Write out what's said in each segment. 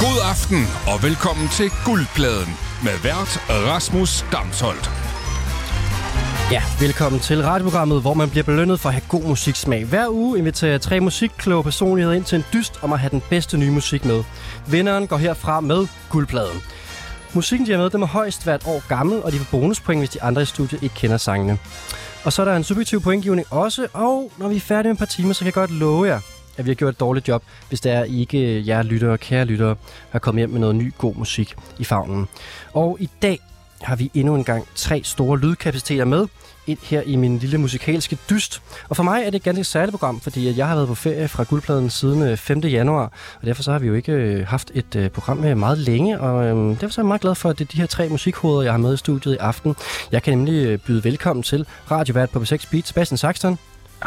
God aften og velkommen til Guldpladen med vært Rasmus Damsholdt. Ja, velkommen til radioprogrammet, hvor man bliver belønnet for at have god musiksmag. Hver uge inviterer jeg tre musikkloge personligheder ind til en dyst om at have den bedste nye musik med. Vinderen går herfra med guldpladen. Musikken, de har med, dem er højst hvert år gammel, og de får bonuspoint, hvis de andre i studiet ikke kender sangene. Og så er der en subjektiv pointgivning også, og når vi er færdige med et par timer, så kan jeg godt love jer, at vi har gjort et dårligt job, hvis der er I ikke øh, jer lyttere og kære lyttere har kommet hjem med noget ny god musik i favnen. Og i dag har vi endnu en gang tre store lydkapaciteter med ind her i min lille musikalske dyst. Og for mig er det et ganske særligt program, fordi at jeg har været på ferie fra Guldpladen siden øh, 5. januar, og derfor så har vi jo ikke øh, haft et øh, program øh, meget længe, og øh, derfor så er jeg meget glad for, at det er de her tre musikhoveder, jeg har med i studiet i aften. Jeg kan nemlig øh, byde velkommen til radiovært på B6 Beat, Sebastian Saxton,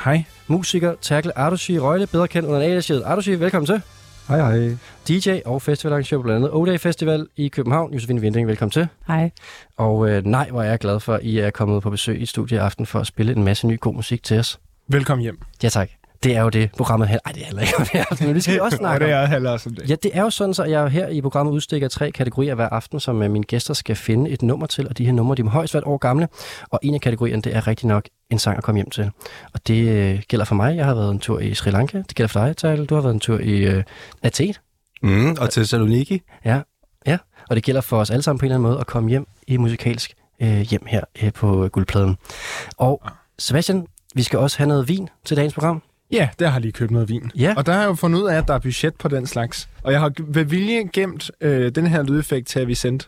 Hej. musiker Terkel Ardushi Røgle, bedre kendt under navnet Ardushi. Velkommen til. Hej, hej. DJ og festivalarrangør på blandt andet O-Day Festival i København. Josefine Vinding, velkommen til. Hej. Og øh, nej, hvor er jeg glad for, at I er kommet på besøg i studiet i aften for at spille en masse ny god musik til os. Velkommen hjem. Ja tak. Det er jo det, programmet her... Ej, det handler ikke om i aften, men vi skal jo også Og snakke det om. er heller også om det. Ja, det er jo sådan, så jeg her i programmet udstikker tre kategorier hver aften, som øh, mine gæster skal finde et nummer til, og de her numre, de er højst hvert år gamle. Og en af kategorierne, det er rigtig nok en sang at komme hjem til. Og det øh, gælder for mig. Jeg har været en tur i Sri Lanka. Det gælder for dig, Tejl. Du har været en tur i øh, Athen. Mm, og til Saloniki. Ja, ja. Og det gælder for os alle sammen på en eller anden måde at komme hjem i musikalsk øh, hjem her øh, på Guldpladen. Og Sebastian, vi skal også have noget vin til dagens program. Ja, der har jeg lige købt noget vin. Ja. Og der har jeg jo fundet ud af, at der er budget på den slags. Og jeg har ved vilje gemt øh, den her lydeffekt til, at vi sendte.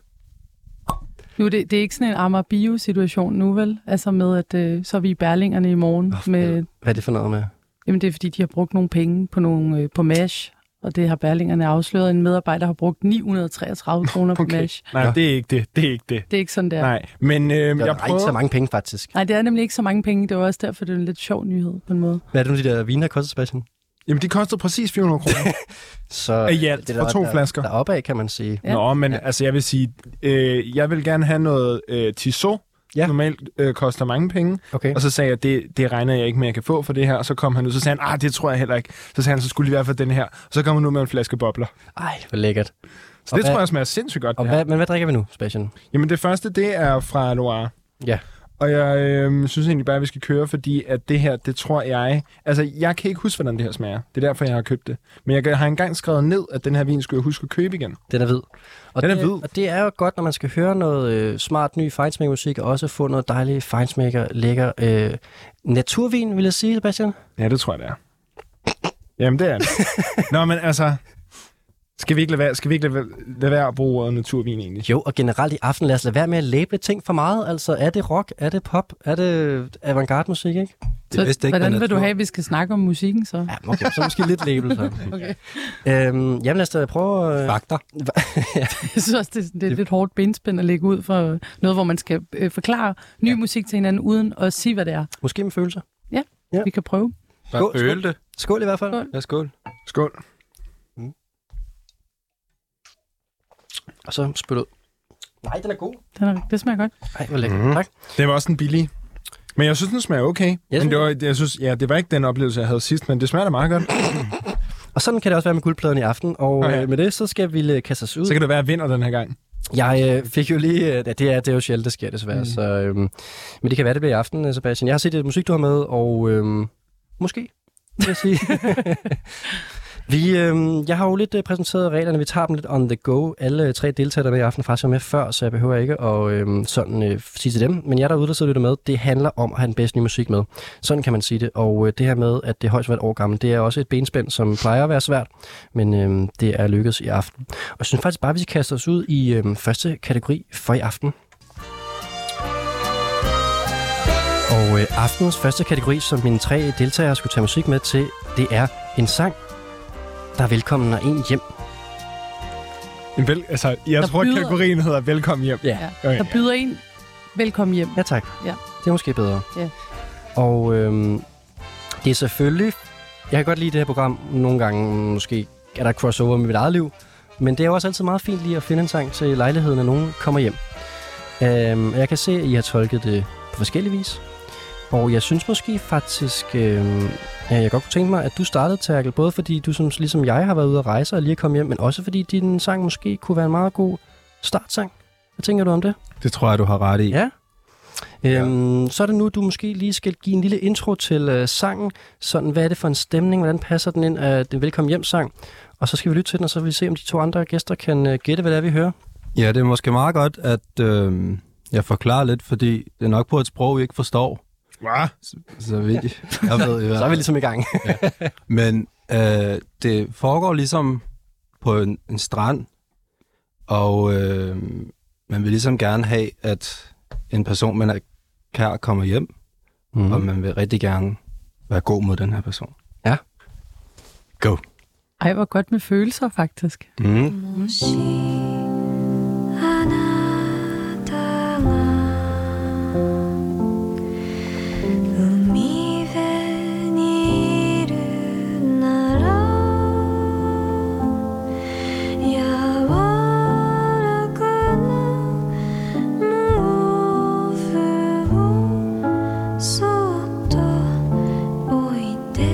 Nu, er det, det er ikke sådan en Amager-bio-situation nu, vel? Altså med, at øh, så er vi i Berlingerne i morgen. Åh, for med, Hvad er det for noget med? jamen, det er, fordi de har brugt nogle penge på, nogle, øh, på MASH, og det har Berlingerne afsløret. En medarbejder har brugt 933 kroner okay. på MASH. Nej, Ja. ja. det er ikke det. Det er ikke det. Det er ikke sådan, der. Nej, men øh, Jeg, jeg jeg har ikke så prøver... mange penge, faktisk. Nej, det er nemlig ikke så mange penge. Det var også derfor, det er en lidt sjov nyhed på en måde. Hvad er det nu, de der viner koster, Sebastian? Jamen, de kostede præcis 400 kroner. Så Af i alt, for to der, flasker. Der opad, kan man sige. Ja. ja. Nå, men ja. altså, jeg vil sige, øh, jeg vil gerne have noget øh, Tissot. Ja. Ja. Normalt øh, koster mange penge. Okay. Og så sagde jeg, det, det regner jeg ikke med, jeg kan få for det her. Og så kom han ud, så sagde han, ah, det tror jeg heller ikke. Så sagde han, så skulle det i hvert fald den her. Og så kom han ud med en flaske bobler. Ej, hvor lækkert. Så det Og hvad- tror jeg smager sindssygt godt. Og det her. hvad, men hvad drikker vi nu, Sebastian? Jamen det første, det er fra Loire. Ja. Og jeg øh, synes egentlig bare, at vi skal køre, fordi at det her, det tror jeg... Altså, jeg kan ikke huske, hvordan det her smager. Det er derfor, jeg har købt det. Men jeg kan- har engang skrevet ned, at den her vin skulle jeg huske at købe igen. Den er hvid. Og Den er det, hvid. Og det er jo godt, når man skal høre noget øh, smart ny fejnsmakermusik, og også få noget dejlig fejnsmaker, lækker øh, naturvin, vil jeg sige, Sebastian. Ja, det tror jeg, det er. Jamen, det er det. Nå, men altså... Skal vi ikke lade være, skal vi ikke lade, være- lade være at bruge ordet naturvin egentlig? Jo, og generelt i aften, lad os lade være med at label ting for meget. Altså, er det rock? Er det pop? Er det avantgarde musik, ikke? Det vidste jeg ikke, hvordan men vil jeg du tror- have, at vi skal snakke om musikken så? Ja, okay, så måske lidt label. Så. Okay. Øhm, jamen, lad os da prøve... Øh, Fakta. Jeg synes også, det er, sådan- det er et lidt hårdt benspænd at lægge ud for noget, hvor man skal øh, forklare ny ja. musik til hinanden, uden at sige, hvad det er. måske med følelser. Ja. Ja. Vi kan prøve. Bare Skål, øl det. Skål i hvert fald. Skål. Ja, skål. Skål. Og så spyt ud. Nej, den er god. Den er, det smager godt. Nej, hvor lækker. Mm. Tak. Mhm. Det var også den billige. Men jeg synes, den smager okay. Jeg men det var, jeg synes, ja, det var ikke den oplevelse, jeg havde sidst, men det smager da meget godt. Og sådan kan det også være med guldpladen i aften. Og Okay. okay. øh, med det, så skal vi øh, kaste os ud. Så kan det være, at jeg vinder den her gang. Jeg øh, fik jo lige... Øh, ja, det er, det er jo sjældent, det sker desværre. Mm. Så, øh, men det kan være, det bliver i aften, øh, Sebastian. Jeg har set det musik, du har med, og øh, måske, vil jeg sige. Vi, øh, jeg har jo lidt øh, præsenteret reglerne. Vi tager dem lidt on the go. Alle øh, tre deltagere, der er med i aften, er faktisk var med før, så jeg behøver ikke at øh, sådan, øh, sige til dem. Men jeg derude, der sidder og lytter med, det handler om at have den bedste nye musik med. Sådan kan man sige det. Og øh, det her med, at det er højst hvert år gammel, det er også et benspænd, som plejer at være svært. Men øh, det er lykkedes i aften. Og jeg synes faktisk bare, at vi skal kaste os ud i øh, første kategori for i aften. Og øh, aftenens første kategori, som mine tre deltagere skulle tage musik med til, det er en sang, der velkommen og en hjem. En vel, altså, jeg Der der tror, byder- byder... kategorien hedder velkommen hjem. Ja. Okay. Der byder en velkommen hjem. Ja tak. Ja. Det er måske bedre. Ja. Og øhm, det er selvfølgelig... Jeg kan godt lide det her program. Nogle gange måske er der crossover med mit eget liv. Men det er jo også altid meget fint lige at finde en sang til lejligheden, når nogen kommer hjem. Øhm, og jeg kan se, at I har tolket det på forskellige vis. Og jeg synes måske faktisk, øh, ja, jeg godt kunne tænke mig, at du startede, Terkel, både fordi du som, ligesom jeg har været ude at rejse og lige er kommet hjem, men også fordi din sang måske kunne være en meget god startsang. Hvad tænker du om det? Det tror jeg, du har ret i. Ja. Øhm, Så er det nu, du måske lige skal give en lille intro til øh, sangen. Sådan, hvad er det for en stemning? Hvordan passer den ind? Øh, det er en velkommen hjem sang. Og så skal vi lytte til den, og så vil vi se, om de to andre gæster kan øh, gætte, hvad det er, vi hører. Ja, det er måske meget godt, at øh, jeg forklarer lidt, fordi det er nok på et sprog, vi ikke forstår. Hva? Så vi, jeg ved, ja. Så er vi ligesom i gang. Men øh, det foregår ligesom på en, en strand, og øh, man vil ligesom gerne have, at en person, man er kær, kommer hjem, mm. og man vil rigtig gerne være god mod den her person. Ja. Go. Ej, hvor godt med følelser, faktisk. Mm. Mhm. もしあなたが海辺にいるなら柔らかな毛布をそっと置いて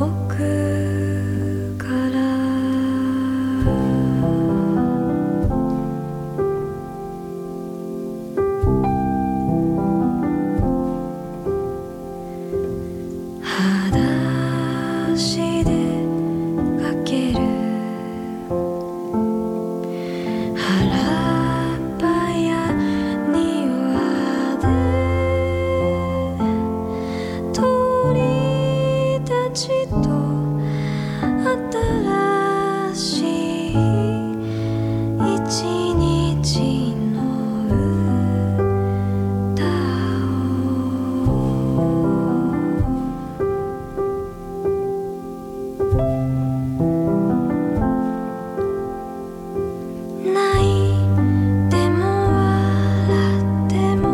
奥から裸足でかける腹っぱや庭で鳥たちと新しい一日の歌を泣いても笑っても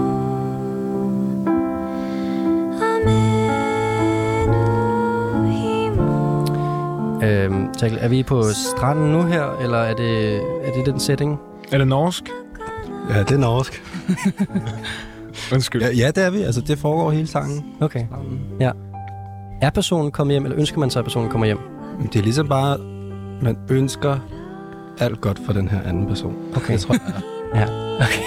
雨の日も Øhm, Terkel, er vi på stranden nu her, eller er det, er det den setting? Er det norsk? Ja, det er norsk. Undskyld. Ja, Ja. ja, det er vi. Altså, det foregår hele sangen. Okay. Ja. Er personen kommet hjem, eller ønsker man sig, at personen kommer hjem? Men Det er ligesom bare, man ønsker alt godt for den her anden person. Okay. Det tror jeg.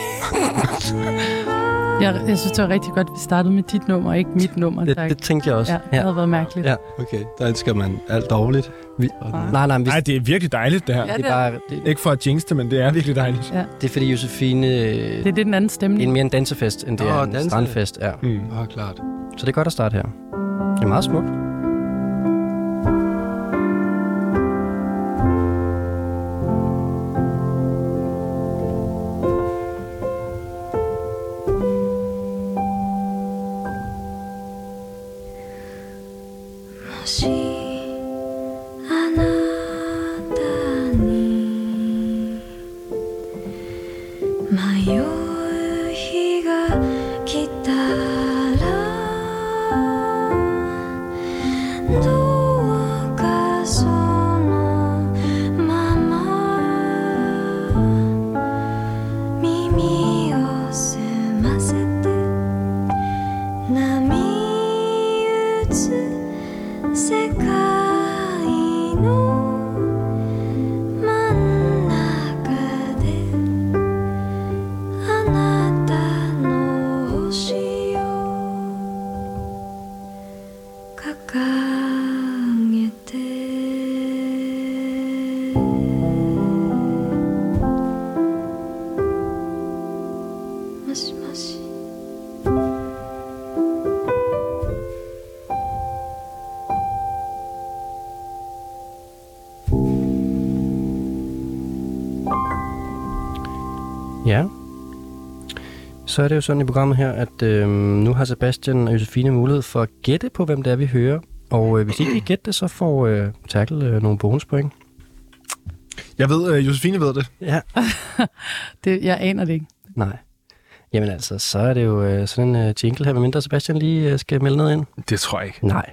Jeg, jeg synes, det var rigtig godt, at vi startede med dit nummer, ikke mit nummer. Det, der, det tænkte jeg også. ja, det havde været mærkeligt. Ja. Okay, der ønsker man alt dårligt. Vi, Nej, nej, men vi, Ej, det er virkelig dejligt, det her. Ja, Ja. det er bare... Det, Ikke for at jinx det, men det er virkelig dejligt. det er fordi Josefine... øh, Det er det den anden Det er stemning. mere en dansefest, end det Nå, er en danse. strandfest. Ja. Mm. Ja, klart. Så det er godt at starte her. Det er meget smukt. もしあなたに迷う日が来たらどうかそのまま耳を澄ませて波打つ世界の真ん中であなたの星を掲げてもしもし Ja. Så er det jo sådan i programmet her, at øh, nu har Sebastian og Josefine mulighed for at gætte på, hvem det er, vi hører. Og øh, hvis ikke I gætter det, så får øh, Terkel øh, nogle bonuspoint. Jeg ved, uh, Josefine ved det. Ja. Det, jeg aner det ikke. Nej. Jamen altså, så er det jo øh, sådan en øh, jingle her, medmindre Sebastian lige øh, skal melde noget ind. Det tror jeg ikke. Nej.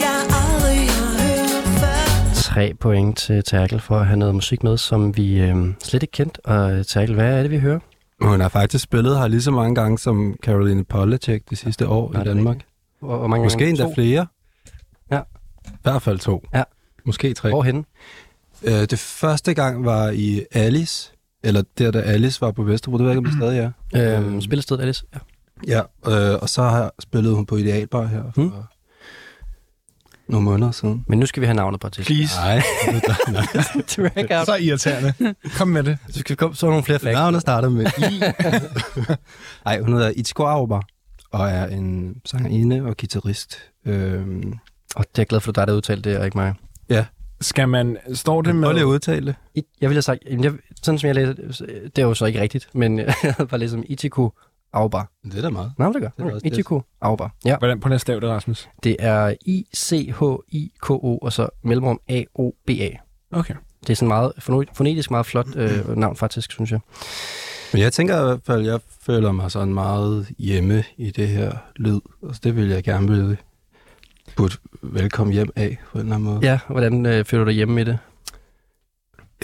Jeg aldrig har hørt før Tre øhm, point til Terkel for at have noget musik med, som vi øh, slet ikke kendte. Og øh, Terkel, hvad er det, vi hører? Hun har faktisk spillet her lige så mange gange som Caroline Polacek de sidste år Er i det Danmark. Hvor, hvor mange Måske gange? endda To? flere. Ja. I hvert fald to. Ja. Måske tre. Hvorhenne? Øh, det første gang var i Alice, eller der, da Alice var på Vesterbro, det ved jeg ikke, om det stadig er. Øhm, spillested, Alice. Ja. Ja, øh, og så har spillet hun på Idealbar her for Hmm. hmm. nogle måneder siden. Men nu skal vi have navnet på til. Please. Nej, Drag out. Så irriterende. Kom med det. Så skal vi komme så nogle flere facts. navnet starter med I. Nej, hun hedder Itsko Auber, og er en sangerinde og guitarist. Øhm, Og det er jeg glad for, at du dig, der udtalte det, og ikke mig. Skal man... Står det prøv med... lige at udtale det. I, jeg ville have sagt, jamen, jeg, sådan som jeg læser det, så- det er jo så ikke rigtigt, men jeg havde bare læst som Ichiku Aubar. Det er da meget. Nej, men det Det er gør. også Okay. Ichiku Aubar. Ja, Hvordan på den stave det, Rasmus? det er I-C-H-I-K-O, og så mellemrum A-O-B-A. Okay. Det er sådan meget fono- fonetisk meget flot øh, navn faktisk, synes jeg. Men jeg tænker i hvert fald, jeg føler mig sådan meget hjemme i det her lyd, og det vil jeg gerne blive budt velkommen hjem af på en eller anden måde. Ja, hvordan øh, føler du dig hjemme i det?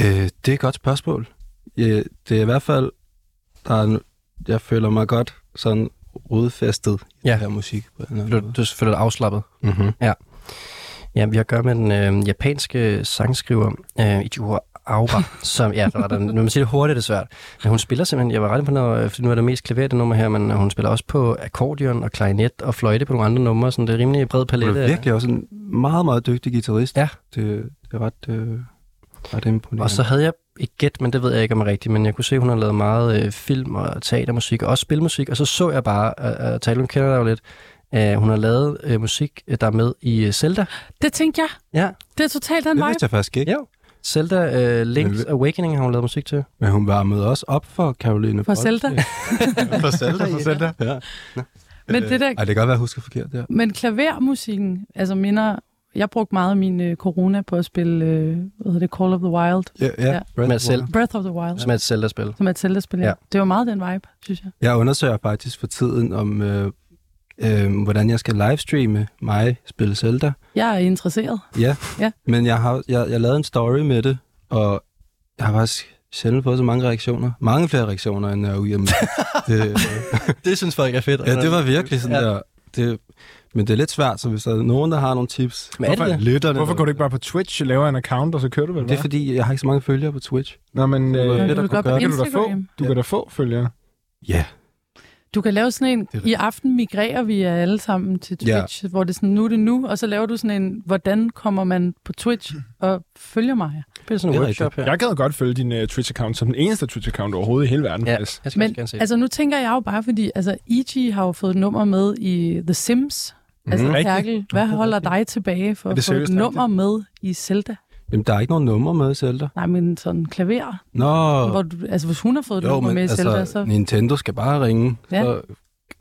Øh, det er et godt spørgsmål. Øh, det er i hvert fald, der er en, jeg føler mig godt sådan rodfæstet i Ja. den her musik. På en eller Føler anden Du, måde. du føler dig afslappet? Mm-hmm. Ja, vi har at gøre med den øh, japanske sangskriver øh, Ichigo Aura, som, ja, der var der, når man siger det hurtigt, er det svært. Men hun spiller simpelthen, jeg var ret imponeret, øh, fordi nu er det mest klaver, det nummer her, men øh, hun spiller også på akkordeon og klarinet og fløjte på nogle andre numre, sådan det er rimelig bred Hun palette. er virkelig også en meget, meget dygtig guitarist. Ja. Det, det er ret, øh, ret imponerende. Og så havde jeg et gæt, men det ved jeg ikke om er rigtigt, men jeg kunne se, at hun har lavet meget øh, film og teatermusik, og også spilmusik, og så så jeg bare, og øh, Talon kender dig jo lidt, øh, hun har lavet øh, musik, øh, der er med i øh, Zelda. Det tænkte jeg. Ja. Det er totalt den det vej. vidste jeg faktisk ikke. Ja. Zelda øh, Men Link's vi- Awakening har hun lavet musik til. Men hun var med også op for Caroline For Polacek. Zelda. for Zelda. for Zelda. Ja. Men Øh, det der- Ej, det kan godt være, jeg husker forkert der. Men klavermusikken, altså minder... Jeg brugte meget af min øh, corona på at spille, øh, hvad hedder det, Call of the Wild. Ja, ja. Ja. ja. Breath Med Zelda. Breath of the Wild, som er et Zelda-spil. som er et Zelda-spil. Ja. Ja. Det var meget den vibe, synes jeg. Jeg undersøger faktisk for tiden, om øh, øh, hvordan jeg skal livestreame mig spille Zelda. Jeg er interesseret. Ja, Ja. men jeg har jeg, jeg lavede en story med det, og jeg har faktisk sjældent fået så mange reaktioner. Mange flere reaktioner, end jeg er ude hjemme. det, øh, Det synes folk er fedt. ja, det var virkelig sådan Ja. ja. der. Det, men det er lidt svært, så hvis der er nogen, der har nogle tips. Men er det det? Lytterne, Hvorfor går du ikke bare på Twitch, laver en account, og så kører du vel? Det er bare? fordi, jeg har ikke så mange følgere på Twitch. Nå, men Det er øh, fedt Du kan at kunne gå op gøre. på Det kan du da få. Instagram. Du kan da få følgere. Ja. Du kan lave sådan en, Det er i aften migrerer vi jer alle sammen til Ja. Twitch, hvor det er sådan, nu er det nu, og så laver du sådan en, hvordan kommer man på Twitch og følger mig? Det er sådan en Det er workshop her. Jeg gad godt følge din øh, Twitch-account som den eneste Twitch-account overhovedet i hele verden. Ja, jeg faktisk. skal Men også gerne se det. altså, nu tænker jeg jo bare, fordi altså, E.G. har jo fået et nummer med i The Sims. Altså, Rigtigt. Terkel, hvad holder dig tilbage for Er at det få et seriøst, nummer med i Zelda? Jamen, der er ikke nogen numre med i Zelda. Nej, men sådan klaver. Nå, Hvor du, altså, hvis hun har fået et jo, nummer men med i altså, Zelda, så Nintendo skal bare ringe. Ja. Så,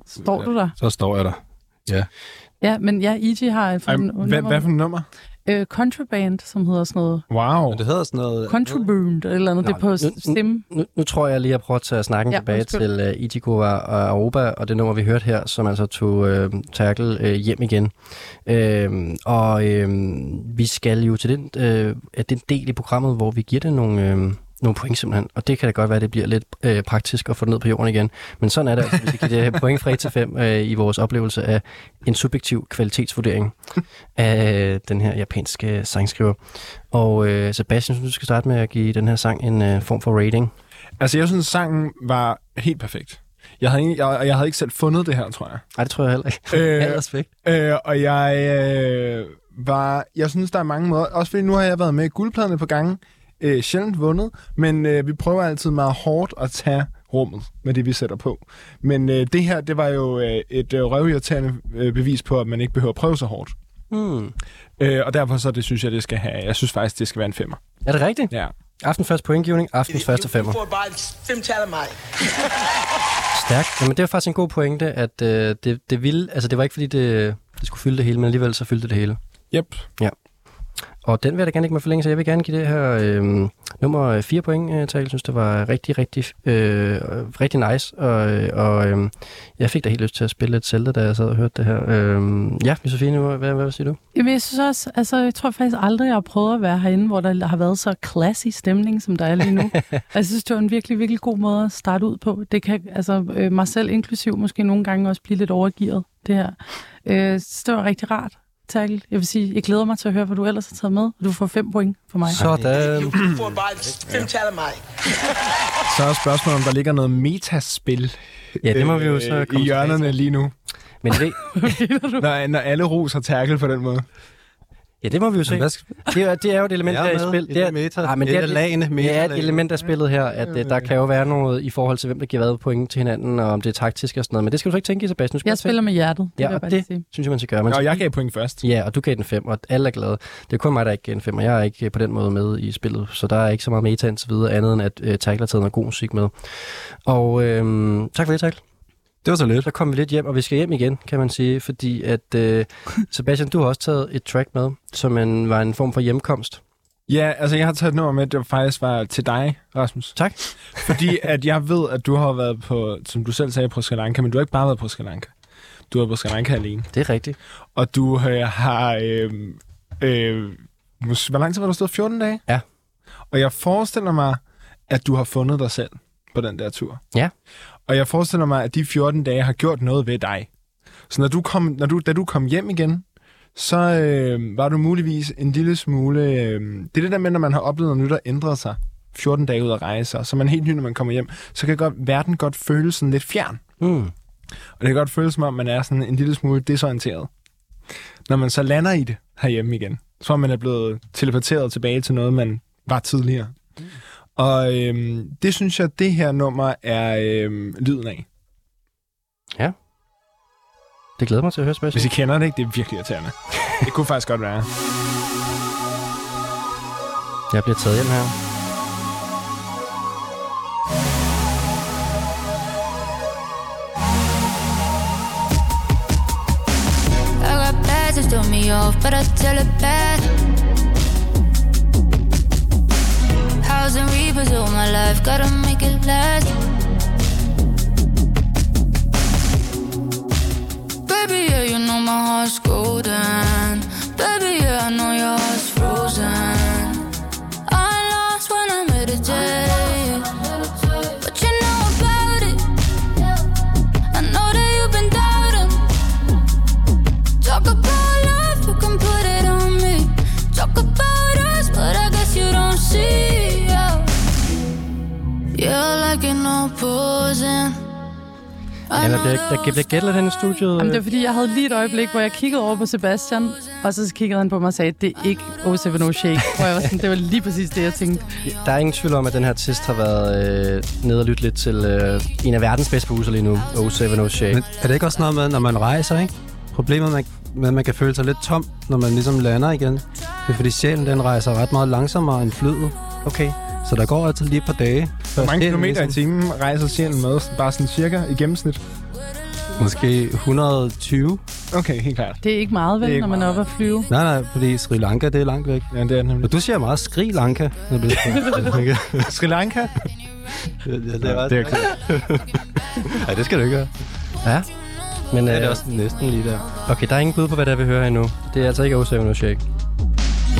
står du der. så står jeg der. Ja, men ja, E.G. har fået Ej, et hvad, hvad nummer. for et nummer? Øh, Contraband, som hedder sådan noget. Wow. Men det hedder sådan noget... Contraband, eller et eller andet. Det er på Øh, nu- Sim. Nu, nu tror jeg lige, at jeg prøver at tage snakken Ja, ja, tilbage undskyld. til uh, Ichigo og og Aoba, og det nummer, vi hørte her, som altså tog uh, Terkel uh, hjem igen. Uh, og uh, vi skal jo til den, uh, at den del i programmet, hvor vi giver det nogle, uh, nogle point simpelthen, og det kan da godt være, at det bliver lidt uh, praktisk at få det ned på jorden igen, men sådan er det, altså, hvis vi giver det her point fra 1 til 5 uh, i vores oplevelse af en subjektiv kvalitetsvurdering af den her japanske sangskriver. Og øh, Sebastian, synes du skal starte med at give den her sang en øh, form for rating. Altså, jeg synes, sangen var helt perfekt. Jeg havde, ikke- jeg, jeg havde ikke selv fundet det her, tror jeg. Nej, det tror jeg heller ikke. Øh, Al respekt. Øh, og jeg øh, var... Jeg synes, der er mange måder... Også fordi nu har jeg været med i guldpladerne på gange. Øh, sjældent vundet. Men øh, vi prøver altid meget hårdt at tage rummet med det, vi sætter på. Men øh, det her, det var jo øh, et øh, røvirriterende øh, bevis på, at man ikke behøver at prøve så hårdt. Hmm. Øh, og derfor så det synes jeg, det skal have... Jeg synes faktisk, det skal være en femmer. Er det rigtigt? Ja. Aftens første pointgivning, aftens første femmer. Du får bare et femtal af mig. Stærkt. Jamen, det var faktisk en god pointe, at øh, det, det ville... Altså, det var ikke, fordi det, det skulle fylde det hele, men alligevel så fyldte det det hele. Yep. Og den vil jeg da gerne ikke med forlænge, så jeg vil gerne give det her øh, nummer 4 point, øh, tak. Jeg synes, det var rigtig, rigtig, øh, rigtig nice. Og, øh, og øh, jeg fik da helt lyst til at spille lidt Zelda, da jeg sad og hørte det her. Øh, ja, Josefine, hvad, hvad, hvad siger du? Jamen, jeg synes også, altså, jeg tror faktisk aldrig, jeg har prøvet at være herinde, hvor der har været så classy stemning, som der er lige nu. altså, jeg synes, det var en virkelig, virkelig god måde at starte ud på. Det kan, altså, øh, mig selv inklusiv, måske nogle gange også blive lidt overgivet, det her. Øh, så det var rigtig rart, Terkel. Jeg vil sige, jeg glæder mig til at høre, hvad du ellers har taget med. Du får fem point for mig. Sådan. Du får bare fem tal af mig. Så er spørgsmålet, om der ligger noget metaspil Ja, det må vi jo øh, så i komme tilbage hjørnerne til. lige nu. Men det, Når, når alle roser Terkel på den måde. ja, det må vi jo se. Hvad skal, Det er, det er jo et element Jeg er her med i spil. i Det er, det meta. Nej, men Et det, er, af et- lagene, det er et metalagene. element af spillet her, at øh, der kan jo være noget i forhold til, hvem der giver hvad point til hinanden, og om det er taktisk og sådan noget. Men det skal du så ikke tænke i, Sebastian. Du skal Jeg bare tænke- spiller med hjertet, det ja, vil Ja, jeg og bare det... sige. det synes jeg, man skal gøre. Man Og skal... jeg gav point først. Ja, og du gav den 5, og alle er glade. Det er kun mig, der ikke gav den 5, og jeg er ikke øh, på den måde med i spillet, så der er ikke så meget meta indtil videre, andet end at øh, Tackle har taget noget god musik med. Og øhm, tak for det, Tackle. det var så lidt. Så kom vi lidt hjem, og vi skal hjem igen, kan man sige, fordi at øh, Sebastian, du har også taget et track med, som en, var en form for hjemkomst. Ja, altså jeg har taget et nummer med, der faktisk var til dig, Rasmus. Tak. Fordi at jeg ved, at du har været på, som du selv sagde, på Sri Lanka, men du har ikke bare været på Sri Lanka. Du har været på Sri Lanka alene. Det er rigtigt. Og du øh, har... Øh, øh, mås- hvor lang tid var du stået? 14 dage? Ja. Og jeg forestiller mig, at du har fundet dig selv på den der tur. Ja. Og jeg forestiller mig, at de 14 dage har gjort noget ved dig. Så når du kom, når du, da du kom hjem igen, så øh, var du muligvis en lille smule... Øh, det er det der med, når man har oplevet noget nyt og ændret sig. 14 dage ud at rejse, og så er man helt ny, når man kommer hjem, så kan godt, verden godt føles sådan lidt fjern. Mm. Og det kan godt føles som om, man er sådan en lille smule desorienteret. Når man så lander i det herhjemme igen, så er man er blevet teleporteret tilbage til noget, man var tidligere. Mm. Og øhm, det synes jeg, det her nummer er øhm, lyden af. Det glæder mig til at høre, Sebastian. Hvis I kender det ikke, det er virkelig irriterende. Det kunne faktisk godt være. Jeg bliver taget hjem her. I got plans to throw me off, but I tell it back. House and reapers all my life, gotta make it last. Baby, yeah, you know my heart's golden. Baby, yeah, I know your heart's frozen. I lost when I meditate, but you know about it. I know that you've been doubting. Talk about love, you can put it on me. Talk about us, but I guess you don't see. Yeah, You're like an old poison. Ja, der bliver, der bliver gættet lidt hen i studiet. Jamen, det er fordi, jeg havde lige et øjeblik, hvor jeg kiggede over på Sebastian, og så kiggede han på mig og sagde, det er ikke O7O Shake. Hvor jeg var sådan, det var lige præcis det, jeg tænkte. Der er ingen tvivl om, at den her test har været øh, nede og lytte lidt til øh, en af verdens bedste huser lige nu, 070 Shake. Men er det ikke også noget med, når man rejser, ikke? Problemet med, med, at man kan føle sig lidt tom, når man ligesom lander igen. Det er fordi sjælen, den rejser ret meget langsommere end flyet. Okay. Så der går altid lige et par dage. ligesom- Hvor mange kilometer i timen rejser sjælen med? Bare sådan cirka i gennemsnit? Måske 120. Okay, helt klart. Det er ikke meget, Det er vel, ikke når man er meget. oppe at flyve. Nej, nej, fordi Sri Lanka, det er langt væk. Ja, det er den Og nemlig. du siger meget Sri Lanka, når du ja, Sri Lanka? det, er ret. Det er klart. Ja, det skal du ikke gøre. Ja. Men Ja, det er øh, også næsten lige der. okay, der er ingen bud på, hvad det er, vi hører endnu. Det er altså ikke 070 Shake.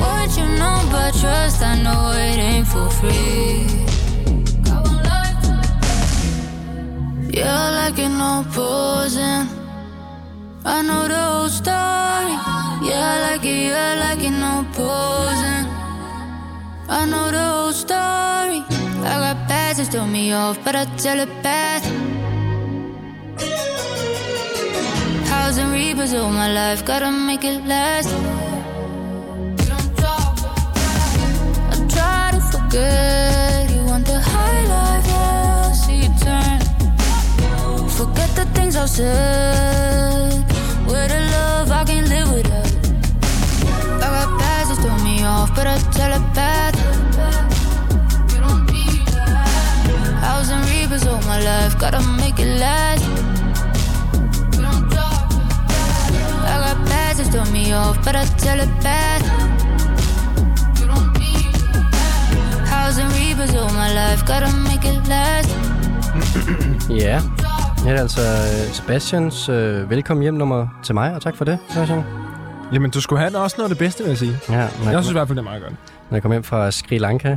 What you know about trust, I know it ain't for free. You're like an old poison. I know the whole story. Yeah, I like it, yeah, I like an old poison. I know the whole story. I got passes throw me off, but I tell it back. House and reapers all my life, gotta make it last. I try to forget you want the high life, yeah, I see you turn. Forget the things I said. With a love I can live without. I got passes throw me off, but I tell it back. House and reapers all my life, gotta make it last. I got passes throw me off, but I tell it back. thousand reapers all my life, gotta make it last. Ja. Ja, det er altså øh, Sebastians øh, velkommen hjem nummer til mig, og tak for det, Sebastian. Jamen, du skulle have den også noget af det bedste, vil jeg sige. Ja, når Jeg jeg, synes i hvert fald, det er meget godt. når jeg kom hjem fra Sri Lanka.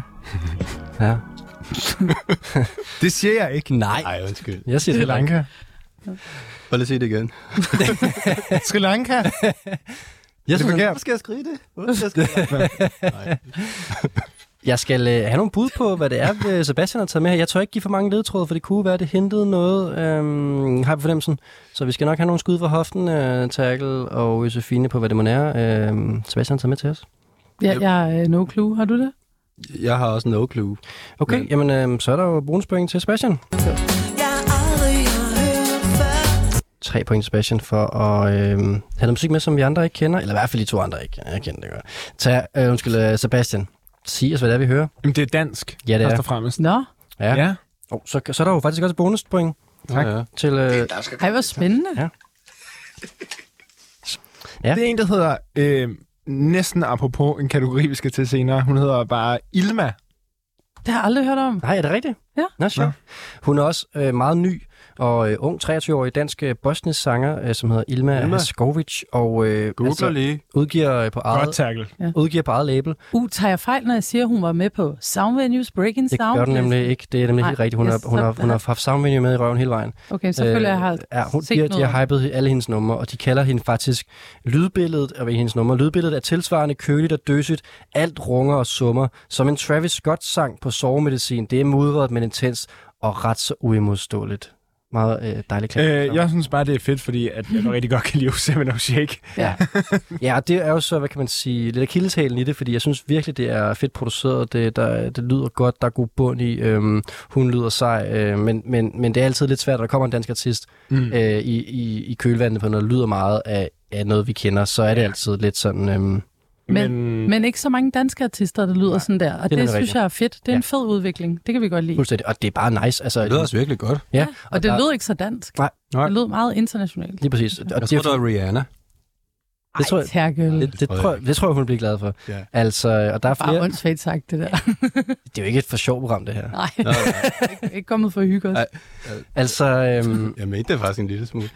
ja. Det siger jeg ikke. Nej. Nej, undskyld. Jeg siger det Sri heller ikke. Lanka. Bare lige sige det igen. Sri Lanka. Jeg, synes, forkert? jeg, Hvorfor skal jeg skrive det? Hvorfor skal jeg skrive det? Nej. jeg skal øh, have nogle bud på, hvad det er, øh, Sebastian har taget med her. Jeg tør ikke give for mange ledtråde, for det kunne være, det hentede noget, øh, har jeg på fornemmelsen. Så vi skal nok have nogle skud fra hoften, øh, Terkel og Josefine, på hvad det må være, øh, Sebastian har taget med til os. Ja, jeg er no clue. Har du det? Jeg har også no clue. Okay, Men- jamen øh, så er der jo bonuspoint til Sebastian. Jeg aldrig har hørt før. tre point til Sebastian for at øh, have noget musik med, som vi andre ikke kender. Eller i hvert fald de to andre ikke. Jeg kender det godt. Tag, øh, undskyld, øh, Sebastian. Sig os, hvad det er, vi hører. Jamen, det er dansk, Ja, det først er. og fremmest. Nå, Ja. ja. Ja. Oh, så, så er der jo faktisk også et bonuspoint Tak. Ja. til... Øh, ej, hvor spændende. Ja. Det er en, der hedder, øh, næsten apropos en kategori, vi skal til senere. Hun hedder bare Ilma. Det har jeg aldrig hørt om. nej, er det rigtigt? Ja. Nå, sjovt. Hun er også øh, meget ny og øh, ung, 23-årig dansk øh, bosnisk sanger, øh, som hedder Ilma, Ilma. Ilma. Haskovic, og øh, Googler altså, lige. udgiver, øh, på Godt eget, tackle. udgiver på eget label. Uh, tager jeg fejl, når jeg siger, at hun var med på Sound Venues Breaking Det Sound? gør den nemlig ikke. Det er nemlig Nej, helt rigtigt. Hun, jeg har, hun, har, så- hun har haft soundvenue med i røven hele vejen. Øh, Okay, så føler jeg, jeg har ja, hun, set de, har- noget. de har hypet alle hendes numre, og de kalder hende faktisk lydbilledet af hendes numre. Lydbilledet er tilsvarende køligt og døsigt. Alt runger og summer. Som en Travis Scott-sang på sovemedicin. Det er mudret, men intens og ret så uimodståeligt. Meget øh, dejligt klart. Øh, jeg synes bare, det er fedt, fordi at jeg rigtig godt kan lide Seven Shake. Ja. ja, og det er jo så, hvad kan man sige, lidt akilletalen i det, fordi jeg synes virkelig, det er fedt produceret, det, der, det lyder godt, der er god bund i, øhm, hun lyder sej, øh, men, men, men det er altid lidt svært, når der kommer en dansk artist mm. øh, i, i, i kølvandet på noget, der lyder meget af, af noget, vi kender, så er det altid lidt sådan, øhm, Men, men ikke så mange danske artister, der lyder Nej, sådan der. Og det er det, det nemlig synes rigtigt. jeg er fedt. Det er ja. en Ja. fed udvikling. Det kan vi godt lide. fuldstændig, og det er bare nice. Altså, Det lyder også virkelig godt. ja, Og det der- lød ikke så dansk. Nej. Nej. Det lød meget internationalt. Lige præcis. Og Jeg tror, det var Rihanna. det tror Ej, jeg- Terkel. det, det, tror jeg tror, ikke. det tror jeg, hun bliver glad for. Ja. Altså, og der er Bare flere, åndssvagt sagt, det der. det er jo ikke et for sjovt program, det her. Nej, ikke, ikke kommet for at hygge os. Ej. Altså, øhm, Jeg mente det faktisk en lille smule.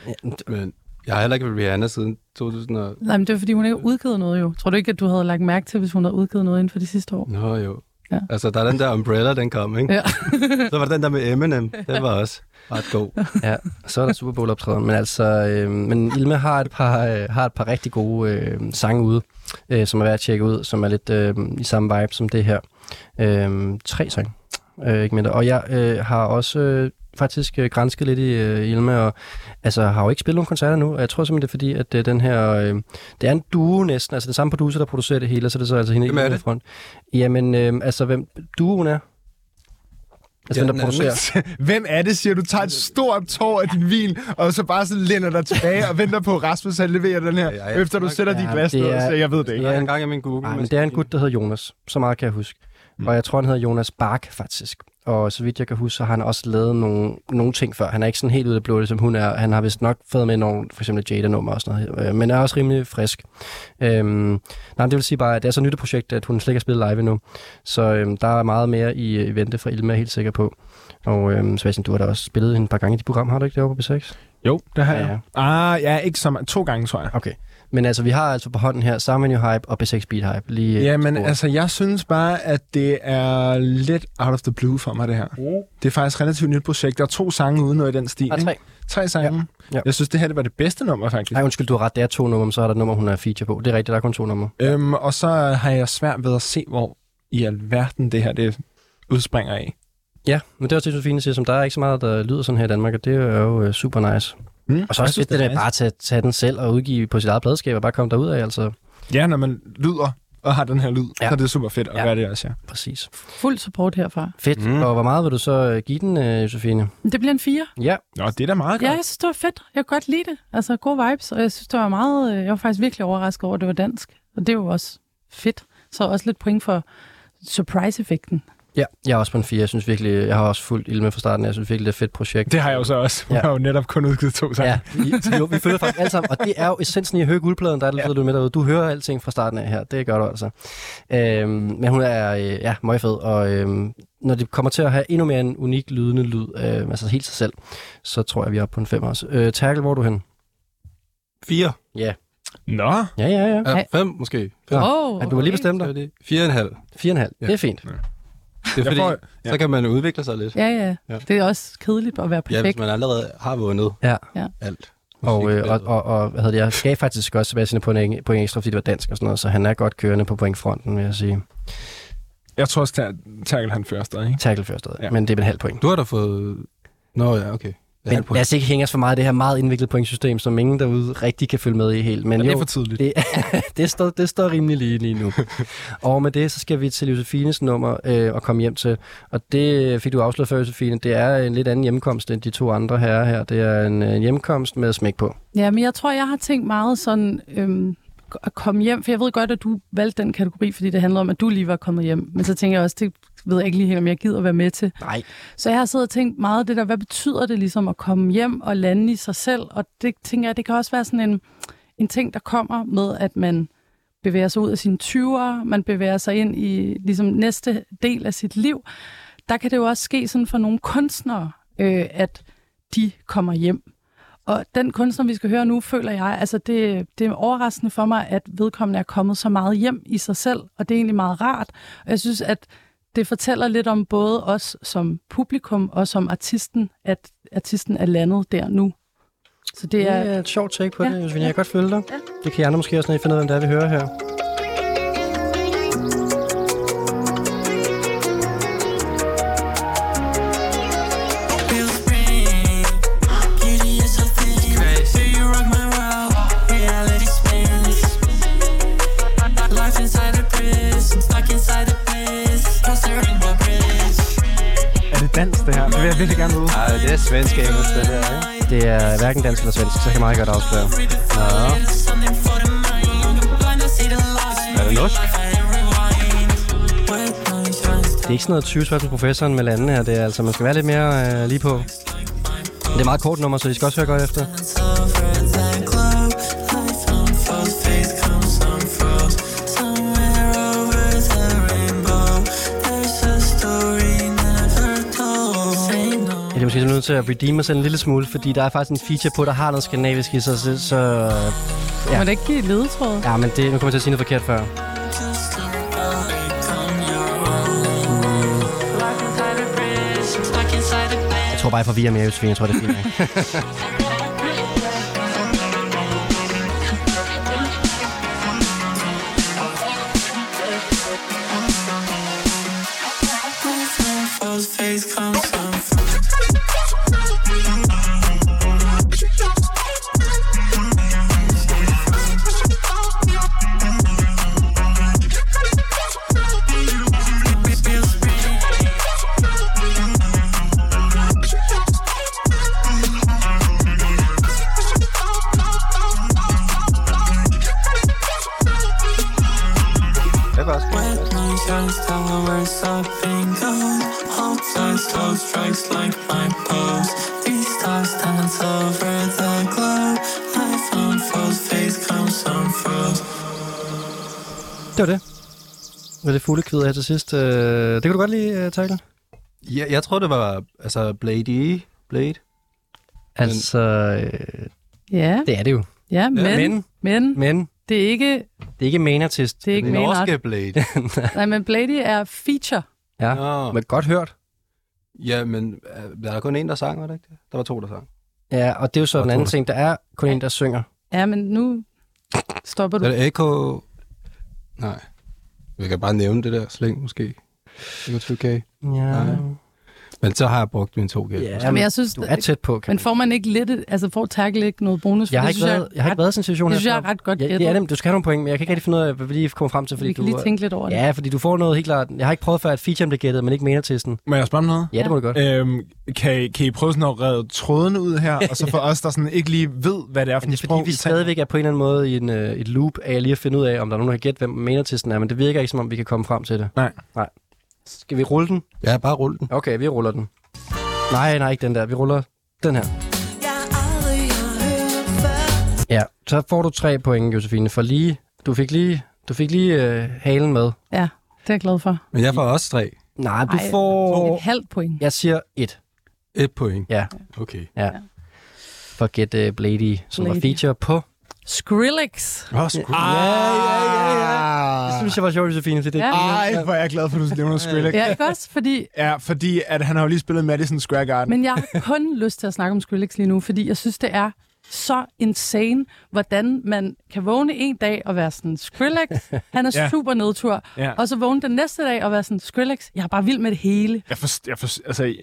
Men jeg har heller ikke været Rihanna siden 2000 og... Nej, men det er fordi, hun ikke har udgivet noget jo. Tror du ikke, at du havde lagt mærke til, hvis hun havde udgivet noget inden for de sidste Mm. år? Nå jo. Ja. Ja. Altså, der er den der Umbrella, den kom, ikke? Ja. Så var der den der med Eminem. Den var også ret god. Ja, så er der Super Bowl optræden, men altså, øh, men Ilma har et par øh, har et par rigtig gode øh, sange ude, øh, som er værd at tjekke ud, som er lidt øh, i samme vibe som det her. Øh, tre sange, øh, ikke mindre. Og jeg øh, har også øh, faktisk øh, grænsket lidt i øh, Ilma, og altså har jo ikke spillet nogen koncerter nu, og jeg tror simpelthen, det er fordi, at øh, den her, øh, det er en duo næsten, altså den samme producer, der producerer det hele, og så er det så altså hende Hvem er Ilma i det? front. Jamen, øh, altså hvem duoen er? Altså, Ja, ja, den, den der er- producerer. Hvem er det, siger du? Tager et stort tår af din vin, og så bare sådan lænder dig tilbage og venter på, at Rasmus han leverer den her, Ja, ja. efter du sætter Ja, dit glas det ned og er- siger, jeg ved det ikke. Jeg er en gang i min Google. Nej, men det er en gut, der hedder Jonas. Så meget kan jeg huske. Mm. Og jeg tror, han hedder Jonas Bark, faktisk. Og så vidt jeg kan huske, så har han også lavet nogle, nogle ting før. Han er ikke sådan helt ude af det blå, ligesom hun er. Han har vist nok fået med nogle, for eksempel Jada-nummer og sådan noget. øh, Men er også rimelig frisk. Øhm, nej, men det vil sige bare, at det er så nyt et projekt, at hun slet ikke har spillet live endnu. Så øhm, der er meget mere i, øh, i vente fra Ilma, er jeg helt sikker på. Og øhm, Sebastian, du har da også spillet hende et par gange i dit program, har du ikke det over på B6? Jo, det har Ja, ja. jeg. Ah, ja, ikke så meget. To gange, tror jeg. Okay. Men altså, vi har altså på hånden her Samanyu Hype og B6 Beat Hype. Lige, øh, Ja, men på bordet. altså, jeg synes bare, at det er lidt out of the blue for mig, det her. Oh. Det er faktisk et relativt nyt projekt. Der er to sange ude noget i den stil. Der er ikke? tre. Tre sange. Ja. Ja. Jeg synes, det her det var det bedste nummer, faktisk. Nej, undskyld, du har ret. Det er to numre, men så er der et nummer, hun er feature på. Det er rigtigt, der er kun to numre. Øhm, og så har jeg svært ved at se, hvor i alverden det her det udspringer af. Ja, men det er også det, Sofine siger, som der er ikke så meget, der lyder sådan her i Danmark, og det er jo øh, super nice. Mm? Og så er det fedt, det der bare at tage, tage den selv og udgive på sit eget pladskab og bare komme derud af, altså. Ja, når man lyder og har den her lyd, Ja. ja. så er det super fedt at Ja. ja. gøre det også, ja. Præcis. Fuld support herfra. Fedt. Mm. Og hvor meget vil du så øh, give den, øh, Sofine? Men Det bliver en fire. Ja, Nå, det er da meget Ja, godt. jeg synes, det var fedt. Jeg kan godt lide det. Altså, gode vibes, og jeg synes, det var meget... øh, Jeg var faktisk virkelig overrasket over, at det var dansk. Og det er jo også fedt. Så også lidt point for surprise-effekten. Ja, jeg er også på en 4. Jeg synes virkelig, jeg har også fuldt ilme fra starten. Jeg synes virkelig, det er et fedt projekt. Det har jeg jo så også. Hun Ja. har jo netop kun udgivet to sange. Ja, I- så jo, vi følger faktisk alle sammen, og det er jo essensen i at høre guldpladen, der er lidt ja. du med derude. Du hører alting fra starten af her, det gør du altså. Øhm, men hun er øh, ja, meget fed, og øhm, når det kommer til at have endnu mere en unik lydende lyd, øh, altså helt sig selv, så tror jeg, vi er oppe på en 5 også. Øh, Terkel, hvor er du hen? Fire. Ja, Nå, ja, ja. ja. Ja, Ej. fem måske. Ja. Åh, Men du har lige bestemt Så er dig. det fire og en halv. 4,5. Ja. Det er fint. Det er Jeg fordi, får- ja. så kan man udvikle sig lidt. Ja, ja, Altså. Ja. ja. Det er også kedeligt at være Ja, perfekt. hvis man allerede har vundet Ja. Ja. alt. Og, Musik, øh, og, billeder. og, og hvad hedder det, jeg gav faktisk også Sebastian på en, på en ekstra, fordi det var dansk og sådan noget, så han er godt kørende på pointfronten, vil jeg sige. jeg tror også, at Terkel han fører stadig, ikke? Tackle først, ja. Ja. men det er med en halv point. Du har da fået... Nå ja, okay. Men lad os ikke hænge os for meget i det her meget indviklede pointsystem, som ingen derude rigtig kan følge med i helt. Men Det er jo, for tidligt. det, det, står, det står rimelig lige lige nu. og med det, så skal vi til Josefines nummer øh, og komme hjem til. Og det fik du afsløret før, Josefine. Det er en lidt anden hjemkomst end de to andre herrer her. Det er en, øh, en hjemkomst med smæk på. Ja, men jeg tror, jeg har tænkt meget sådan øhm, at komme hjem, for jeg ved godt, at du valgte den kategori, fordi det handler om, at du lige var kommet hjem. Men så tænker jeg også, det ved jeg ikke lige helt, om jeg gider være med til. Nej. Så jeg har siddet og tænkt meget det der, hvad betyder det ligesom at komme hjem og lande i sig selv? Og det tænker jeg, det kan også være sådan en, en ting, der kommer med, at man bevæger sig ud af sine 20'ere, man bevæger sig ind i ligesom næste del af sit liv. Der kan det jo også ske sådan for nogle kunstnere, øh, at de kommer hjem. Og den kunstner, vi skal høre nu, føler jeg, altså det, det er overraskende for mig, at vedkommende er kommet så meget hjem i sig selv, og det er egentlig meget rart. Og jeg synes, at det fortæller lidt om både os som publikum og som artisten, at artisten er landet der nu. Så det er... Det er et sjovt take på ja. Ja. det, Josefine. Jeg kan godt følge dig. Ja. Det kan I andre måske også, når I finder ud af, hvem det er, vi hører her. Er det dans, det her? Det vil jeg virkelig gerne vide. Ej, det er svensk engelsk, det her, ikke? Det er hverken dansk eller svensk, så kan jeg meget godt afsløre. Er det norsk? Det er ikke sådan noget 20 spørgsmål professoren med landene her. Det er altså, man skal være lidt mere øh, lige på. Det er et meget kort nummer, så I skal også høre godt efter. Jeg er måske nødt til at redeem mig selv en lille smule, fordi der er faktisk en feature på, der har noget skandinavisk i sig, så, så Ja. Må det ikke give et ledetråd? ja, men det, nu kommer jeg til at sige noget forkert før. Jeg tror bare, jeg forvirrer mere, Josefine. Jeg tror, det er fint. nok. Det er også. Det var det. Med det fuglekvid her til sidst. Øh, det kan du godt lide, øh, Tejler? Ja, jeg tror, det var altså Blade E. Blade. Altså, øh, Ja, det er det jo. ja men, men- men, men Men det er ikke, det er ikke main artist. det er ikke Den main art. norske Blade. Nej, men Blady er feature. Ja, Nå. men godt hørt. ja, men øh, der er kun en, der sang, var det ikke det? Der var to, der sang. Ja, og det er jo så Godt den anden hørt. ting. Der er kun en, der synger. Ja, men nu stopper du. Er det Echo? Nej. Vi kan bare nævne det der slæng, måske. Echo 2K. Ja, Nej. Men så har jeg brugt mine to gæld. ja Men men jeg synes, du er tæt på, kan men får man ikke lidt, et- altså får Terkel ikke noget bonus? For jeg har, det ikke synes været, jeg, har ikke været i sådan en situation det synes jeg før. er ret godt ja, det er gættet. dem. Du skal have nogle point, men jeg kan ikke rigtig finde ud af, hvad vi lige kommer frem til. Fordi Vi kan du, lige tænke lidt over det. Ja, fordi du får noget helt klart. Jeg har ikke prøvet før, at featuren blev gættet, men ikke mere til sådan. Må jeg spørge om noget? Ja, det må du godt. Øhm, kan, I- kan I prøve sådan at redde trådene ud her, og så for os, der sådan ikke lige ved, hvad det er for Men en det er fordi, sprog, vi I taler. stadigvæk er på en eller anden måde i en, øh, et loop af lige at finde ud af, om der er nogen, der har gættet, hvem main artisten er, men det virker ikke, som om vi kan komme frem til det. Nej. Nej. Skal vi rulle den? Ja, bare rul den. Okay, vi ruller den. Nej, nej, ikke den der. Vi ruller den her. jeg aldrig har hørt før. Ja, så får du tre point, Josefine, for lige... Du fik lige, du fik lige øh, halen med. Ja, det er jeg glad for. Men jeg får også tre. Nej, du Ej, får... Et halvt point. Jeg siger et. Et point. Ja, Okay. ja. For Get uh, Blady, som var Blady. feature på... Skrillex. Åh, sgu. Ja, ja, ja, ja. Det synes jeg var sjovt, Josefine, for det Ja. Ej, hvor er jeg glad for, at du nævner Skrillex. Ja, ikke også? Fordi, Ja, fordi at han har jo lige spillet Madison Square Garden. men jeg har kun lyst til at snakke om Skrillex lige nu, fordi jeg synes, det er så insane, hvordan man kan vågne en dag og være sådan, Skrillex, han er Ja. super nedtur. Ja. Og så vågne den næste dag og være sådan, Skrillex, jeg er bare vild med det hele. Jeg forst, jeg forst, altså,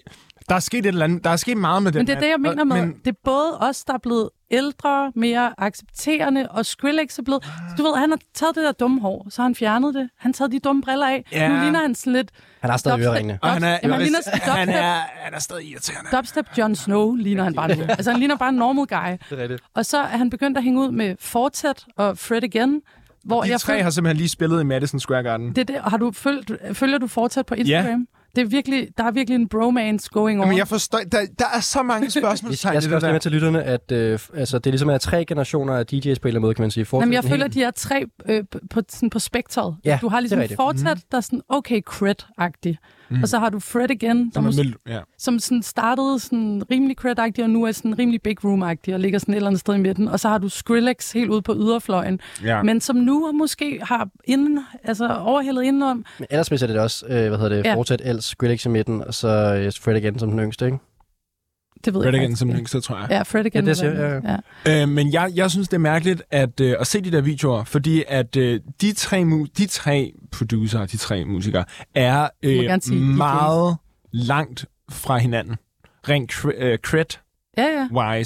der er sket et eller andet. Der er sket meget med den Men det er mand. det, jeg mener med, Men, det er både os, der er blevet ældre, mere accepterende, og Skrillex er blevet... Ah. Du ved, han har taget det der dumme hår, så har han fjernet det. Han har taget de dumme briller af. Ja. Ja. Nu ligner han sådan lidt... Han har stadig dubstep- øreringene. og han er, Jamen, han ligner sådan han, dubstep- er, han er stadig irriterende. Dubstep Jon Snow ligner han bare nu. Altså, han ligner bare en normal guy. Det er rigtigt. Og så er han begyndt at hænge ud med Fortet og Fred Again, hvor De jeg tre føler, har simpelthen lige spillet i Madison Square Garden. det, er det, har du følt, følger du Fortet på Instagram? Det er virkelig, der er virkelig en bromance going on. Jamen, jeg forstår, der, der er så mange Jeg spørgsmålstegn. i skal det også lige der. med til lytterne, at øh, f- altså, det er ligesom er tre generationer af DJ's på en eller anden måde, kan man sige. Fortsæt Jamen, jeg den føler, helt- de er tre øh, p- på, sådan på spektret. Ja, du har det er ligesom rigtigt. fortsat, der er sådan, okay, cred-agtig. Mm. Og så har du Fred igen, som, Som er som, mild- ja. som sådan startede sådan rimelig cred-agtig, og nu er sådan rimelig big room-agtig, og ligger sådan et eller andet sted i midten. Og så har du Skrillex helt ude på yderfløjen, Ja. men som nu måske har inden, altså overhældet indenom. Men ellers er det også, øh, hvad hedder det, Ja. Fortet, Els, Skrillex i midten, og så øh, Fred igen som den yngste, ikke? Det ved Red jeg Again faktisk som ikke. den yngste, tror jeg. Ja, Fred Ja, again. det eller siger hvad jeg, det er. Øh, men jeg, jeg synes, det er mærkeligt at, øh, at se de der videoer, fordi at øh, de, tre mu- de tre producer, de tre musikere, er Må gerne øh, sige DJ's. meget langt fra hinanden. Rent cre- øh, cred-wise. Ja, ja.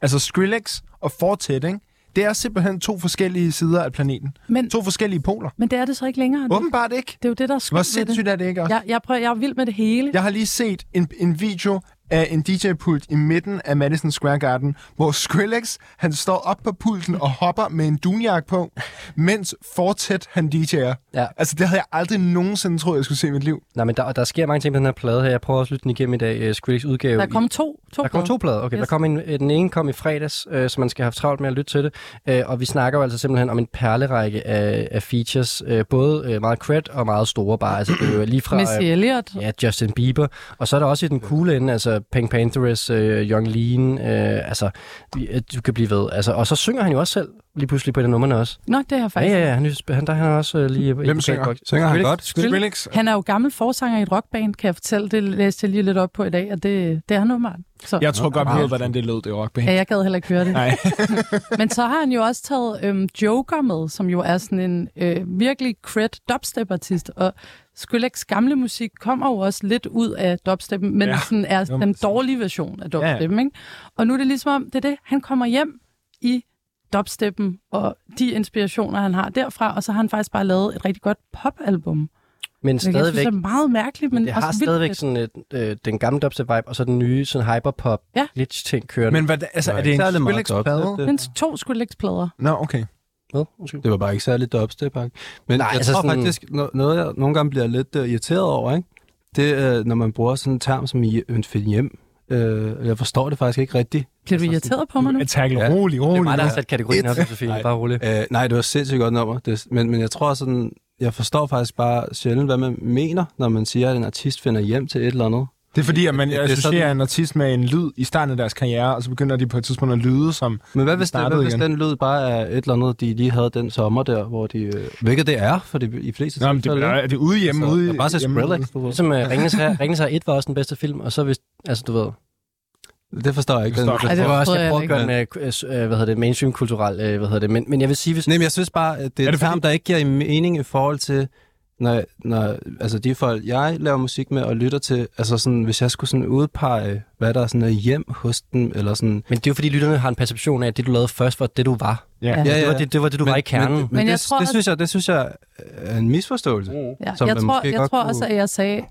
Altså Skrillex og Fortet, ikke? Det er simpelthen to forskellige sider af planeten. Men, To forskellige poler. men det er det så ikke længere. Det, Åbenbart ikke. det er jo det, der er Hvor skønt ved det. sindssygt er det ikke også? Jeg, jeg, prøver, jeg er vild med det hele. Jeg har lige set en, en video af en DJ-pult i midten af Madison Square Garden, hvor Skrillex, han står op på pulten og hopper med en dunjak på, mens Fortet, han DJ'er. Ja. Altså, det havde jeg aldrig nogensinde troet, jeg skulle se i mit liv. Nej, men der, der sker mange ting på den her plade her. Jeg prøver også at lytte den igennem i dag. Øh, Skrillex udgave. Der i- kom to. to der kom plader. to plader. Okay, yes. Yes. der kom en, øh, den ene kom i fredags, øh, så man skal have haft travlt med at lytte til det. Øh, og vi snakker jo altså simpelthen om en perlerække af, af features. Øh, både øh, meget cred og meget store bare. Altså, det er jo lige fra... Missy Elliott. Ja, Justin Bieber. Og så er der også i den coole ende, altså Pink Panthers, øh, Young Lean, øh, altså, vi- øh, du kan blive ved. Altså, og så synger han jo også selv lige pludselig på et af nummerne også. Nå, det har jeg Ja, faktisk. ja, ja, han, han, der, han er også øh, lige... i Hvem synger? vokalboks. Synger han godt? Skrillex? Han er jo gammel forsanger i et rockband, kan jeg fortælle. Det læste jeg lige lidt op på i dag, og det, det er han åbenbart. Så ja. Jeg tror godt, vi ved, hvordan det lød, det rockband. ja, jeg gad heller ikke høre det. Nej. Men så har han jo også taget øhm, Joker med, som jo er sådan en øh, virkelig cred dubstep-artist, og Skrillex gamle musik kommer jo også lidt ud af dubstepen, men Ja. ja. sådan er Jo, den dårlige version af ja. dubstepen. Ikke? Og nu er det ligesom om, det er det, han kommer hjem i dubstepen, og de inspirationer, han har derfra, og så har han faktisk bare lavet et rigtig godt popalbum. Men Hvilket Jeg synes, stadigvæk, det er meget mærkeligt, men det har også vildt stadigvæk fedt. sådan et, øh, den gamle dubstep-vibe, og så den nye sådan hyperpop Ja. glitch-ting kørende. Men hvad, altså, er det en Særlig meget Skrillex-plade? dubstep, Men det. to Skrillex-plader. Nå, okay. Hvad? Undskyld. Det var bare ikke særlig dubstep -agtigt. Men Nej, Nej, jeg altså altså tror sådan- sådan... faktisk, no- noget jeg nogle gange bliver lidt uh, irriteret over, ikke? det er, når man bruger sådan en term som i en fedt hjem. Uh, jeg forstår det faktisk ikke rigtigt. Bliver du irriteret på mig nu? Tackle, Ja. rolig, Det er rolig. mig, der har nu. sat kategorien op, Josefine. Nej. Bare rolig. Øh, nej, det var et sindssygt godt nummer. Det, men, men jeg tror sådan, jeg forstår faktisk bare sjældent, hvad man mener, når man siger, at en artist finder hjem til et eller andet. Det er fordi, at man Det- det er associerer sådan- en artist med en lyd i starten af deres karriere, og så begynder de på et tidspunkt at lyde som... Men hvad hvis, det, Startede hvad hvis igen. den lød bare af et eller andet, de lige havde den sommer der, hvor de... Øh, hvilket det er, for det i fleste Nå, men det, tilfælde, ikke? er det ude hjemme? Så, ude, jeg bare se hjemme- Skrillex. du ved. Ligesom uh, Ringens, Herre, Ringens Herre 1 var også den bedste film, og så hvis, altså du ved, Det forstår jeg ikke. Forstår den, Altså, det var også, forstår jeg jeg prøver at gøre den, øh, øh, s- øh, hvad hedder det, mainstream kulturel, øh, hvad hedder det, men, men jeg vil sige, hvis... Nej, men jeg synes bare, at det er, Er er det det fordi- term, der ikke giver mening i forhold til, når, når, altså de folk, jeg laver musik med og lytter til, altså sådan, hvis jeg skulle sådan udpege, hvad der sådan er hjem hos dem, eller sådan... Men det er jo fordi, lytterne har en perception af, at det, du lavede først, var det, du var. Ja. Ja, det, var det, det var det, du men, var i kernen. Men, men, men jeg det, tror tror, det, også- synes jeg, det synes jeg er en misforståelse. Mm. Ja, som jeg man tror, måske jeg godt tror kunne- også, at jeg sagde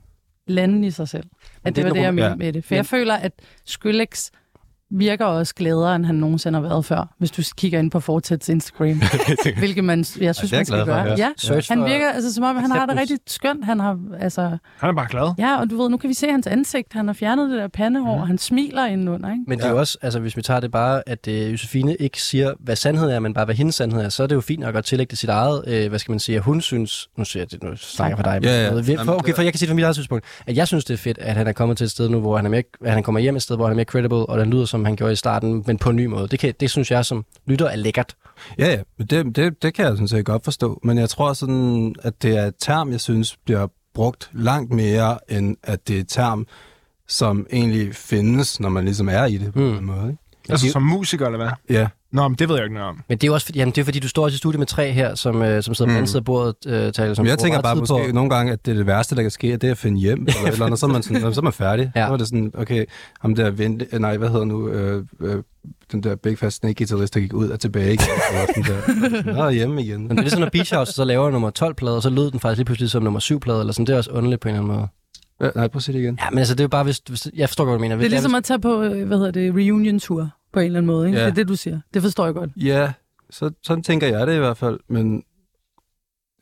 landen i sig selv. At det, det var er det, jeg den- mente ja. med det. For jeg føler, at Skrillex virker også gladere, end han nogensinde har været før, hvis du kigger ind på Fortets Instagram. hvilket man, jeg synes, jeg man skal glad for at gøre. høre. Ja, Search han for virker altså, som om, han har det acceptance. rigtig skønt. Han har, altså, Han er bare glad. ja, og du ved, nu kan vi se hans ansigt. Han har fjernet det der Mhm. pandehår, og han smiler indenunder, ikke? Men det er jo også, altså hvis vi tager det bare, at øh, Josefine ikke siger, hvad sandhed er, men bare hvad hendes sandhed er, så er det jo fint nok at tillægge det sit eget, øh, hvad skal man sige, at hun synes, nu siger jeg det, nu snakker jeg for dig, men Ja, ja. noget- For, Jamen, okay, for jeg kan sige det fra mit eget synspunkt, at jeg synes, det er fedt, at han er kommet til et sted nu, hvor han, er mere, at han kommer hjem et sted, hvor han er mere credible, og den lyder, som han gjorde i starten, men på en ny måde. Det, kan, det synes jeg som lytter er lækkert. Ja, ja. men Det, det, det kan jeg sådan set godt forstå. Men jeg tror sådan, at det er et term, jeg synes bliver brugt langt mere, end at det er et term, som egentlig findes, når man ligesom er i det på mm. en måde. Ikke? Altså som musiker, eller hvad? Ja. Nå, men det ved jeg ikke noget om. Men det er jo også, fordi- jamen, det er fordi, du står også i studiet med tre her, som, øh, som sidder på den anden side af bordet, øh, taler, som Men Mm. jeg bruger tænker meget bare tid måske på... nogle gange, at det, er det værste, der kan ske, er det at finde hjem, eller, et eller andet, så er man, sådan, så er man færdig. Ja. Ja. Så er det sådan, okay, ham der vente, eh, nej, hvad hedder nu, øh, øh, den der Big Fat Snake guitarist, der gik ud og tilbage igen. Og sådan der. Nå, hjemme igen. Men det er ligesom, når Beach House så laver nummer 12-plade, og så lød den faktisk lige pludselig som nummer 7-plade, eller sådan. Det er også underligt på en eller anden måde. Øh, nej, prøv at sige det igen. Ja, men altså, det er jo bare, hvis, hvis jeg forstår godt, hvad du mener. Det er Hvis- ligesom at tage på, øh, hvad hedder det, reunion-tur på en eller anden måde, ikke? Ja. Det er det, du siger. Det forstår jeg godt. Ja, så, sådan tænker jeg det i hvert fald, men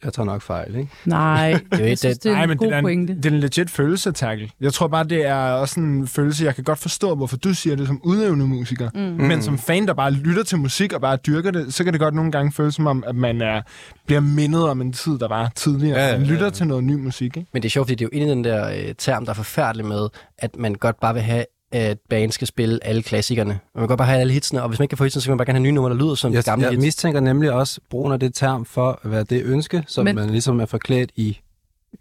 jeg tager nok fejl, ikke? Nej, jo jeg ikke synes, det. det er Ej, en men god det er en- pointe. Det er en legit følelse, Terkel. Jeg tror bare, det er også en følelse, jeg kan godt forstå, hvorfor du siger det som udøvende musiker. Mm. Men som fan, der bare lytter til musik og bare dyrker det, så kan det godt nogle gange føles som om, at man er, bliver mindet om en tid, der var tidligere. Ja, Ja, ja, ja, ja. Man lytter til noget ny musik, ikke? Men det er sjovt, fordi det er jo inde i den der øh, term, der er forfærdelig med, at man godt bare vil have, at banen skal spille alle klassikerne. Og man kan godt bare have alle hitsene, og hvis man ikke kan få hitsene, så kan man bare gerne have nye numre, der lyder som Jeg, yes, gamle jeg hits. mistænker nemlig også brugen af det term for at være det ønske, som Men- men, man ligesom er forklædt i.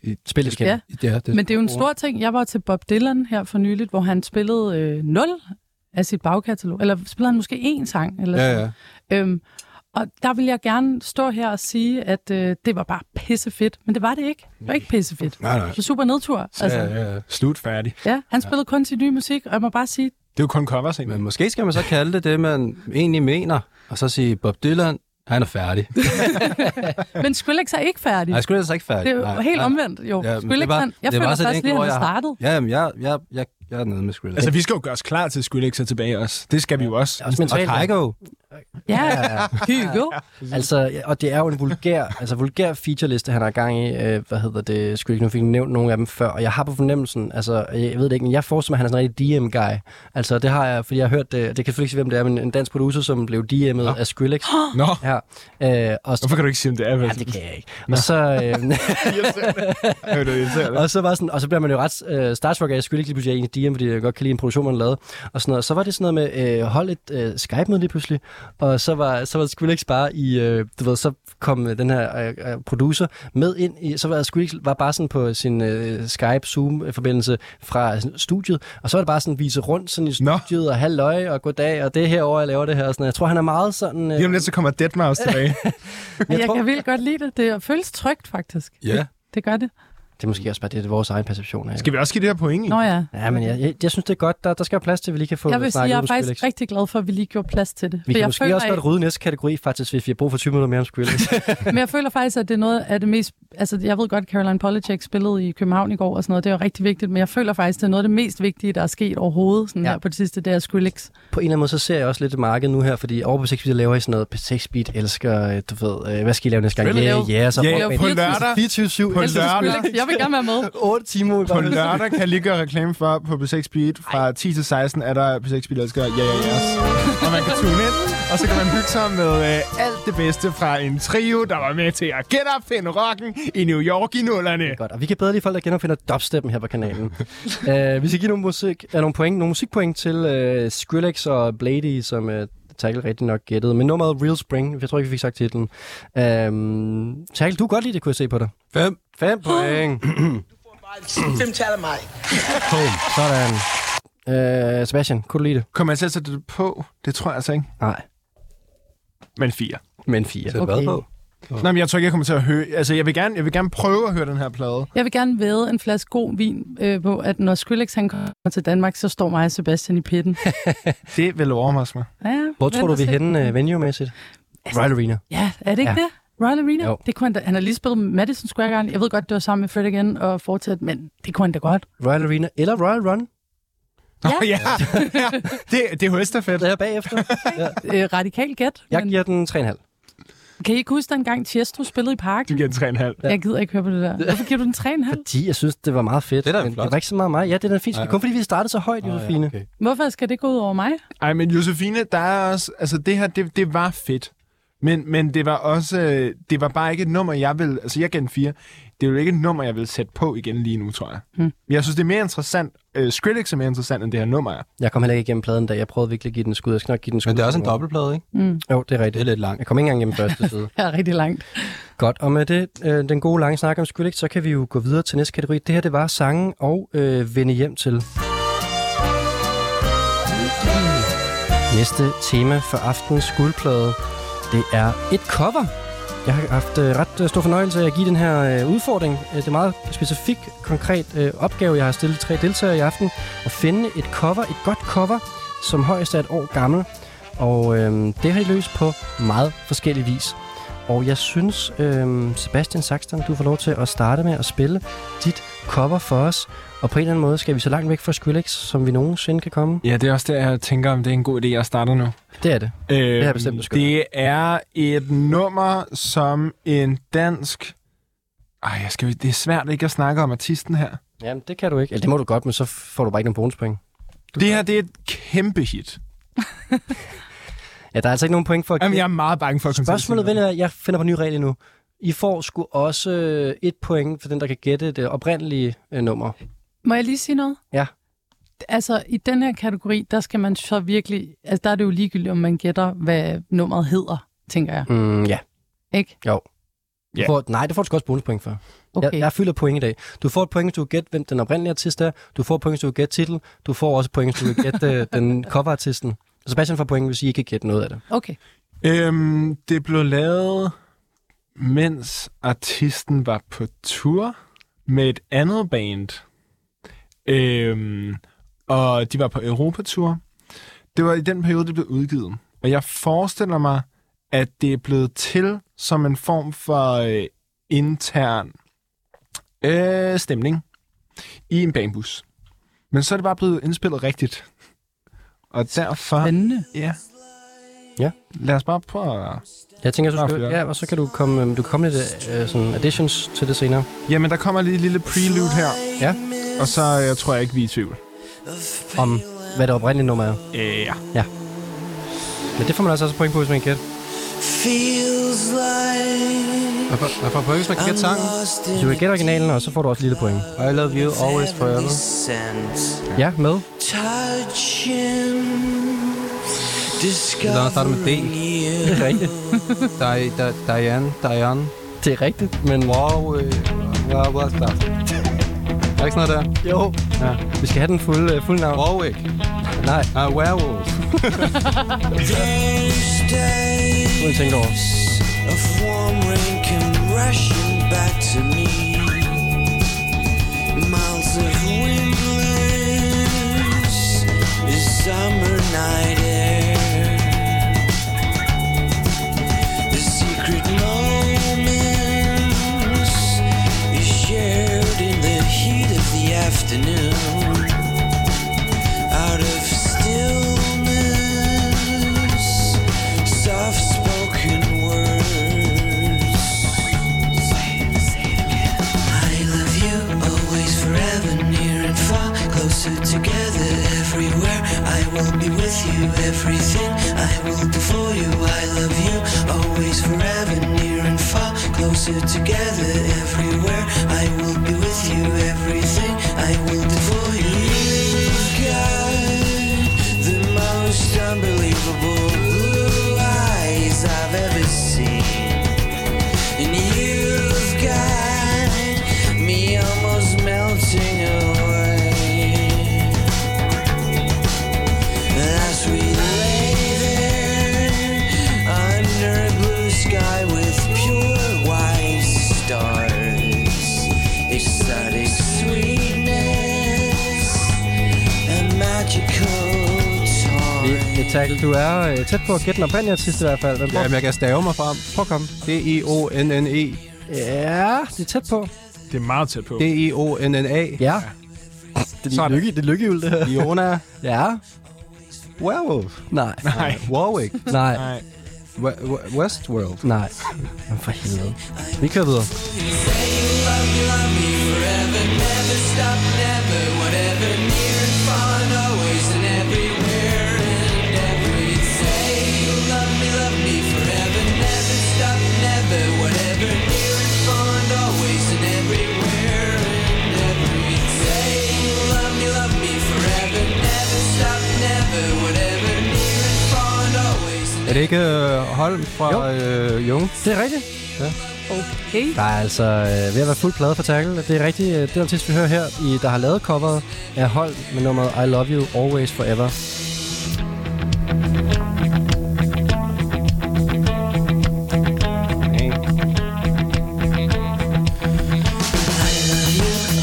i Spillet Ja. i- ja, det, Men det er jo en stor ting. Jeg var til Bob Dylan her for nyligt, hvor han spillede øh, 0 af sit bagkatalog. Eller spillede han måske én sang? Eller sådan. Ja, ja. Øhm, og der vil jeg gerne stå her og sige, at øh, det var bare pissefedt. Men det var det ikke. Det var ikke pissefedt. Nej, nej. Det var super nedtur. Altså, ja, ja. ja, ja. Slut færdig. ja, han spillede kun sin nye musik, og jeg må bare sige, Det er jo kun covers, ikke? Men måske skal man så kalde det det, man egentlig mener, og så sige, Bob Dylan, han er færdig. men Skrillex er ikke færdig. Nej, jeg skulle altså ikke færdig. Det er jo nej, helt nej. omvendt, jo. men Skrillex, han- jeg føler sådan et faktisk enkelt lige, ord, han jeg har- startede. Ja, jamen, jeg, jeg, jeg, jeg er nede med Skrillex. Altså, vi skal jo gøre os klar til, at Skrillex er tilbage også. Det skal vi jo også. Også og mentalt. Kygo. Ja, Hugo. Altså, og det er jo en vulgær, altså vulgær featureliste, han har gang i. Øh, hvad hedder det? Skulle ikke nu fik nævnt nogle af dem før. Og jeg har på fornemmelsen, altså, jeg ved det ikke, men jeg forestiller mig, at han er sådan en rigtig DM-guy. Altså, det har jeg, fordi jeg har hørt det. Det kan jeg selvfølgelig ikke se, hvem det er, men en dansk producer, som blev DM'et af Skrillex. Nå, Ja. Øh, og hvorfor kan du ikke sige, om det er? Ja, det kan jeg ikke. Og så, øh, Hør, det er irriterende. og så, var sådan, og så bliver man jo ret øh, starstruck af, jeg skulle ikke lige pludselig have en i DM, fordi jeg godt kan lide en produktion, man lavede. Og sådan noget. Så var det sådan noget med, øh, hold et øh, Skype-møde lige pludselig. Og så var, så var Skrillex bare i, øh, du ved, så kom øh, den her øh, øh, producer med ind i, så var Skrillex var bare sådan på sin øh, Skype-Zoom-forbindelse fra øh, studiet. Og så var det bare sådan vise rundt sådan i Nå. studiet, og halløj, og goddag, og det er herovre, jeg laver det her. Og sådan noget. Jeg tror, han er meget sådan... øh, Lige om lidt, så kommer Deadmau5 tilbage. Jeg, jeg tror- kan virkelig godt lide det. Det føles trygt, faktisk. Ja. Det gør det. Det er måske også bare det, det er vores egen perception af. det. Skal vi også give det her point i? Nå ja. Ja, men jeg, jeg, jeg synes, det er godt. Der, der skal være plads til, at vi lige kan få Jeg vil sige, snakket jeg om er faktisk Skrillex. rigtig glad for, at vi lige gjorde plads til det. for Vi kan jeg måske føler, også godt rydde næste kategori, faktisk, hvis vi har brug for 20 minutter mere om Skrillex. men jeg føler faktisk, at det er noget af det mest... Altså, jeg ved godt, Caroline Polachek spillede i København i går og sådan noget. Det er jo rigtig vigtigt, men jeg føler faktisk, det er noget af det mest vigtige, der er sket overhovedet sådan Ja. ja. her på det sidste, det er Skrillex. på en eller anden måde, så ser jeg også lidt et marked nu her, fordi over på 6 Beat, der laver I sådan noget, 6 Beat elsker, øh, du ved, øh, hvad skal I lave næste gang? Vil Ja, du yeah, lave- yeah, så Ja, rockband. på lørdag. 24-7. På Jeg elsker lørdag. Skrillex. Jeg vil gerne være med. 8 timer. På lørdag kan jeg lige gøre reklame for, på B6 Beat fra 10 til 16 er der B6 Beat, der skal ja, ja, yes. Og man kan tune ind, og så kan man hygge sig med øh, alt det bedste fra en trio, der var med til at genopfinde rocken i New York i nullerne. Godt, og vi kan bedre lige folk, der genopfinder dubsteppen her på kanalen. uh, vi skal give nogle, musik, uh, nogle, point, nogle musikpoint til uh, Skrillex og Blady, som uh, Tackle rigtig nok gættede. Men nummeret Real Spring, jeg tror ikke, vi fik sagt titlen. Uh, Tackle, du kan godt lide det, kunne jeg se på dig. Fem. 5 point. Fem tal af mig. Boom. Sådan. Uh, Sebastian, kunne du lide det? Kommer jeg til at sætte det på? Det tror jeg altså ikke. Nej. Men fire. Men 4. Det er okay. på. Nej, men jeg tror ikke, jeg kommer til at høre... Altså, jeg vil gerne, jeg vil gerne prøve at høre den her plade. Jeg vil gerne væde en flaske god vin øh, på, at når Skrillex han kommer til Danmark, så står mig og Sebastian i pitten. Det vil overraske mig. Ja, Hvor vent tror du, og vi er se. henne uh, venue-mæssigt? Royal Arena. Altså, Ja, er det ikke Ja. ja. det? Royal Arena? Jo. Det kunne han, da, han har lige spillet Madison Square Garden. Jeg ved godt, det var sammen med Fred igen og fortsat, men det kunne han da godt. Royal Arena eller Royal Run? Ja. ja. ja. Det, det er høstafet. Ja, bagefter. Ja. Øh, radikal gæt. Jeg Men giver den 3,5. kan I ikke huske, den gang Tiesto spillede i Du parken? giver den 3,5. Ja. Jeg gider ikke høre på det der. Hvorfor giver du den 3,5? Fordi jeg synes, det var meget fedt. Det er da men flot. det var ikke så meget mig. Ja, det er da fint. Ja, Ja, ja. Kun fordi vi startede så højt, Josefine. okay. Hvorfor skal det gå ud over mig? Ej, men Josefine, der er også... Altså, det her, det, det var fedt. Men, men det var også... øh, Det var bare ikke et nummer, jeg vil... Altså, jeg gav den 4. Det er jo ikke et nummer, jeg vil sætte på igen lige nu, tror jeg. Hmm. Jeg synes, det er mere interessant... Øh, Skrillex er mere interessant, end det her nummer er. Jeg kom heller ikke igennem pladen, da jeg prøvede virkelig at give den et skud. Jeg skal nok give den et skud. Men det er også en dobbeltplade, ikke? Jo, det er rigtigt. Det er lidt langt. Jeg kom ikke engang igennem første side. Mm. Jeg er rigtig langt. Godt, og med det, øh, den gode lange snak om Skrillex, så kan vi jo gå videre til næste kategori. Det her, det var sangen og øh, vende hjem til. Næste tema for aftens guldplade, det er et cover. Jeg har haft øh, ret øh, stor fornøjelse af at give den her øh, udfordring. Øh, Det er en meget specifik, konkret øh, opgave, jeg har stillet tre deltagere i aften. At finde et cover, et godt cover, som højst er et år gammel. Og øh, det har I løst på meget forskellig vis. Og jeg synes, øh, Sebastian Saxton, du får lov til at starte med at spille dit cover for os. Og på en eller anden måde skal vi så langt væk fra Skrillex, som vi nogensinde kan komme. Ja, det er også der, jeg tænker, om det er en god idé, jeg starter nu. Det er det. Øh, har jeg bestemt, du skal. Det er et nummer, som en dansk... Ej, jeg skal, det er svært ikke at snakke om artisten her. Jamen, det kan du ikke. Eller det må du godt, men så får du bare ikke nogen bonuspoint. Det her, det er et kæmpe hit. Ja, der er altså ikke nogen point for at Jamen, jeg er meget bange for at komme til at sige Spørgsmålet noget. vel er, at jeg finder på en ny regel nu. I får sgu også øh, et point for den, der kan gætte det oprindelige øh, nummer. Må jeg lige sige noget? Ja. Altså, i den her kategori, der skal man så virkelig... Altså, der er det jo ligegyldigt, om man gætter, hvad nummeret hedder, tænker jeg. Mm, ja. Ikke? Jo. Ja. Yeah. Får, nej, det får du sgu også bonuspoint for. Okay. Jeg, jeg fylder point i dag. Du får et point, hvis du kan gætte, hvem den oprindelige artist er. Du får et point, hvis du kan gætte titel. Du får også et point, hvis du kan gætte øh, den coverartisten. Sebastian får point, hvis I ikke kan gætte noget af det. Okay. Øhm, det blev lavet, mens artisten var på tur med et andet band. Øhm, og de var på Europatur. Det var i den periode, det blev udgivet. Og jeg forestiller mig, at det er blevet til som en form for øh, intern øh, stemning i en banebus. Men så er det bare blevet indspillet rigtigt. Og derfor... Spændende. Ja. Ja. Lad os bare prøve at... Jeg tænker, så Nå, skal, for- ja, og så kan du komme, øhm, du kan komme lidt øh, sådan additions til det senere. Jamen, der kommer lige et lille prelude her, Ja. og så øh, jeg tror jeg ikke, vi er i tvivl. Om hvad det oprindelige nummer er. Øh, ja. Men det får man altså også point på, hvis man kan gætte. Feels like Hvad for, hvad for point, hvis man kan gætte sangen? lost Hvis du kan gætte originalen, og så får du også et lille point. I love you always forever. sense Ja, med. touching Den starter med D. Det er rigtigt. Di, da, Diane, Diane. Det er rigtigt, men Wow, øh, wow, wow, stop. Er der ikke sådan noget der? jo. Ja. Vi skal have den fulde, øh, fulde navn. Warwick. Nej, Nej, werewolf. det må jeg tænke over. of warm rain came rushing back to me. Miles of windless is summer night air. The secret moments is shared in the heat of the afternoon. Out of stillness soft spoken words. Say it, say it again. I love you always, forever, near and far, closer together, everywhere. I will be with you, everything I will do for you. I love you always, forever, near and far, closer together, everywhere. I will be with you, everything I will do for you. You've got the most unbelievable blue eyes I've ever seen. And you've got me almost melting away. As we lay there under a blue sky with pure white stars, exotic sweetness, a magical Det- toy. Det tackle, du er øh, tæt på at gætte den oprindelige artist i hvert fald. Men prøv, Jamen, jeg kan stave mig frem. prøv at komme. D-I-O-N-N-E. Ja, det er tæt på. Det er meget tæt på. Det, D-I-O-N-N-A. Ja. Det er Sådan. lykke, det er lykkehjul, det her. Iona Ja. Werewolf. Nej. Nej. Warwick. Nej. Nej. We- we- Westworld. Nej. Men for helvede. Vi kører videre. Er det ikke øh, Holm fra Jo. øh, Jung? Det er rigtigt. Okay. Der er altså øh, ved at være fuld plade for tackle. Det er rigtigt. Øh, det artist, vi hører her, i, der har lavet coveret, er Hold med nummeret I Love You Always Forever.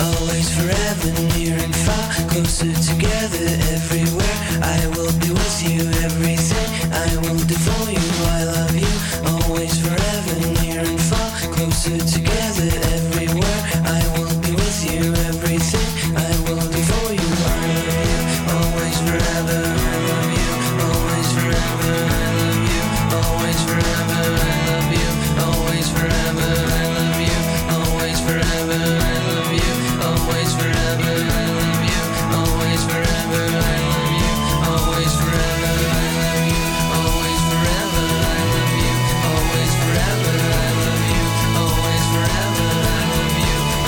Always forever, near and far, closer together everywhere. I will be with you everything. I will devote you. I love you. Always forever, near and far, closer together everywhere. I will be with you everything. I will devote you. I love you. Always forever. I love you. Always forever. I love you. Always forever. I love you. Always forever. I love you. Always forever. I love you. Always forever, I love you. Always forever, I love you. Always forever, I love you. Always forever, I love you. Always forever, I love you.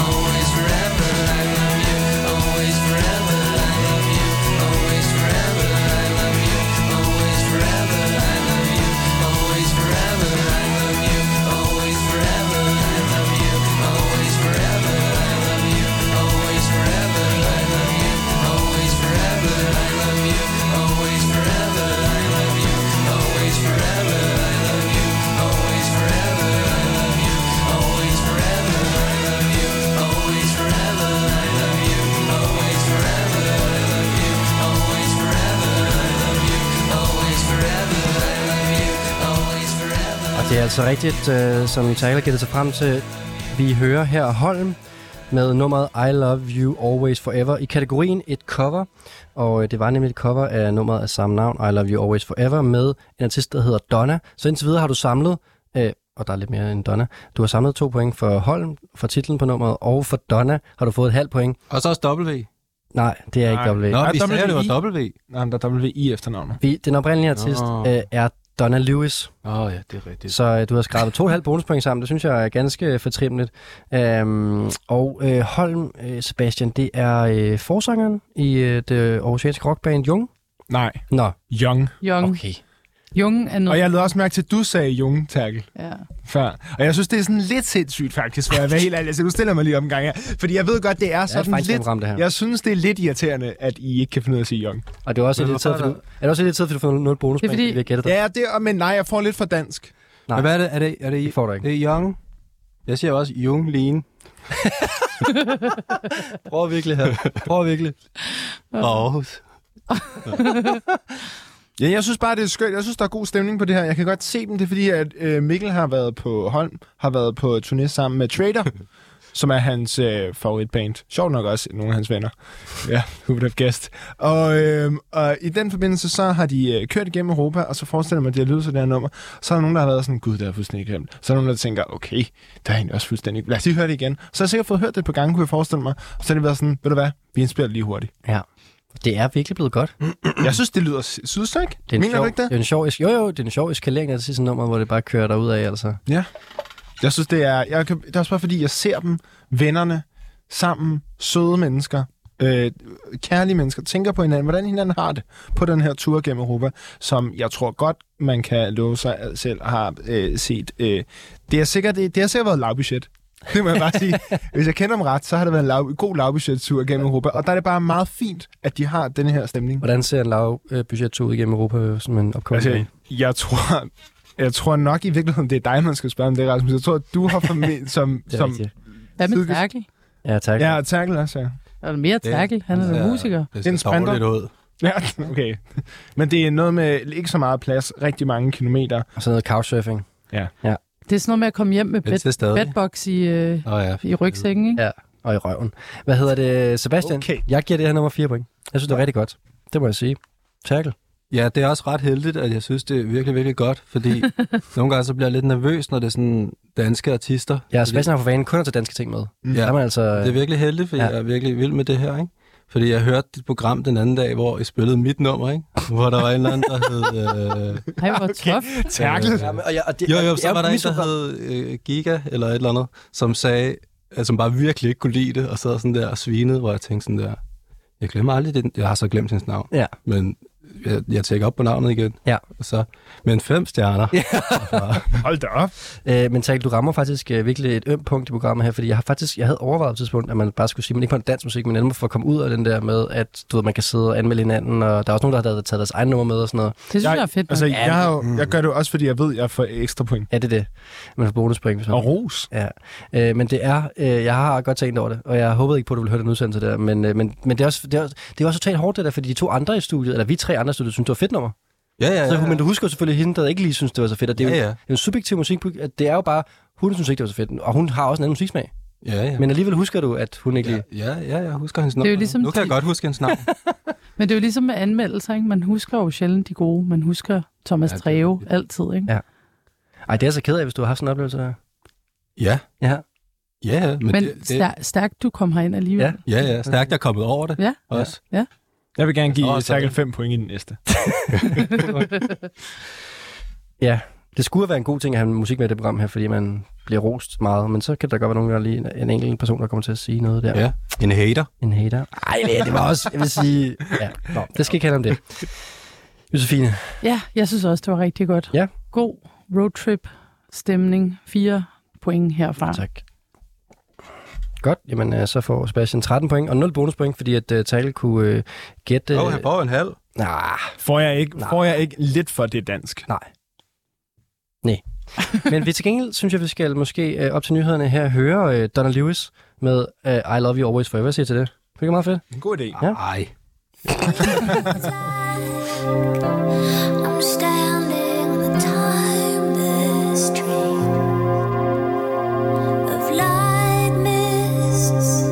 Always forever, I love you. Always forever, I love you. Always forever, I love you. Always forever, I love you. Always forever, I love you. Always forever, I love you. Always forever, I love you. Always forever, I love you. Always forever, I love you. Always forever, I love you. Always forever, I love you. Always forever, I love you. Always forever, I love you. Always forever, I love you. Always forever, I love you. Always forever, I love you. Always forever, I love you. Always forever, I love you. Always forever. Og det er altså rigtigt, øh, som Tyler gætter sig frem til. Vi hører her Holm med nummeret I Love You Always Forever i kategorien et cover. Og øh, det var nemlig et cover af nummeret af samme navn, I Love You Always Forever, med en artist, der hedder Donna. Så indtil videre har du samlet, øh, og der er lidt mere end Donna, du har samlet to point for Holm, for titlen på nummeret, og for Donna har du fået et halvt point. Og så også W. Nej, det er ikke Nej. dobbelt. Nå, Nej, vi sagde, det var WI. W. Nej, men der er WI efternavnet. Vi, den oprindelige artist Nå. øh, er Donna Lewis, Åh oh, ja, det er rigtigt. så øh, du har skrabet to og et halvt bonuspoint sammen. Det synes jeg er ganske øh, fortrimmeligt. Øhm, og øh, Holm, øh, Sebastian, det er øh, forsangeren i øh, det aarhusianske rockband Jung. Nej, Nå, Young. Jung. Okay. okay. Jung er noget. Og jeg lød også mærke til, at du sagde Jung, Terkel, Ja. før. Og jeg synes, det er sådan lidt sindssygt, faktisk, for at være helt ærlig. Altså, du stiller mig lige om en gang her. Fordi jeg ved godt, det er Det er sådan faktisk lidt... lidt... det her. Jeg synes, det er lidt irriterende, at I ikke kan finde ud af at sige Young. Og det er også Men lidt tid, hvorfor fordi, er du, er det også lidt tid, fordi du får nul bonuspoint, Det er fordi- fordi vi har gættet dig. Ja, det er, men nej, jeg får lidt for dansk. Nej. Men hvad er det? Er det, er det, Det får du ikke. Det er Young. Jeg siger også Young Lean. Prøv virkelig her. Prøv virkelig. Aarhus. Ja, jeg synes bare, det er skønt. Jeg synes, der er god stemning på det her. Jeg kan godt se dem. Det er fordi, at øh, Mikkel har været på Holm, har været på turné sammen med Trader, som er hans øh, favoritband. Sjovt nok også nogle af hans venner. Ja, who would have guessed. Og, øh, og i den forbindelse, så har de øh, kørt igennem Europa, og så forestiller jeg mig, at de har lyttet til det her nummer. Så er der nogen, der har været sådan, gud, det er fuldstændig glemt. Så er der nogen, der tænker, okay, der er egentlig også fuldstændig... Lad os lige høre det igen. Så har jeg sikkert fået hørt det på gange, kunne jeg forestille mig. Og så har det været sådan, ved du hvad, vi indspiller det lige hurtigt. Ja. Det er virkelig blevet godt. Jeg synes, det lyder synes du ikke? Det er en Mener sjov, du ikke det? er en sjov, es- jo, jo, det er en sjov eskalering af det sidste nummer, hvor det bare kører derud af, altså. Jeg synes, det er... Jeg kan, det er også bare, fordi jeg ser dem, vennerne, sammen, søde mennesker, øh, kærlige mennesker, tænker på hinanden, hvordan hinanden har det på den her tur gennem Europa, som jeg tror godt, man kan love sig at selv har øh, set. Øh, det er sikkert, det, det har sikkert været lavbudget. Det må jeg bare sige. Hvis jeg kender dem ret, så har det været en lav, god lavbudget-tur gennem Europa, og der er det bare meget fint, at de har den her stemning. Hvordan ser en lav øh, budgettur ud igennem Europa øh, som en opkommende? Altså, jeg tror, jeg tror nok i virkeligheden, det er dig, man skal spørge om det, Rasmus. Jeg tror, at du har formentlig, som, det er som rigtigt. Hvad med Tidligst- Terkel? Ja, tak. Ja, og Terkel også, ja. Er der mere Terkel? Han er da musiker. Det En ser sprinter. dårligt ud. ja. okay. Men det er noget med ikke så meget plads, rigtig mange kilometer. Og sådan noget couchsurfing. Det er sådan noget med at komme hjem med Men bed, til stadig. bedbox i, øh, Åh oh, ja. i rygsækken, ikke? Ja. og i røven. Hvad hedder det, Sebastian? Okay. Jeg giver det her nummer 4 point. Jeg synes, det er rigtig godt. Det må jeg sige. Tackle. Ja, det er også ret heldigt, at jeg synes, det er virkelig, virkelig godt, fordi nogle gange så bliver jeg lidt nervøs, når det er sådan danske artister. Ja, fordi, Mm. Sebastian har for vane kun at tage danske ting med. ja, Der er man altså... det er virkelig heldigt, for Ja. ja. jeg er virkelig vild med det her, ikke? Fordi jeg hørte dit program den anden dag, hvor I spillede mit nummer, ikke? Hvor der var en eller anden, der hed... Øh, Ej, hvor okay. tof. Tærkel. øh, Ja, men- og jeg, og det, Jo, og jo, det er så var der en, mit der program. hed øh, Giga eller et eller andet, som sagde, at som bare virkelig ikke kunne lide det, og sad sådan der og svinede, hvor jeg tænkte sådan der, jeg glemmer aldrig det, jeg har så glemt hendes navn, Ja. men jeg, jeg tjekker op på navnet igen. Ja. Og så, men altså, fem stjerner. Ja. Hold da op. Øh, men Tackle, du rammer faktisk øh, virkelig et ømt punkt i programmet her, fordi jeg har faktisk, jeg havde overvejet på et tidspunkt, at man bare skulle sige, men ikke på en dansk musik, men endelig for at komme ud af den der med, at du ved, man kan sidde og anmelde hinanden, og der er også nogen, der har taget deres egen nummer med og sådan noget. Mm. Det synes jeg, er fedt. Altså, Altså, jeg, har jo, jeg gør det jo også, fordi jeg ved, at jeg får ekstra point. Ja, det er det. Man får bonuspoint. Hvis man Og ros. Ja, øh, men det er, øh, jeg har godt tænkt over det, og jeg håbede ikke på, at du ville høre den udsendelse der, men, øh, men, men det, er også, det, er, også- det er også totalt hårdt det der, fordi de to andre i studiet, eller vi tre andre i studiet, synes det var fedt nummer. Ja, ja, Så, ja. men du husker jo selvfølgelig hende, der ikke lige synes, det var så fedt, og det er jo Ja, ja. det er jo en subjektiv musik, at det er jo bare, hun synes ikke, det var så fedt, og hun har også en anden musiksmag, ja, ja. men alligevel husker du, at hun ikke lige... ja, ja, ja, jeg husker hendes navn. jo ligesom nu kan de- jeg godt huske hendes navn. Men det er jo ligesom med anmeldelser, ikke? Man husker jo sjældent de gode. Man husker Thomas Ja, det er Treve rigtigt. altid, ikke? Ja. Ej, det er jeg så ked af, hvis du har haft sådan en oplevelse der. ja, Ja. ja, ja, men, Men, det, det, stær- stærkt, du kom herind alligevel. Ja. ja, ja, stærkt jeg er kommet over det Ja. også. Jeg vil gerne give Nå, oh, sådan. Tackle 5 point i den næste. Ja, det skulle have været en god ting at have musik med i det program her, fordi man bliver rost meget, men så kan der godt være nogen, der er lige en, en enkelt person, der kommer til at sige noget der. Ja. ja. En hater. En hater. Ej, det- det var også, jeg vil sige... Ja, nå, det skal ikke handle om det. Josefine, ja, jeg synes også, det var rigtig godt. Ja. God roadtrip-stemning. Fire point herfra. tak. Godt, jamen øh, så får Sebastian 13 point og 0 bonuspoint, fordi at uh, Tal kunne uh, gætte... Åh, han får en halv. nah, Får jeg, ikke, Nej. får jeg ikke lidt for det dansk? nej. Nej. Men vi til gengæld synes jeg, vi skal måske øh, op til nyhederne her høre øh, Donna Lewis med øh, I Love You Always Forever. Hvad siger I til det? Det er meget fedt. En god idé. Ja. Ej. I'm standing on the timeless train of light mists,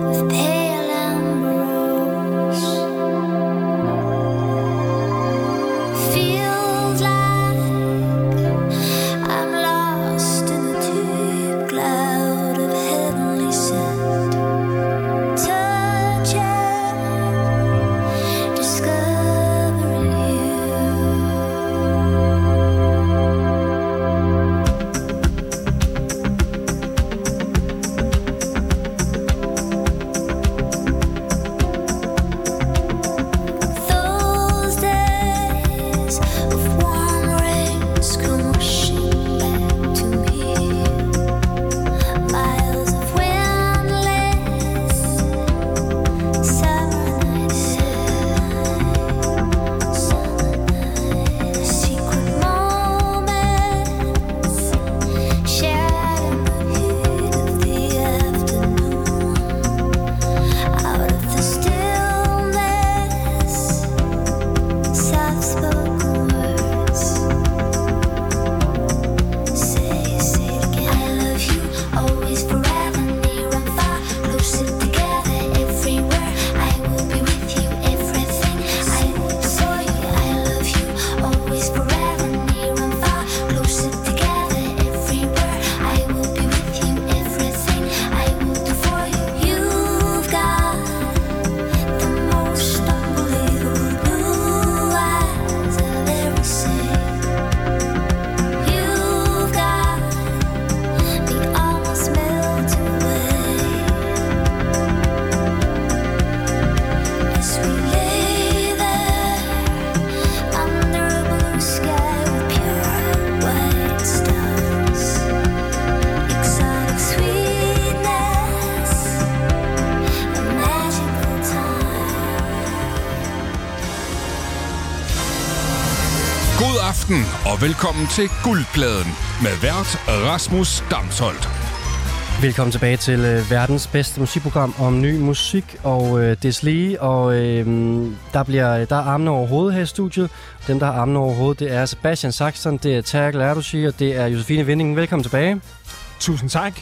of pale amber rose. Feels like I'm lost in the deep cloud of heavenly scent. Touching discovering you. Those days of warm rains come rushing back to me. Miles of windless Always forever near and far, closer together everywhere. I will be with you, everything. I saw you, I love you. Always forever near and far, closer together everywhere. I will be with you, everything. I will do for you. You've got the most unbelievable blue eyes I've ever seen. You've got me almost melt away as we lay there under a blue sky with pure white stars, exotic sweetness, a magical time. God aften og velkommen til Guldpladen med vært Rasmus Damsholdt. Velkommen tilbage til øh, verdens bedste musikprogram om ny musik og øh, deslige. Og øh, der, bliver, der er armene over hovedet her i studiet. Dem, der har armene over hovedet, det er Sebastian Saxon, det er Terje Lerducci, og det er Josefine Vindingen. Velkommen tilbage. Tusind tak.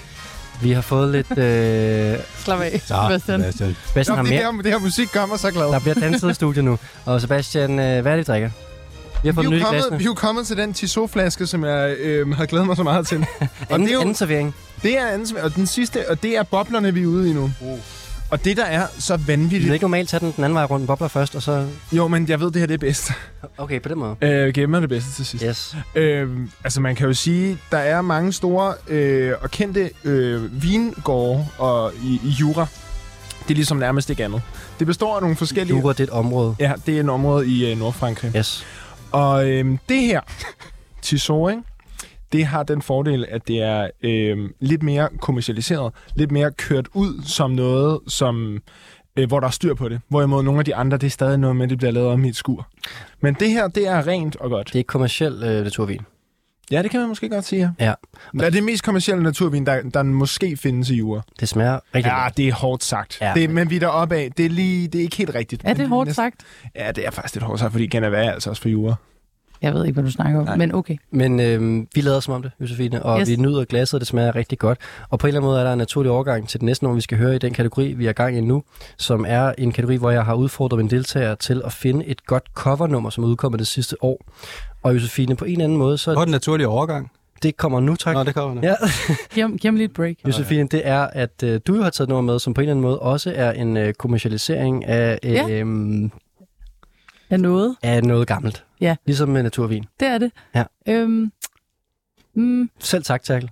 Vi har fået lidt... Øh, Slap af, Sebastian. Sebastian Jamen, har det, mere. her, det her musik gør mig så glad. Der bliver danset i studiet nu. Og Sebastian, øh, hvad er det, I drikker? Vi har Vi fået er, nyt i jo kommet, glasene. vi er jo kommet til den Tissot-flaske, som jeg øh, har glædet mig så meget til. og Anden, det er jo- anden servering. Det er anden, sm- og den sidste, og det er boblerne, vi er ude i nu. Og det, der er så Uh. Vi vil vanvittigt... ikke normalt tage den den anden vej rundt, bobler først, og så... Jo, men jeg ved, det her det er bedst. Okay, på den måde. Øh, gemmer det bedste til sidst. Yes. Øh, altså, man kan jo sige, der er mange store øh, og kendte øh, vingårde og, i, i Jura. Det er ligesom nærmest ikke andet. Det består af nogle forskellige... Jura, det er et område. Ja, det er et område i øh, Nordfrankrig. Yes. Og øhm, det her, Tissot, ikke? det har den fordel, at det er øhm, lidt mere kommercialiseret, lidt mere kørt ud som noget, som, øh, hvor der er styr på det. Hvorimod nogle af de andre, det er stadig noget med, at det bliver lavet om i et skur. Men det her, det er rent og godt. Det er kommersiel øh, naturvin. Ja, det kan man måske godt sige. Ja. Det er det mest kommercielle naturvin, der, der måske findes i jura. Det smager rigtig Ja, godt. det er hårdt sagt. Ja, Ja, det, men- men vi er deroppe af. Det er, lige, det er ikke helt rigtigt. Er det hårdt sagt? Ja, det er faktisk lidt hårdt sagt, fordi Canava er altså også for jura. Jeg ved ikke, hvad du snakker om, Nej. men okay. Men øh, vi lader som om det, Josefine, og yes. Yes. vi nyder glasset, og det smager rigtig godt. Og på en eller anden måde er der en naturlig overgang til den næste nummer, vi skal høre i den kategori, vi er i gang i nu, som er en kategori, hvor jeg har udfordret mine deltagere til at finde et godt covernummer, som er udkommet det sidste år. Og Josefine, på en eller anden måde, så Hvor er den naturlige overgang? det kommer nu, tak. Nå, det kommer nu. Ja, Giv, giv mig lige et break. Josefine, det er, at øh, du jo har taget et nummer med, som på en eller anden måde også er en øh, kommercialisering af, øh, Ja. ja. Jeg nåede. af noget gammelt. Ja. Ligesom med naturvin. Det er det. Ja. Øhm, mm, Selv tak, Terkel.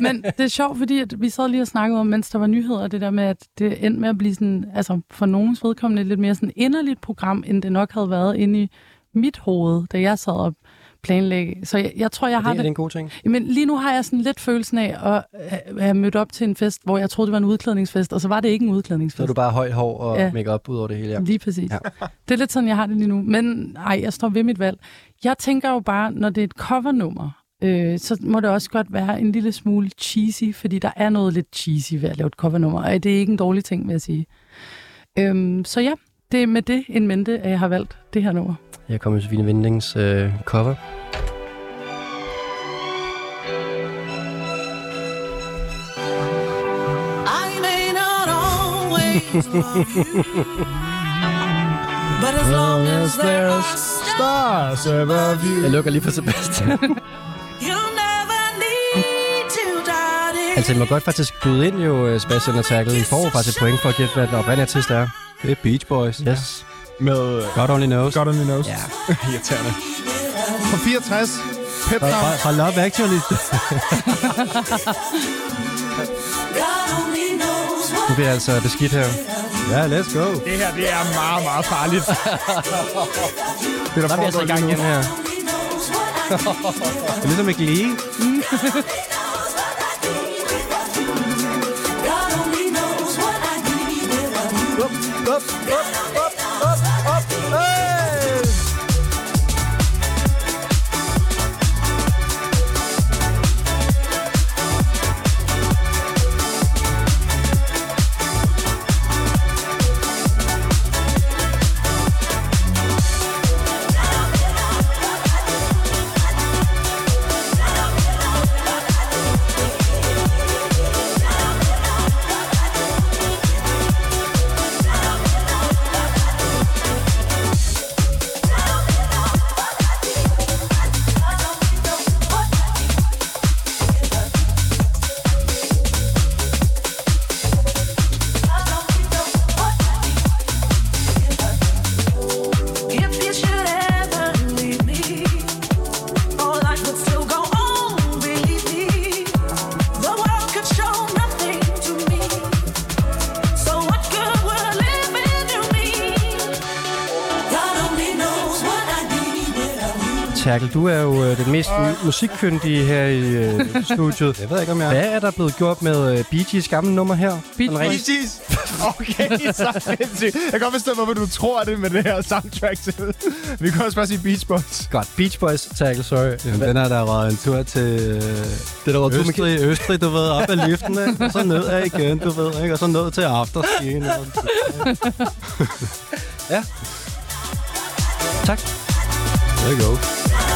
men det er sjovt, fordi at vi sad lige og snakkede om, mens der var nyheder, det der med, at det endte med at blive sådan, altså for nogens vedkommende et lidt mere sådan inderligt program, end det nok havde været inde i mit hoved, da jeg sad og planlægge. Så jeg, jeg tror, jeg Er har det, er det en god ting? Men lige nu har jeg sådan lidt følelsen af at øh, have mødt op til en fest, hvor jeg troede, det var en udklædningsfest, og så var det ikke en Så er udklædningsfest. du bare højt hår og ja. Ja. make-up ud over det hele. Ja. Lige præcis. Ja. Ja. Det er lidt sådan, jeg har det lige nu. Men nej, jeg står ved mit valg. Jeg tænker jo bare, når det er et covernummer, øh, så må det også godt være en lille smule cheesy, fordi der er noget lidt cheesy ved at lave et covernummer, og det er ikke en dårlig ting, vil jeg sige. Øhm, så ja, det er med det en mente, at jeg har valgt det her nummer. Her kommer Josefine Vindings øh, cover. I may not always love you, but as long as there are stars, Stars above you. Jeg lukker lige for Sebastian. you'll never need to doubt it. altså, I må godt faktisk byde ind jo, øh, Sebastian og Terkel. I får jo faktisk et point for at gætte, hvad den oprindelige artist er. Det er Beach Boys. Yes. Med øh, God only knows. God only knows. Ja. Irriterende. På 64. Pep Fra, Down. fra, fra Love Actually. God only knows Nu what bliver jeg altså beskidt her. ja, let's go. Det her, det er meget, meget farligt. det er der Der bliver jeg altså foregår i gang lige igen nu. her. only knows what I need. Det er ligesom ikke lige. God only knows what I need without you. If you should ever leave me, all life would still go on, believe me. The world could show nothing to me. So what good would living do me? God only knows what I need without you. Terkel, du er jo øh, den mest mu- musikkyndige her i øh, studiet. Jeg ved ikke, om jeg... Hvad er der blevet gjort med øh, Bee Gees gamle nummer her? Beach Sådan rent- Boys. Præcis. Okay, så sindssygt. Jeg kan godt forstå, hvorfor du tror det med det her soundtrack til. Vi kan også bare sige Beach Boys. Godt, Beach Boys, Terkel, sorry. Jamen, den er der røget en tur til øh, Det der var du med Østrig, Østrig, du ved, op ad liften, ikke? og så ned af igen, du ved, ikke? og så ned til afterskien. Tak. There you go. I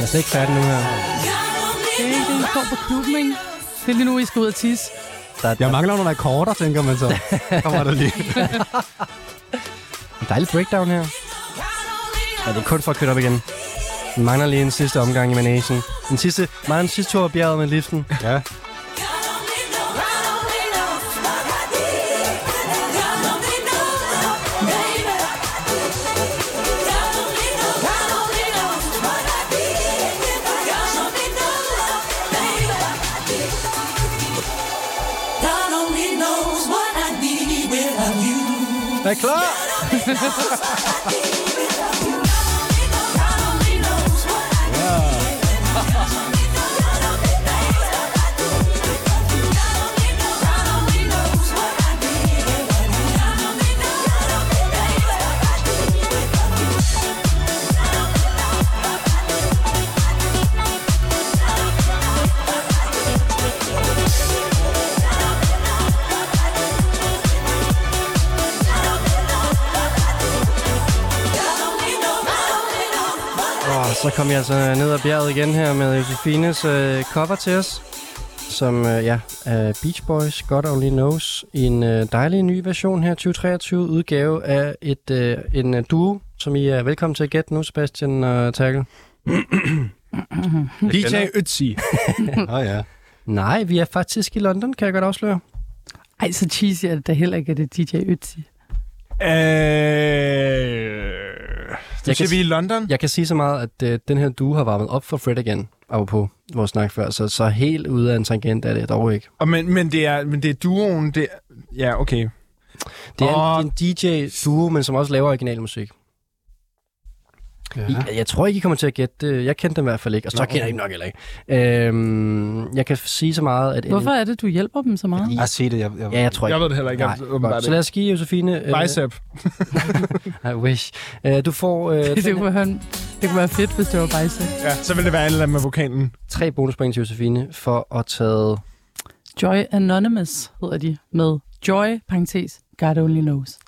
altså ikke færdig nu her. Det er ikke det, I står på klubben, ikke? Det er lige nu, I skal ud og tisse. Jeg mangler nogle akkorder, tænker man så. Kommer der lige. En dejlig breakdown her. Ja, det er kun for at køre op igen. Vi mangler lige en sidste omgang i managen. En sidste, meget en sidste tur op bjerget med liften. Ja. God only knows what I need without you. Er I klar? Og så kom jeg altså ned ad bjerget igen her med Josefines øh, cover til os. Som, øh, ja, er Beach Boys, God Only Knows. I en øh, dejlig ny version her, 2023 udgave af et, øh, en øh, duo, som I er velkommen til at gætte nu, Sebastian og Tackle. DJ Ötzi. Nå ja. Nej, vi er faktisk i London, kan jeg godt afsløre. Ej, så cheesy er det da heller ikke, at det er DJ Ötzi. Øh... Nu Jeg kan ser vi i London. Jeg kan sige så meget, at øh, den her duo har varmet op for Fred igen, apropos vores snak før, så, så helt ude af en tangent er det dog ikke. Og men, men, det er, men det er duoen, det er, Ja, okay. Det er Og- en, det er en DJ-duo, men som også laver original musik. Ja. Jeg tror ikke, I kommer til at gætte det. Jeg kendte dem i hvert fald ikke, og så kender jeg dem nok heller ikke. Øhm, jeg kan sige så meget, at... Hvorfor er det, du hjælper dem så meget? Jeg har set det. Jeg, jeg, Ja, jeg tror ikke. Jeg ved det heller ikke, Nej, åbenbart godt. Så ikke. lad os give Josefine... øh, Bicep. I wish. Øh, du får øh, Det, det, den kunne være, det kunne være fedt, hvis det var Bajse. Ja, så vil det være alle med vokalen. tre bonuspoint til Josefine for at tage... Joy Anonymous hedder de med Joy, parentes, God Only Knows.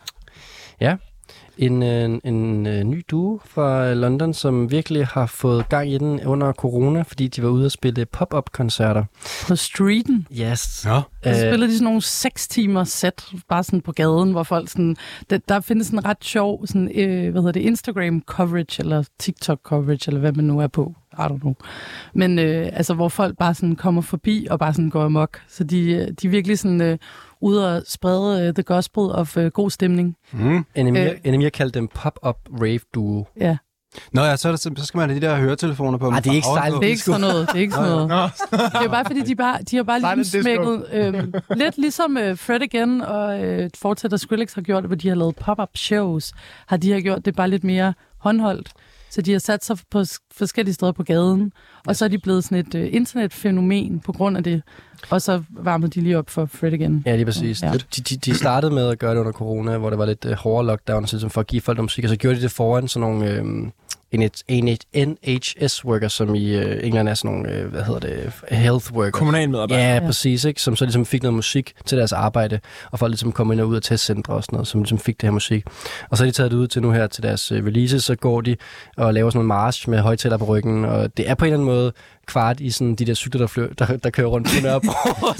En, en, en øh, ny duo fra London, som virkelig har fået gang i den under corona, fordi de var ude at spille pop-up-koncerter. På streeten, Yes. Nå. så Øh. spiller de sådan nogle 6 timer sæt, bare sådan på gaden, hvor folk sådan... Der, der findes en ret sjov, sådan, øh, hvad hedder det, Instagram-coverage, eller TikTok-coverage, eller hvad man nu er på. I don't know. Men øh, altså, hvor folk bare sådan kommer forbi og bare sådan går amok. Så de, øh, de er virkelig sådan øh, ude og sprede øh, the gospel of øh, god stemning. Mm-hmm. Enemir, Øh. øh. Enemir kaldte dem pop-up rave duo. Ja. Nå ja, så, er det, så så skal man have de der høretelefoner på. Ej, det er ikke Fra sejt. Outlook. Det er ikke sådan noget. Det er ikke sådan noget. Det er bare fordi, de, bare, de har bare ligesom Silent disco. smækket øhm, lidt ligesom øh, Fred igen og øh, Fortsætter Skrillex har gjort, hvor de har lavet pop-up shows, har de har gjort det bare lidt mere håndholdt. Så de har sat sig på s- forskellige steder på gaden, og så er de blevet sådan et øh, internetfænomen på grund af det. Og så varmede de lige op for Fred igen. Ja, lige præcis. Ja. Ja. De, de, de startede med at gøre det under corona, hvor der var lidt øh, hårdere lockdown, og så ligesom for at give folk noget musik, og så gjorde de det foran sådan nogle øh, NHS-workers, som i øh, England er sådan nogle, øh, hvad hedder det, health workers. Kommunalmedarbejder. Ja, Ja. ja, præcis, ikke? som så ligesom fik noget musik til deres arbejde, og folk ligesom kom ind og ud af testcentre og sådan noget, som ligesom fik det her musik. Og så har de taget det ud til nu her til deres øh, release, så går de og laver sådan en march med højtaler på ryggen, og det er på en eller anden måde kvart i sådan de der cykler, der, flø- der, der kører rundt på Nørrebro.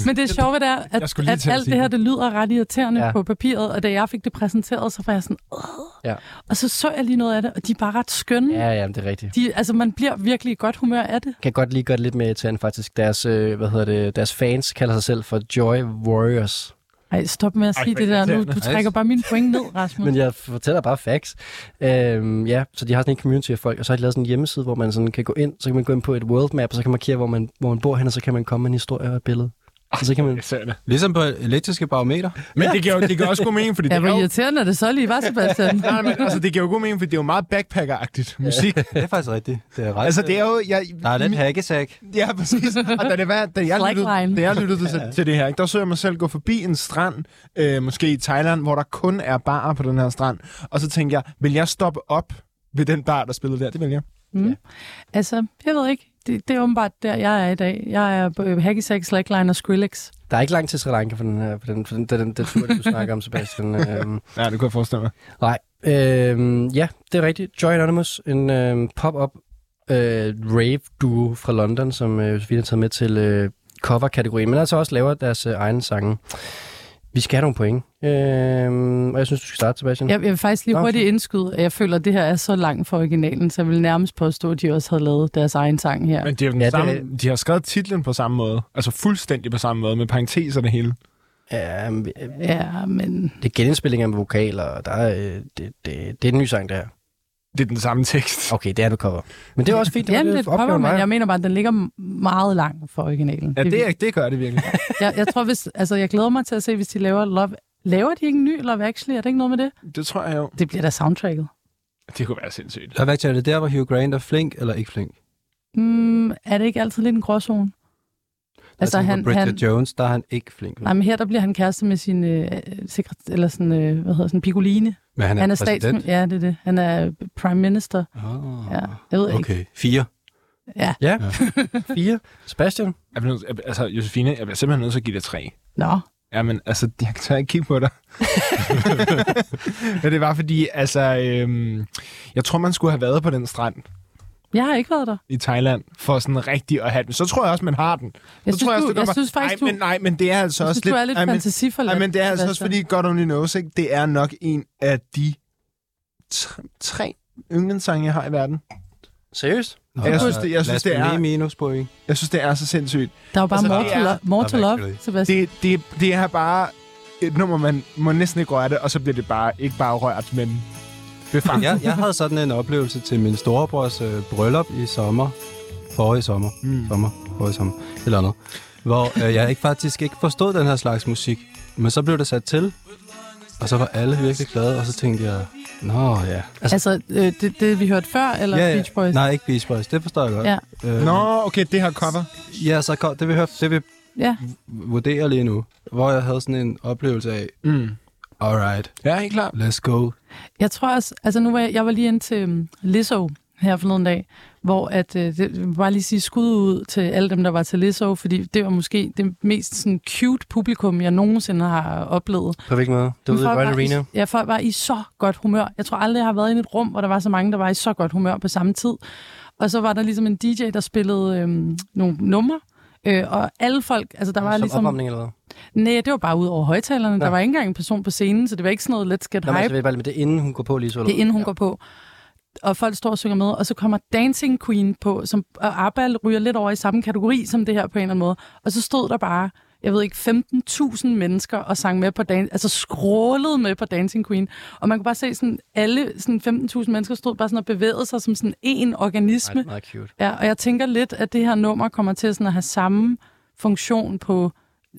Men det sjove ved det er, Jeg at, skulle lige at til at alt sige det her, det. det lyder ret irriterende Ja. ja. på papiret, og da jeg fik det præsenteret, så var jeg sådan, Åh! ja. og så så jeg lige noget af det, og de er bare ret skønne. ja, ja, det er rigtigt. De, altså, man bliver virkelig i godt humør af det. kan godt lige gøre det lidt mere irriterende faktisk. Deres, øh, hvad hedder det, deres fans kalder sig selv for Joy Warriors. Ej, stop med at sige hvor det der. Nu, irriterende. du trækker bare mine point ned, Rasmus. Men jeg fortæller bare facts. Øhm, ja, så de har sådan en community af folk, og så har de lavet sådan en hjemmeside, hvor man sådan kan gå ind, så kan man gå ind på et world map, og så kan man markere, hvor man, hvor man bor hen, og så kan man komme med en historie og et billede. Og så kan man... Ja. Ligesom på elektriske barometer. Men det giver, jo- det giver også god mening, fordi det Ja, er hvor jo... irriterende er det så lige, var Sebastian? Nej, men altså, det giver jo god mening, fordi det er jo meget backpacker-agtigt musik. Det er faktisk rigtigt. Det er ret. altså, det er jo... Jeg, Nej, den hackesack. Ja, præcis. Og da, det var, da jeg lyttede, Slackline. da jeg lyttede til, til det her, ikke, der så jeg mig selv gå forbi en strand, øh, måske i Thailand, hvor der kun er barer på den her strand. Og så tænkte jeg, vil jeg stoppe op ved den bar, der spillede der? Det vil jeg. Altså, jeg ved ikke. Det, det er åbenbart der, jeg er i dag. Jeg er på øh, Hackisack, Slackline og Skrillex. Der er ikke langt til Sri Lanka for den her, for den, for den, den, den, den tur, du snakker om, Sebastian. øhm, Ja, det kunne jeg forestille mig. nej. Øhm, ja, det er rigtigt. Joy Anonymous, en øhm, pop-up øh, rave-duo fra London, som øh, Josefine har taget med til øh, cover-kategorien, men altså også laver deres øh, egne sange. Vi skal have nogle point, øh, og jeg synes, du skal starte, Sebastian. Jeg, jeg vil faktisk lige Nå, hurtigt indskyde, at jeg føler, at det her er så langt fra originalen, så jeg vil nærmest påstå, at de også havde lavet deres egen sang her. Men de har, den Ja, det- samme, de har skrevet titlen på samme måde. Altså fuldstændig på samme måde, med parenteser det hele. Ja, men, øh, Ja, men det er genindspillinger med vokaler, og der er, øh, det, det, det er en ny sang, det her. Det er den samme tekst. Okay, det er du cover. Men det er også fint, det var Jamen, det, det opgaven kommer, var. men jeg mener bare, at den ligger m- meget langt fra originalen. Ja, det, er, det gør det virkelig. jeg, jeg tror, hvis, altså, jeg glæder mig til at se, hvis de laver Love... Laver de ikke en ny Love Actually? Er det ikke noget med det? det tror jeg jo. Det bliver da soundtracket. Det kunne være sindssygt. Hvad er det der, hvor Hugh Grant er flink eller ikke flink? Altså, Mm, er det ikke altid lidt en gråzone? Altså, altså han, han- Bridget han- Jones, der er han ikke flink. Nej, men her der bliver han kæreste med sin øh, sekret, eller sådan, øh, hvad hedder sådan, Piccoline. men han er, han er præsident. statsminister. Ja, det er det. Han er prime minister. Oh, Ja, jeg ved ikke. Okay, fire. Ja. Ja, fire. Sebastian? Jeg bliver nødt til- altså, Josefine, jeg bliver simpelthen nødt til at give dig tre. Nå, Jamen, altså, jeg kan tør ikke kigge på dig. Men det var fordi, altså, øhm, jeg tror, man skulle have været på den strand jeg har ikke været der. i Thailand, for sådan rigtig at have den. Så tror jeg også, man har den. Jeg så synes, tror du- også, der jeg var- synes faktisk, Ej, du- men, nej, men det er altså Jeg også synes, du er lidt ej, men- fantasiforladt. Nej, men det er altså også Sebastian. fordi God Only Knows, ikke? det er nok en af de tre, tre yndlingssange, jeg har i verden. Seriøst? Nå, Jeg altså, synes, det- jeg synes, det er- blasfemi minus point. Jeg synes, det er så sindssygt. Der er jo bare Altså, more, det to, er- lo- more to Der er love, virkelig- Sebastian. Det, det, det er bare et nummer, man må næsten ikke røre det, og så bliver det bare ikke bare rørt, men befanget. jeg, jeg havde sådan en oplevelse til min storebrors øh, bryllup i sommer. Forrige sommer. Mm. Sommer. Forrige sommer. Et Eller andet. Hvor øh, jeg ikke faktisk ikke forstod den her slags musik. Men så blev det sat til. Og så var alle virkelig glade. Og så tænkte jeg, nå ja. Altså, Altså, øh, det, det vi hørte før, eller ja, ja. Beach Boys? Nej, ikke Beach Boys. Det forstår jeg godt. Ja. Øh, Nå, okay, det her cover. Ja, så kom, det vi hører, det vi Ja. vurderer lige nu. Hvor jeg havde sådan en oplevelse af, Mm. alright, Ja, helt klart. let's go. Jeg tror også, altså nu var jeg, jeg var lige ind til um, Lizzo her forleden dag, hvor at, øh, det, jeg vil bare lige sige skud ud til alle dem, der var til Lizzo, fordi det var måske det mest sådan cute publikum, jeg nogensinde har oplevet. På hvilken måde? Det var Men ude i folk Royal var i- Arena. Ja, folk var i så godt humør. Jeg tror aldrig, jeg har været i et rum, hvor der var så mange, der var i så godt humør på samme tid. Og så var der ligesom en DJ, der spillede øhm, nogle numre, øh, og alle folk, altså der var Som ligesom... opvarmning eller hvad? Nej, det var bare ud over højtalerne. Nå. Der var ikke engang en person på scenen, så det var ikke sådan noget let's get Nå, men hype. altså, det er bare med det, er inden hun går på lige så. Det er inden hun ja. går på. Og folk står og synger med, og så kommer Dancing Queen på, som og ABBA ryger lidt over i samme kategori som det her på en eller anden måde. Og så stod der bare, jeg ved ikke, 15.000 mennesker og sang med på dan- altså skrålede med på Dancing Queen. Og man kunne bare se sådan, alle sådan 15.000 mennesker stod bare sådan og bevægede sig som sådan en Ej, organisme. det er meget cute. Ja, og jeg tænker lidt, at det her nummer kommer til sådan at have samme funktion på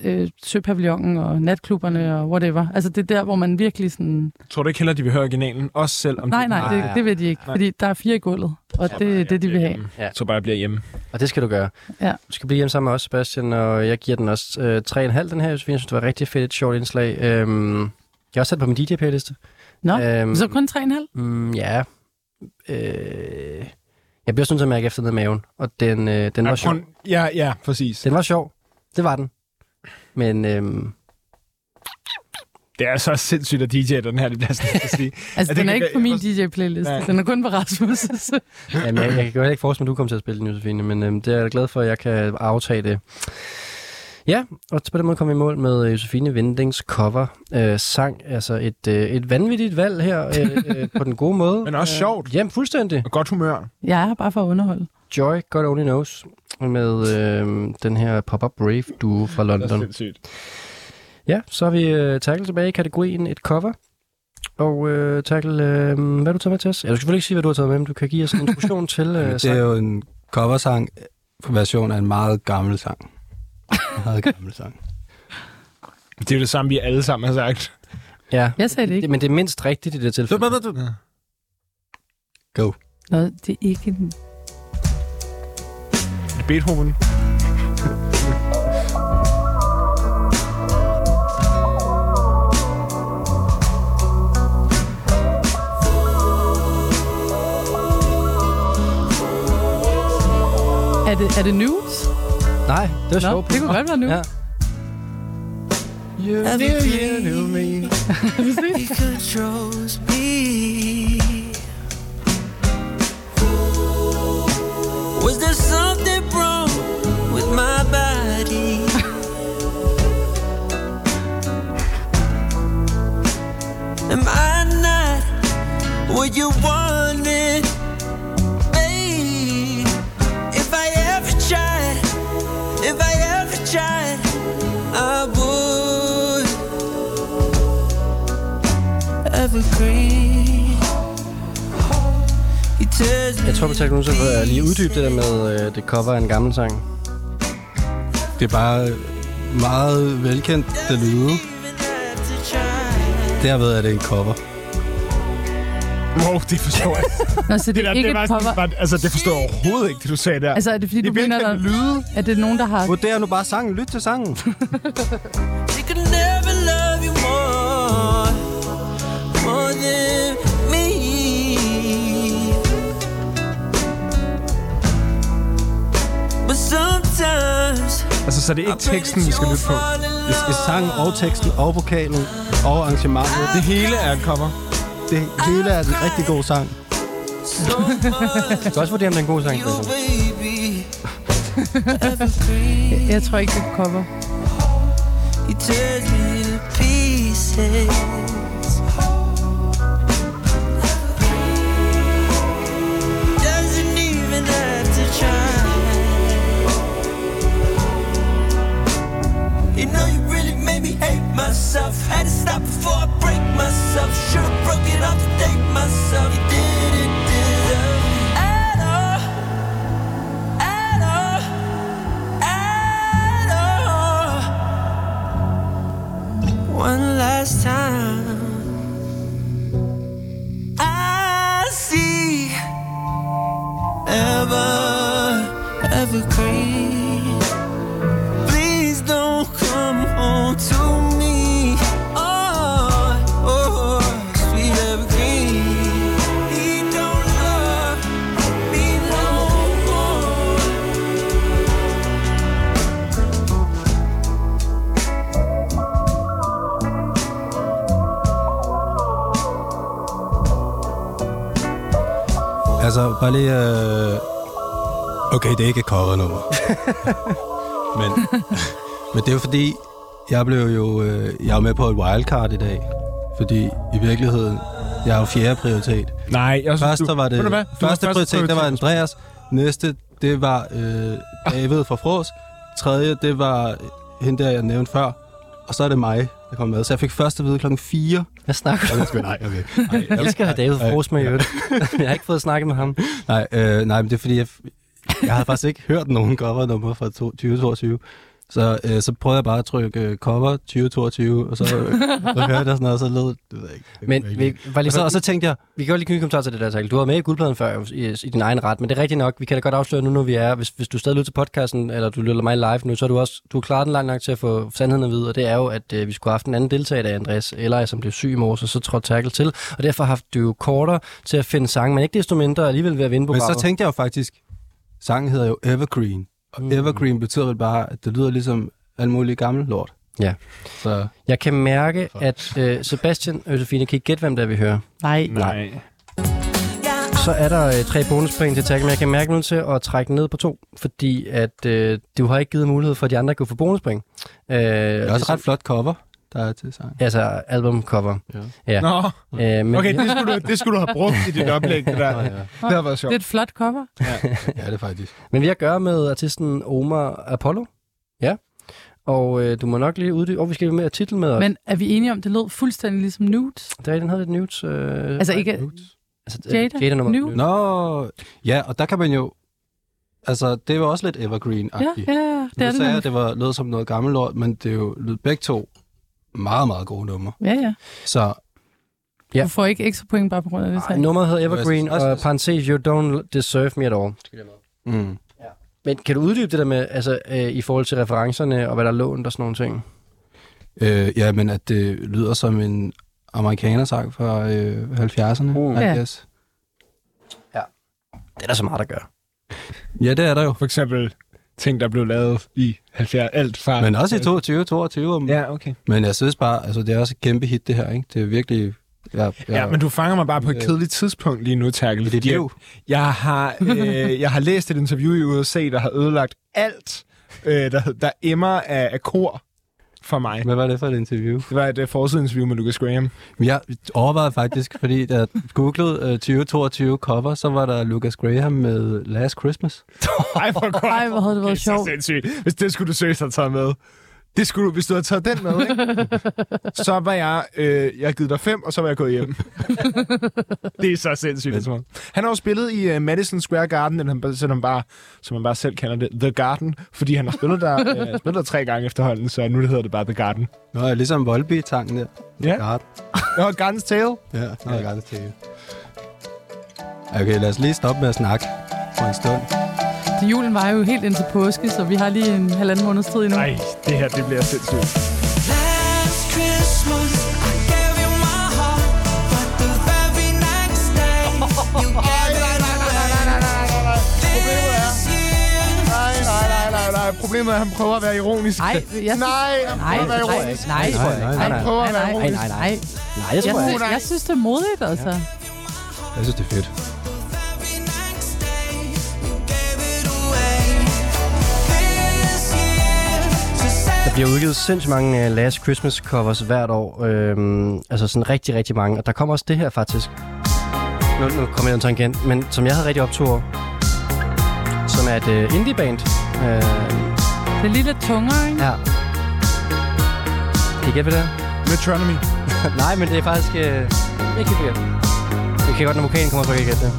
øh, Søpavillonen og natklubberne og whatever. Altså det er der, hvor man virkelig sådan Tror du ikke heller, de vil høre originalen? Også selv om Nej, nej, Nej, Ah. ja. det, det vil de ikke, Nej. fordi der er fire i gulvet, og det er det, de vil have. Ja. Så bare jeg bliver hjemme. Og det skal du gøre. Ja. Du skal blive hjemme sammen med os, Sebastian, og jeg giver den også øh, 3,5 den her. Jeg synes, det var rigtig fedt, et sjovt indslag. Øhm, jeg har også sat på min DJ-playliste. Nå, Øhm, så kun 3,5? Mm, ja. Øh, jeg bliver sådan til at mærke efter ned i maven, og den, øh, den var sjov. Ja, ja, præcis. Den var sjov. Det var den. Men øhm, Det er så sindssygt at DJ, den her, det bliver sådan, at sige. Altså, det den er kan ikke jeg- på min jeg- Nej. DJ-playlist, den er kun på Rasmus. jamen, jeg, jeg kan jo heller ikke forestille mig, at du kommer til at spille den, Josefine, men øhm, det er jeg da glad for, at jeg kan aftage det. Ja, og på den måde kom vi i mål med øh, Josefine Vindings cover øh, sang. Altså et, øh, et vanvittigt valg her, øh, øh, på den gode måde. Men også sjovt. Jamen, fuldstændig. Og godt humør. Jeg er her bare for at underholde. Joy, God Only Knows, med øh, den her pop-up rave duo fra Det er London. sindssygt. Ja, så har vi øh, tackle tilbage i kategorien et cover. Og øh, tackle, øh, hvad har du taget med til os? Ja, du skal selvfølgelig ikke sige, hvad du har taget med, men du kan give os en introduktion til øh, det er sangen. jo en coversang version af en meget gammel sang. En meget gammel sang. Det er jo det samme, vi alle sammen har sagt. Ja, Jeg sagde det ikke. det, men det er mindst rigtigt i det her tilfælde. Go. Nå, det er ikke... en- Beethoven. Er det, er det news? Nej, det Nå, var sjovt. det kunne godt være news. Ja. Præcis. controls me. Was there something wrong with my body? Am I not what you wanted? Babe, if I ever tried, if I ever tried, I would evergreen. He tears me Jeg tror, vi tager nu, så vil jeg lige uddybe det der pieces. med, øh, det cover af en gammel sang. Det er bare meget velkendt, det lyde. Derved er det en cover. Wow, det forstår jeg. Nå, så det, Det, er der, ikke det, var et sådan, cover. var, altså, det forstår jeg overhovedet ikke, det du sagde der. Altså, er det fordi, det du mener, der... der, lyde. er det nogen, der har... Vurder nu bare sangen. Lyt til sangen. She could never love you more, more than me. But sometimes Altså, så det er ikke teksten, vi skal lytte på. Det skal sangen og teksten og vokalen og arrangementet. Det Hele er en cover. Det hele er en rigtig god sang. Du kan også vurdere, om det er en god sang. for you, eksempel. baby. Jeg tror ikke, det er et cover. He tears me to pieces. Doesn't even have to try. You know you really made me hate myself. Had to stop before I break myself. Should've broke it off to thank myself. You didn't deserve at all, at all, at all one last time. I see ever, evergreen. Please don't come home to me. Oh, oh, sweet evergreen. He don't love me no more. Altså, bare lige... Øh... Okay, det er ikke et cover-nummer. men, men det er jo fordi, jeg blev jo... Øh, jeg er jo med på et wildcard i dag. Fordi i virkeligheden, jeg er jo fjerde prioritet. Nej, jeg synes, Første var det... Ved du hvad? Du Første var prioritet, det var Andreas. Næste, det var øh, David fra Fros. Tredje, det var hende der, jeg nævnte før. Og så er det mig, der kom med. Så jeg fik første vide klokken 4. Hvad snakker du om? Nej, okay. Nej, jeg, Jeg skal have David Ej, Fros med i øvrigt. Jeg har ikke fået snakket med ham. Nej, øh, nej, men det er fordi, jeg, jeg havde faktisk ikke hørt nogen cover-nummer fra to- 2022. Så, øh, så prøvede jeg bare at trykke øh, cover 2022, og så, øh, så hørte jeg sådan noget, og så lød det ved jeg ikke. det Men ved jeg vi, ikke. var lige og, så, og så tænkte jeg, Vi kan godt lige knytte en kommentar til det der, Takkel. Du var med i guldpladen før jo, i, i din egen ret, men det er rigtigt nok. Vi kan da godt afsløre nu, når vi er. Hvis, hvis du stadig lytter til podcasten, eller du lytter mig live nu, så er du også du er klar den langt nok til at få sandheden at vide, og det er jo, at øh, vi skulle have haft en anden deltager i dag, Andreas, eller som blev syg i morges, og så trådte Takkel til, og derfor har haft du jo kortere til at finde sange, men ikke desto mindre alligevel ved at vinde på men så tænkte jeg jo faktisk, sangen hedder jo Evergreen, og Mm. Evergreen betyder vel bare, at det lyder ligesom alt muligt gammel lort. Ja. Så jeg kan mærke, at øh, Sebastian og Josefine kan ikke gætte, hvem der vi hører. Nej. Nej. Så er der øh, tre bonuspoint til Takkel, men jeg kan mærke nu til at trække ned på to, fordi at øh, du har ikke givet mulighed for, at de andre kunne få bonuspoint. Øh, det er også ret flot cover, der er til sangen. Altså albumcover. Nå, Øh, men okay, det skulle, du, det skulle du have brugt i dit oplæg, det der. Ja, Det har været Det sjovt. er et flot cover. ja, det er faktisk. Men vi har at gøre med artisten Omar Apollo. Ja. Og øh, du må nok lige uddybe... Og vi skal jo med at titel med os. Men er vi enige om, det lød fuldstændig ligesom Nudes? Der, den havde lidt nudes. Øh, Altså ikke... altså, Jada? Jada nummer. Nudes? Nå, ja, og der kan man jo... Altså, det var også lidt Ja, Evergreen-agtigt. ja, ja, det Det er nu det. sagde jeg, at nemlig. det var, lød som noget gammelt lort, men det er jo lød begge to meget, meget gode numre. Ja, ja. Så Ja. Du får ikke ekstra point bare på grund af det. Ej, Ej, nummeret hedder Evergreen, synes også, og det- parentes, you don't deserve me at all. mm. Men kan du uddybe det der med, altså øh, i forhold til referencerne, og hvad der er lånt og sådan nogle ting? øh, ja, men at det lyder som en amerikanersang fra øh, 70'erne. Uh. Uh. Ja. Ja. Det er der så meget, der gør. ja, det er der jo. For eksempel ting, der blev lavet i 70 alt fra... Men også i 22, 22. Ja, okay. Men jeg synes bare, altså det er også et kæmpe hit det her, ikke? Det er virkelig Jeg, jeg, Ja, men du fanger mig bare på et kedeligt tidspunkt lige nu, Terkel. dit fordi liv. Jeg, jeg, har, øh, jeg har læst et interview i USA, der har ødelagt alt, øh, der, hed- der emmer af, af kor for mig. Hvad var det for et interview? Det var et øh, forsideinterview med Lucas Graham. Jeg overvejede faktisk, fordi da jeg googlede øh, 2022 cover, så var der Lucas Graham med Last Christmas. Ej, hvor godt. Ej, hvor havde det været Det er så sjovt. sindssygt. Hvis det skulle du seriøst have taget med. Det skulle du, hvis du havde taget den med, ikke? så var jeg, øh, jeg havde givet dig fem, og så var jeg gået hjem. det er så sindssygt. det er sådan. Han har jo spillet i uh, Madison Square Garden, eller han, som, han bare, som han bare selv kalder det, The Garden, fordi han har spillet der, øh, spillet der tre gange efterhånden, så nu hedder det bare The Garden. Nå, ja, ligesom Volby-tangen der. Ja. Garden. Nå, Garden's Tale. Ja, det er ja. til. Okay, lad os lige stoppe med at snakke for en stund. Julen var jo helt indtil påske, så vi har lige en halvanden måneds tid endnu. Nej, det her, det bliver sindssygt. Last Christmas, I gave you my heart, but the very next day, you gave it away. This year, Nej, nej, nej, nej, nej. Problemet er, at han prøver at være ironisk. Nej, jeg synes- nej, Nej, han prøver at nej, være ironisk. nej, Nej, nej, nej, Han nej. prøver at være nej, nej, ironisk. nej, nej. Nej, jeg Jeg, tror synes, ikke. jeg synes, det er modigt, altså. Jeg synes, det er fedt. very next day, you gave it away. This year, just say Der bliver udgivet sindssygt mange uh, Last Christmas covers hvert år. Øhm, altså sådan rigtig, rigtig mange. Og der kommer også det her faktisk. Nu, nu kommer jeg en tangent, men som jeg havde rigtig optur. over, Som er et uh, indie-band. Øh, Det er lige lidt tungere, ikke? ja. Kan I gætte, hvad det er? Metronomy. Nej, men det er faktisk... Øh, ikke forkert. Det kan godt, når vokalen kommer, så kan jeg gætte det.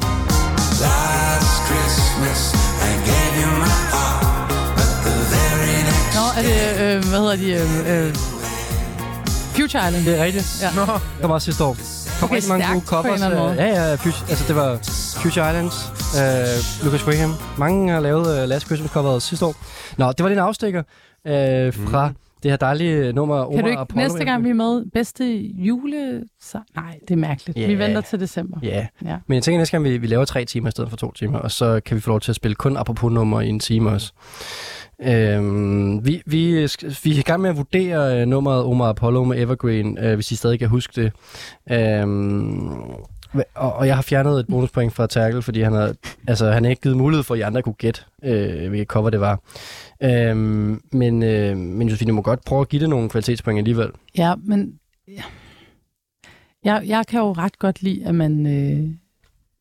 last Christmas, I gave you my heart, but the very next Nå, er det, øh, hvad hedder de? Øh, øh, Future Island. Det er rigtigt. Ja. Nå. Det var sidste år. Kom Okay, rigtig mange gode stærkt på en covers. eller anden øh, måde. Ja, ja, Future, altså det var Future Islands, øh, Lucas Graham. Mange har lavet øh, Last Christmas coveret sidste år. Nå, det var lige en afstikker øh, fra mm. det her dejlige nummer. Omar Kan du ikke Apollo, næste gang, vi er med, bedste jule... Så, nej, det er mærkeligt. Ja. Vi venter til december. Ja, Ja. men jeg tænker næste gang, vi, vi laver tre timer i stedet for to timer, og så kan vi få lov til at spille kun apropos nummer i en time også. Øhm, vi, vi, sk- vi er i gang med at vurdere øh, nummeret Omar Apollo med Evergreen, øh, hvis I stadig kan huske det. Øhm, hva- og, og jeg har fjernet et bonuspoint fra Terkel, fordi han havde, altså, han havde ikke givet mulighed for, at I andre kunne gætte, øh, hvilket cover det var. Øhm, men, øh, men Josefine, du må godt prøve at give det nogle kvalitetspoint alligevel. Ja, men... Ja. Jeg, jeg kan jo ret godt lide, at man, øh,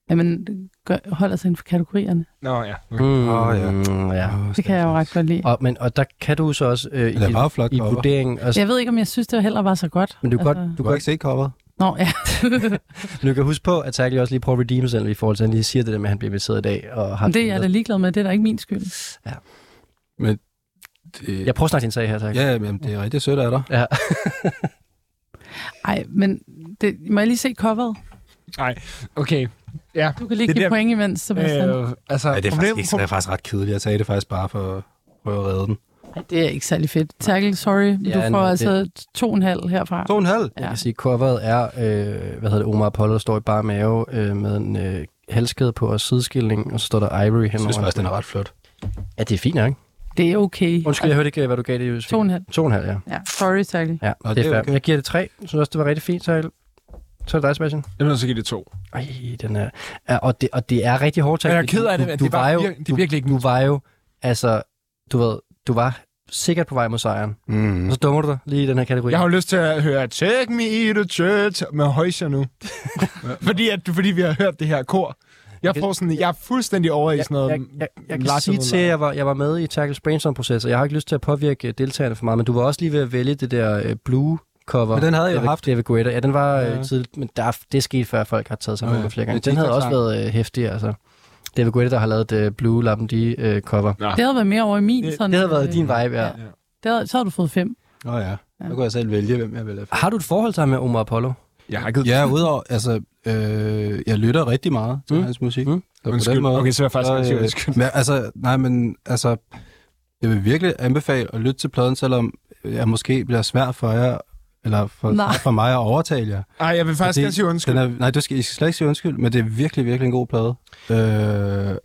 at man gør, holder sig inden for kategorierne. Nå, ja. Mm, Åh, ja. ja. Det kan jeg jo ret godt lide. Og, men, og der kan du så også øh, i, Det var jo flot i cover. vurderingen. Og, Jeg ved ikke, om jeg synes, det var heller var så godt. Altså- men du, kan godt, Du du, kan kan, ikke se coveret. Nå, ja. men du kan huske på, at Tackle også lige prøver at redeem sig selv i forhold til, at han lige siger det der med, at han bliver inviteret i dag. Og har Men det er jeg da ligeglad med. Det er da ikke min skyld. Men det, Jeg prøver at snakke din sag her, Tackle. ja, men det er rigtig sødt af dig. Ja. Ej, men det, må jeg lige se coveret? Nej, okay. Ja. Du kan lige Det give der- point imens, Sebastian. Øh, altså, Ja, det er faktisk, problem- ikke, det er faktisk ret kedeligt. Jeg sagde det faktisk bare for at prøve at redde den. det er ikke særlig fedt. Tackle, sorry. men Ja, Du nej, får det- altså to og en halv herfra. To og en halv. Jeg Ja. kan sige, coveret er, øh, hvad hedder det, Omar Apollo, der står i bare mave øh, med en øh, halskæde på og sideskilling, og så står der Ivory Jeg henover. synes faktisk, den er ret flot. Ja, det er fint, ikke? Det er okay. Undskyld, jeg hørte ikke, hvad du gav det, Josefine. To og en halv. To og en halv, ja. Ja, sorry, Tackle. Ja, Nå, det det er er fair. okay. Jeg giver det tre. Jeg synes også, det var rigtig fint, Tackle. Så er det dig, Sebastian. Jamen, så giver det to. Ej, den er... Ja, og, det, og det er rigtig hårdt. Men jeg er Jacob, ked af fordi det, men du, det du er var bare jo, vir- det er du, virkelig ikke Du var jo, altså, du ved, du var sikkert på vej mod sejren. Mm. Og så dummer du dig lige i den her kategori. Mm-hmm. Jeg har jo lyst til at høre Take me to the church med højser nu. fordi, at, fordi vi har hørt det her kor. Jeg, får sådan, jeg er fuldstændig over i sådan noget... jeg, jeg, jeg kan Lars sige Ulrik. til, at jeg var, jeg var med i Tackles brainstorm-proces, og jeg har ikke lyst til at påvirke øh, deltagerne for meget, men du var også lige ved at vælge det der øh, blue cover. Men den havde jeg jo David- haft. David Guetta. Ja, den var Ja. ja. tidligt, men der, er- det skete før folk har taget sig Nå med ja, ja. flere gange. det er Den havde også TikTok-sang. været øh, hæftig, altså. David Guetta, der har lavet et øh, blue Lappen øh, cover. Det havde været mere over i min. Det- sådan, Det havde været øh, din vibe, ja. ja. Det havde, så har du fået fem. Nå ja, så kunne jeg selv vælge, hvem jeg ville have. Har du et forhold til ham med Omar Apollo? Jeg har givet... Ja, udover, altså, øh, jeg lytter rigtig meget til Mm. mm. hans musik. Mm. Mm. Så på Undskyld. den måde, Okay, så er jeg faktisk så, også øh, undskyld. Men, altså, nej, men altså, jeg vil virkelig anbefale at lytte til pladen, selvom jeg måske bliver svær for jer, eller for, Nej. for mig at overtale jer. Ej, jeg vil faktisk Fordi gerne sige undskyld. Den er, nej, du skal, I skal slet ikke sige undskyld, men det er virkelig, virkelig en god plade. Øh,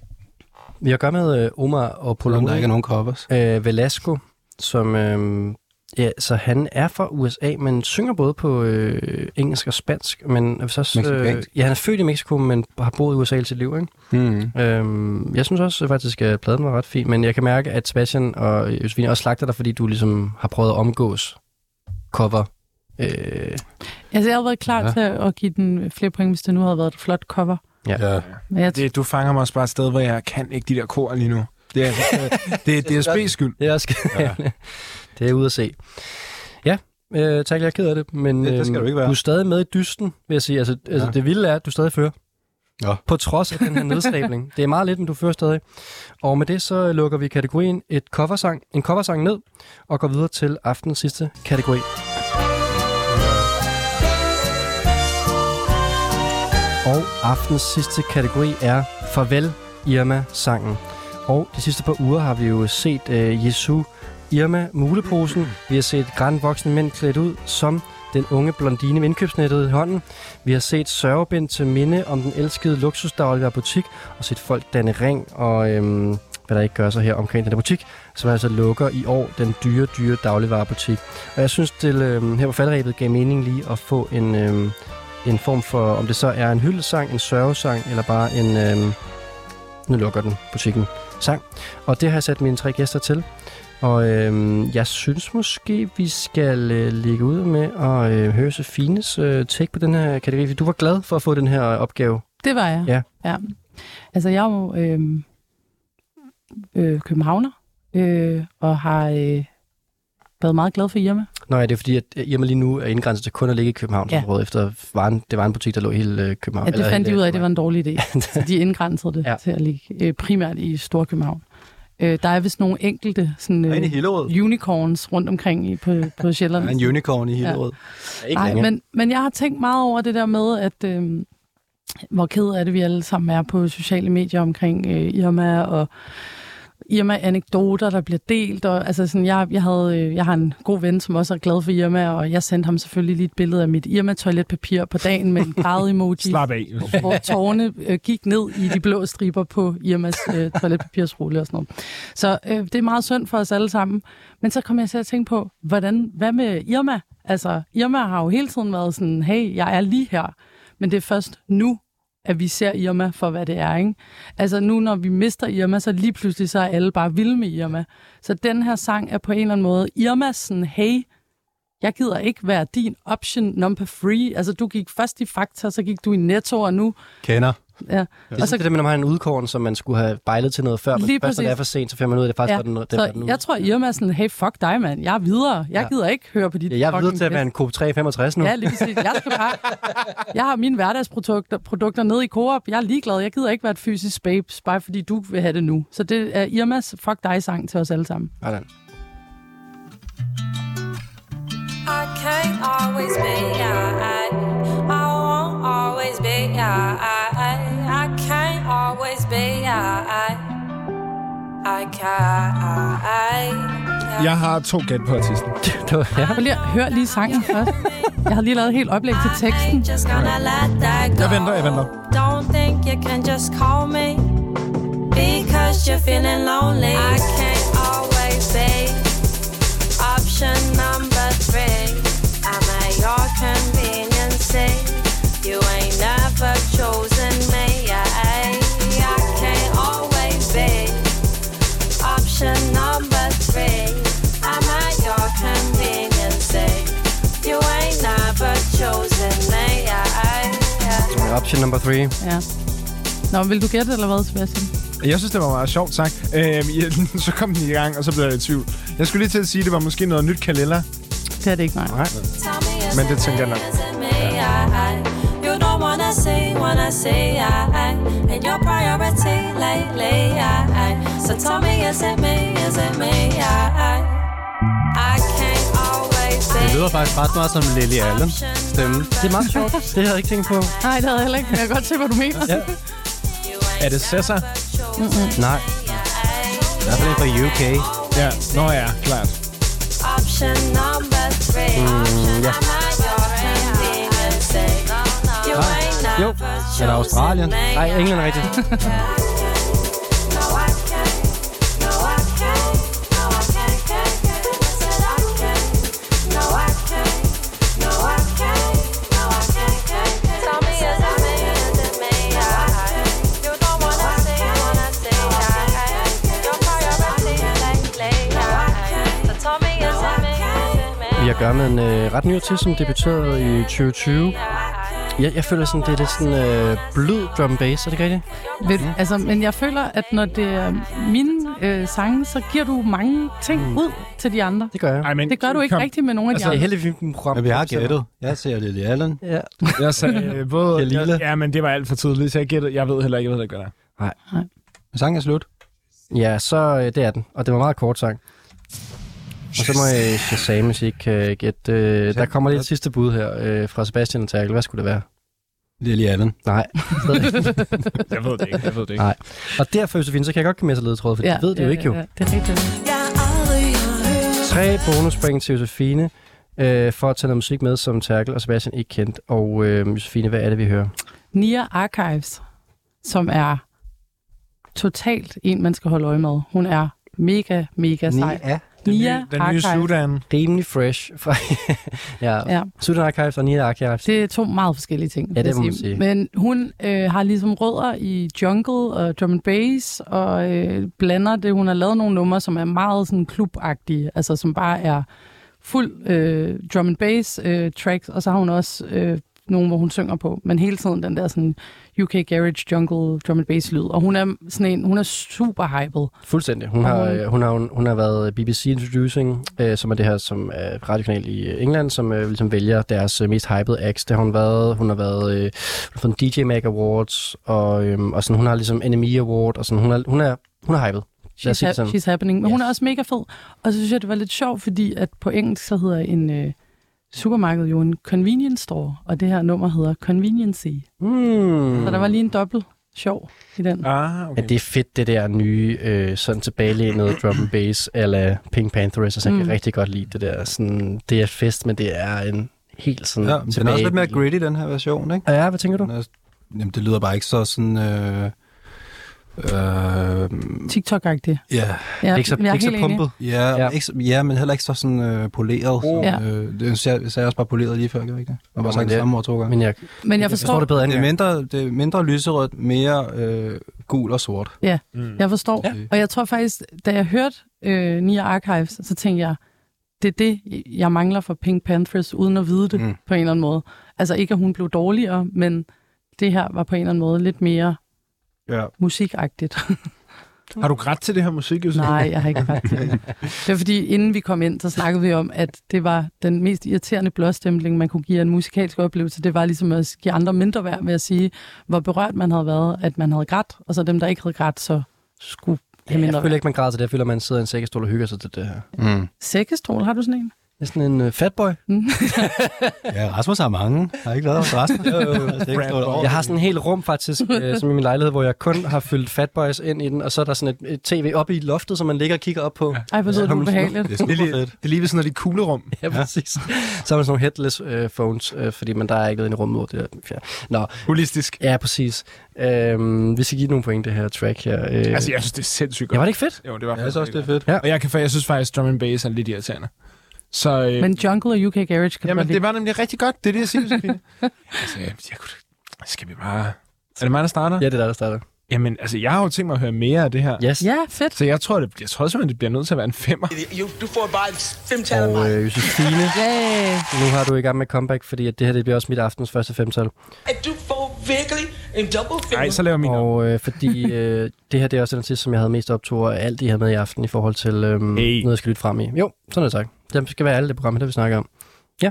Vi har gør med øh, Omar og Polon, der Polonia. ikke er nogen covers. Øh, Velasco, som øh, Ja, så han er fra USA, men synger både på øh, engelsk og spansk. Men er så også, øh, Mexicansk. ja, han er født i Mexico, men har boet i USA hele sit liv. Ikke? Mm. Øhm, jeg synes også faktisk, at pladen var ret fin, men jeg kan mærke, at Sebastian og øh, Josefine også slagter dig, fordi du ligesom har prøvet at omgås cover. Øh, Altså, jeg havde været klar Ja. ja. til at give den flere point, hvis det nu havde været et flot cover. Ja. Men jeg Det, du fanger mig også bare et sted, hvor jeg kan ikke de der kor lige nu. Det er, det er DSB's skyld. det er også ja. Det er ude at se. Ja, øh, tak, jeg er ked af det, men Det- det skal øhm, du ikke være. du er stadig med i dysten, vil jeg sige. Altså, ja. altså Ja. det vilde er, at du stadig fører. Nå. På trods af den her nedstabling. det er meget lidt, men du fører stadig. Og med det så lukker vi kategorien et coversang, en coversang ned, og går videre til aftenens sidste kategori. Og aftens sidste kategori er Farvel Irma-sangen. Og de sidste par uger har vi jo set øh, Jesu Irma muleposen. Vi har set grandvoksne mænd klædt ud som den unge blondine med indkøbsnettet i hånden. Vi har set sørgebind til minde om den elskede luksusdagligere butik, og set folk danne ring og øhm, hvad der ikke gør sig her omkring den her butik, som altså lukker i år den dyre, dyre dagligvarerbutik. Og jeg synes, det øhm, her på faldrebet gav mening lige at få en, øhm, en form for, om det så er en hyldesang, en sørgesang, eller bare en, øhm, nu lukker den butikken, sang. Og det har jeg sat mine tre gæster til. Og øhm, jeg synes måske, vi skal øh, ligge ud med at øh, høre Sofines øh, take på den her kategori. Du var glad for at få den her opgave. Det var jeg. Ja. ja. Altså, jeg er jo øh, øh, københavner, øh, og har øh, været meget glad for Irma. Nå ja, det er fordi, at øh, Irma lige nu er indgrænset til kun at ligge i Københavnsområdet, ja. efter varen, det var en butik, der lå i hele øh, København. Ja, det eller fandt de hele- ud af, at det var en dårlig idé. Så de indgrænsede det Ja. ja. til at ligge øh, primært i Storkøbenhavn. Øh, der er vist nogle enkelte sådan, En i øh, Hillerød. unicorns rundt omkring i, på, på Sjælland. Der er en unicorn i Hillerød. Ja, ikke Nej, længe. men, men jeg har tænkt meget over det der med, at øh, hvor ked af det vi alle sammen er på sociale medier omkring øh, Irma og Irma-anekdoter, der bliver delt. Og, altså sådan, jeg, jeg, havde, øh, jeg har en god ven, som også er glad for Irma, og jeg sendte ham selvfølgelig lige et billede af mit Irma-toiletpapir på dagen med en græd-emoji, Slap af. hvor tårne øh, gik ned i de blå striber på Irmas øh, toiletpapirsrulle og sådan noget. Så øh, det er meget synd for os alle sammen. Men så kom jeg til at tænke på, hvordan, hvad med Irma? Altså, Irma har jo hele tiden været sådan, hey, jeg er lige her. Men det er først nu, at vi ser Irma for, hvad det er. Ikke? Altså nu, når vi mister Irma, så lige pludselig så er alle bare vilde med Irma. Så den her sang er på en eller anden måde Irmas sådan, hey, jeg gider ikke være din option number free. Altså, du gik først i Fakta, så gik du i Netto, og nu... Kender. Ja. Det er Og så så, det der med, når man har en udkorn, som man skulle have bejlet til noget før, men Lige først når det er præcis. for sent, så finder man ud af, at det faktisk ja. var den, den, var så den jeg tror, Irma er sådan, hey, fuck dig, mand. Jeg er videre. Jeg Ja. gider ikke høre på dit Ja, jeg er videre fucking til at være pis." en Coop 365 nu. Ja, lige præcis. Jeg, skal bare, jeg har mine hverdagsprodukter produkter nede i Coop. Jeg er ligeglad. Jeg gider ikke være et fysisk babes, bare fordi du vil have det nu. Så det er Irmas fuck dig-sang til os alle sammen. Sådan. I can't always be I, I won't always be I, I can't always be I, I can't. Jeg har to gæt på artisten. Det var- ja. Prøv lige at høre lige sangen først. Jeg har lige lavet et helt oplæg til teksten. Jeg Jeg venter, jeg venter. Don't think you can just call me because you're feeling lonely. I can't always be option number three. I'm at your convenience. You ain't never chosen me. I, I can't always be option number three. I'm at your convenience. You ain't never chosen me. Det var Option number three. Ja. Nå, vil du gætte, eller hvad, Sebastian? Jeg synes, det var meget sjovt sagt. Øhm, ja, så kom den i gang, og så blev jeg i tvivl. Jeg skulle lige til at sige, at det var måske noget nyt kalella. Det er det ikke, nej. Men det tænker jeg nok. You don't wanna see, wanna see, I, and your priority lately, I, so tell me, is it me, is it me, I, I can't always be Det lyder faktisk ret meget som Lily Allen stemme. Det er meget sjovt. Det havde jeg ikke tænkt på. Nej, det havde jeg heller ikke, men jeg kan godt se, hvad du mener. Ja. Er det Cæsar? Nej. I hvert fald en fra UK. Ja. Nå ja, klart. option number three. ja. I'm at your convenience, you ain't Ah. Jo. never Er det Australien? Nej, England er rigtigt. No, I can't. No, I can't. No, I can't, can't, can't. I said I can't. at gøre med en øh, ret ny artist, som debuterede i 2020. Jeg, jeg føler sådan, det er lidt sådan øh, blød drum bass, er det ikke rigtigt? Ved, mm. altså, men jeg føler, at når det er mine øh, sange, så giver du mange ting mm. ud til de andre. Det gør jeg. Ej, men, Det gør du ikke kom. rigtigt med nogen af de Altså, det er andre. heldigvis min program. Men vi har gættet. Jeg ser Lily Allen. Ja. Jeg sagde øh, både... Jeg er lille. ja, men det var alt for tidligt, så jeg, gættede, jeg ved heller ikke, hvad det gør. Sangen er slut. ja, så øh, det er den. Og det var en meget kort sang. Og så må jeg Shazam, hvis I ikke kan gætte. Øh, der kommer lige et sidste bud her øh, fra Sebastian og Terkel. Hvad skulle det være? Lily Allen. Nej. Jeg ved det ikke, jeg ved det ikke. Nej. Og derfor, Josefine, så kan jeg godt give med til ledetråd, for ja, det ved det jo ikke jo. Ja, det er rigtigt. Tre bonuspoint til Josefine øh, for at tage noget musik med, som Terkel og Sebastian ikke kendte. Og øh, Josefine, hvad er det, vi hører? Nia Archives, som er totalt en, man skal holde øje med. Hun er mega, mega sej. Nia. Den nye, Nia den nye Archives. Sudan. Rimelig fresh fra ja, ja. Ja. Sudan Archives og Nia Archives. Det er to meget forskellige ting. Ja, vil det må jeg man sige. Men hun øh, har ligesom rødder i jungle og drum and bass, og øh, blander det. Hun har lavet nogle numre, som er meget sådan klubagtige, altså som bare er fuld øh, drum and bass øh, tracks, og så har hun også øh, nogle, hvor hun synger på, men hele tiden den der sådan UK Garage Jungle drum and bass lyd, og hun er sådan en, hun er super hyped. Fuldstændig. Hun Mm. har, øh, hun, har, hun, hun har været BBC Introducing, øh, som er det her som er radiokanal i øh, England, som øh, ligesom vælger deres øh, mest hypede acts. Det har hun været. Hun har været øh, hun har fået en DJ Mag Awards, og, øh, og sådan, hun har ligesom NME Award, og sådan, hun, er, hun, er, hun er hyped. Lad os She's, sige ha- det sådan. she's happening. Men yes. hun Yes. er også mega fed. Og så synes jeg, det var lidt sjovt, fordi at på engelsk så hedder en øh, supermarked jo en convenience store, og det her nummer hedder Conveniency. Mm. Hmm. Så der var lige en dobbelt sjov i den. Ah, okay. Men det er fedt, det der nye, øh, sådan tilbagelænede drum and bass, eller Pink Panther, så Mm. jeg kan rigtig godt lide det der. Sådan, det er fest, men det er en helt sådan Ja, men den er også lidt mere tilbage- gritty, den her version, ikke? Ja, hvad tænker du? Den er, jamen, det lyder bare ikke så sådan... Øh, øh, TikTok-agtig. ja, Ja, Ikke så, men jeg er ikke så helt enig. pumpet. ja, Ja. ja. Ikke, så- ja, men heller ikke så sådan øh, poleret. Som, Ja. øh, det sagde jeg sagde også bare poleret lige før, gjorde jeg ikke det? Og men bare sagt det det- samme ord to gange. Men jeg, Men jeg jeg forstår forstår, det bedre end Det er jeg. mindre, det er mindre lyserødt, mere øh, gul og sort. Ja, mm. jeg forstår. Ja. Og jeg tror faktisk, da jeg hørte øh, Nia Archives, så tænkte jeg, det er det, jeg mangler for Pink Panthers, uden at vide det mm. på en eller anden måde. Altså ikke, at hun blev dårligere, men det her var på en eller anden måde lidt mere Ja. musikagtigt. Har du ret til det her musik, Josef? Nej, jeg har ikke ret til det. Det er fordi, inden vi kom ind, så snakkede vi om, at det var den mest irriterende blåstempling, man kunne give af en musikalsk oplevelse. Det var ligesom at give andre mindre værd ved at sige, hvor berørt man havde været, at man havde grædt, og så dem, der ikke havde grædt, så skulle have Jeg mindre føler værd. ikke, man græder til det. Jeg føler, man sidder i en sækkestol og hygger sig til det her. Mm. Sækkestol, har du sådan en? Mm, Det er sådan en øh, uh, fatboy. Ja, Rasmus har mange. Har ikke været hos Rasmus? jo, jo, jo. Altså, ikke stået over. Jeg har sådan en hel rum faktisk, øh, som i min lejlighed, hvor jeg kun har fyldt fatboys ind i den, og så er der sådan et, et tv oppe i loftet, som man ligger og kigger op på. Ej, hvor lyder det ubehageligt. Det er Det er, super lige, fedt. det er lige ved sådan noget, de kuglerum. Ja, præcis. Så har man sådan nogle headless øh, phones, øh, fordi man der er ikke noget inde i rummet. hvor Det der. Ja. Nå, Holistisk. ja, præcis. Øhm, vi skal give nogle point det her track her. Øh, Altså, jeg synes, det er sindssygt ja, godt. var det ikke fedt? Jo, det var Jeg synes også, det er fedt. Og jeg, kan, fa- jeg synes faktisk, drum and bass er lidt irriterende. Så, øh, Men Jungle og UK Garage kan jamen, du det det var nemlig rigtig godt. Det er det, jeg siger, Josefine. altså, jeg, jeg kunne, skal vi bare... Er det mig, der starter? Ja, det er der, der starter. Jamen, altså, jeg har jo tænkt mig at høre mere af det her. Yes. Ja, fedt. Så jeg tror, det, jeg tror simpelthen, det bliver nødt til at være en femmer. You, du får bare fem tal af Og mig. øh, Josefine, Yeah. nu har du i gang med comeback, fordi at det her det bliver også mit aftens første femtal. At du får virkelig en double finger. Nej, så laver min om. Og øh, fordi øh, det her det er også den sidste, som jeg havde mest optur af alt, I havde med i aften i forhold til øh, Hey. noget, jeg skal lytte frem i. Jo, sådan er det sagt. Det skal være alle det program, det vi snakker om.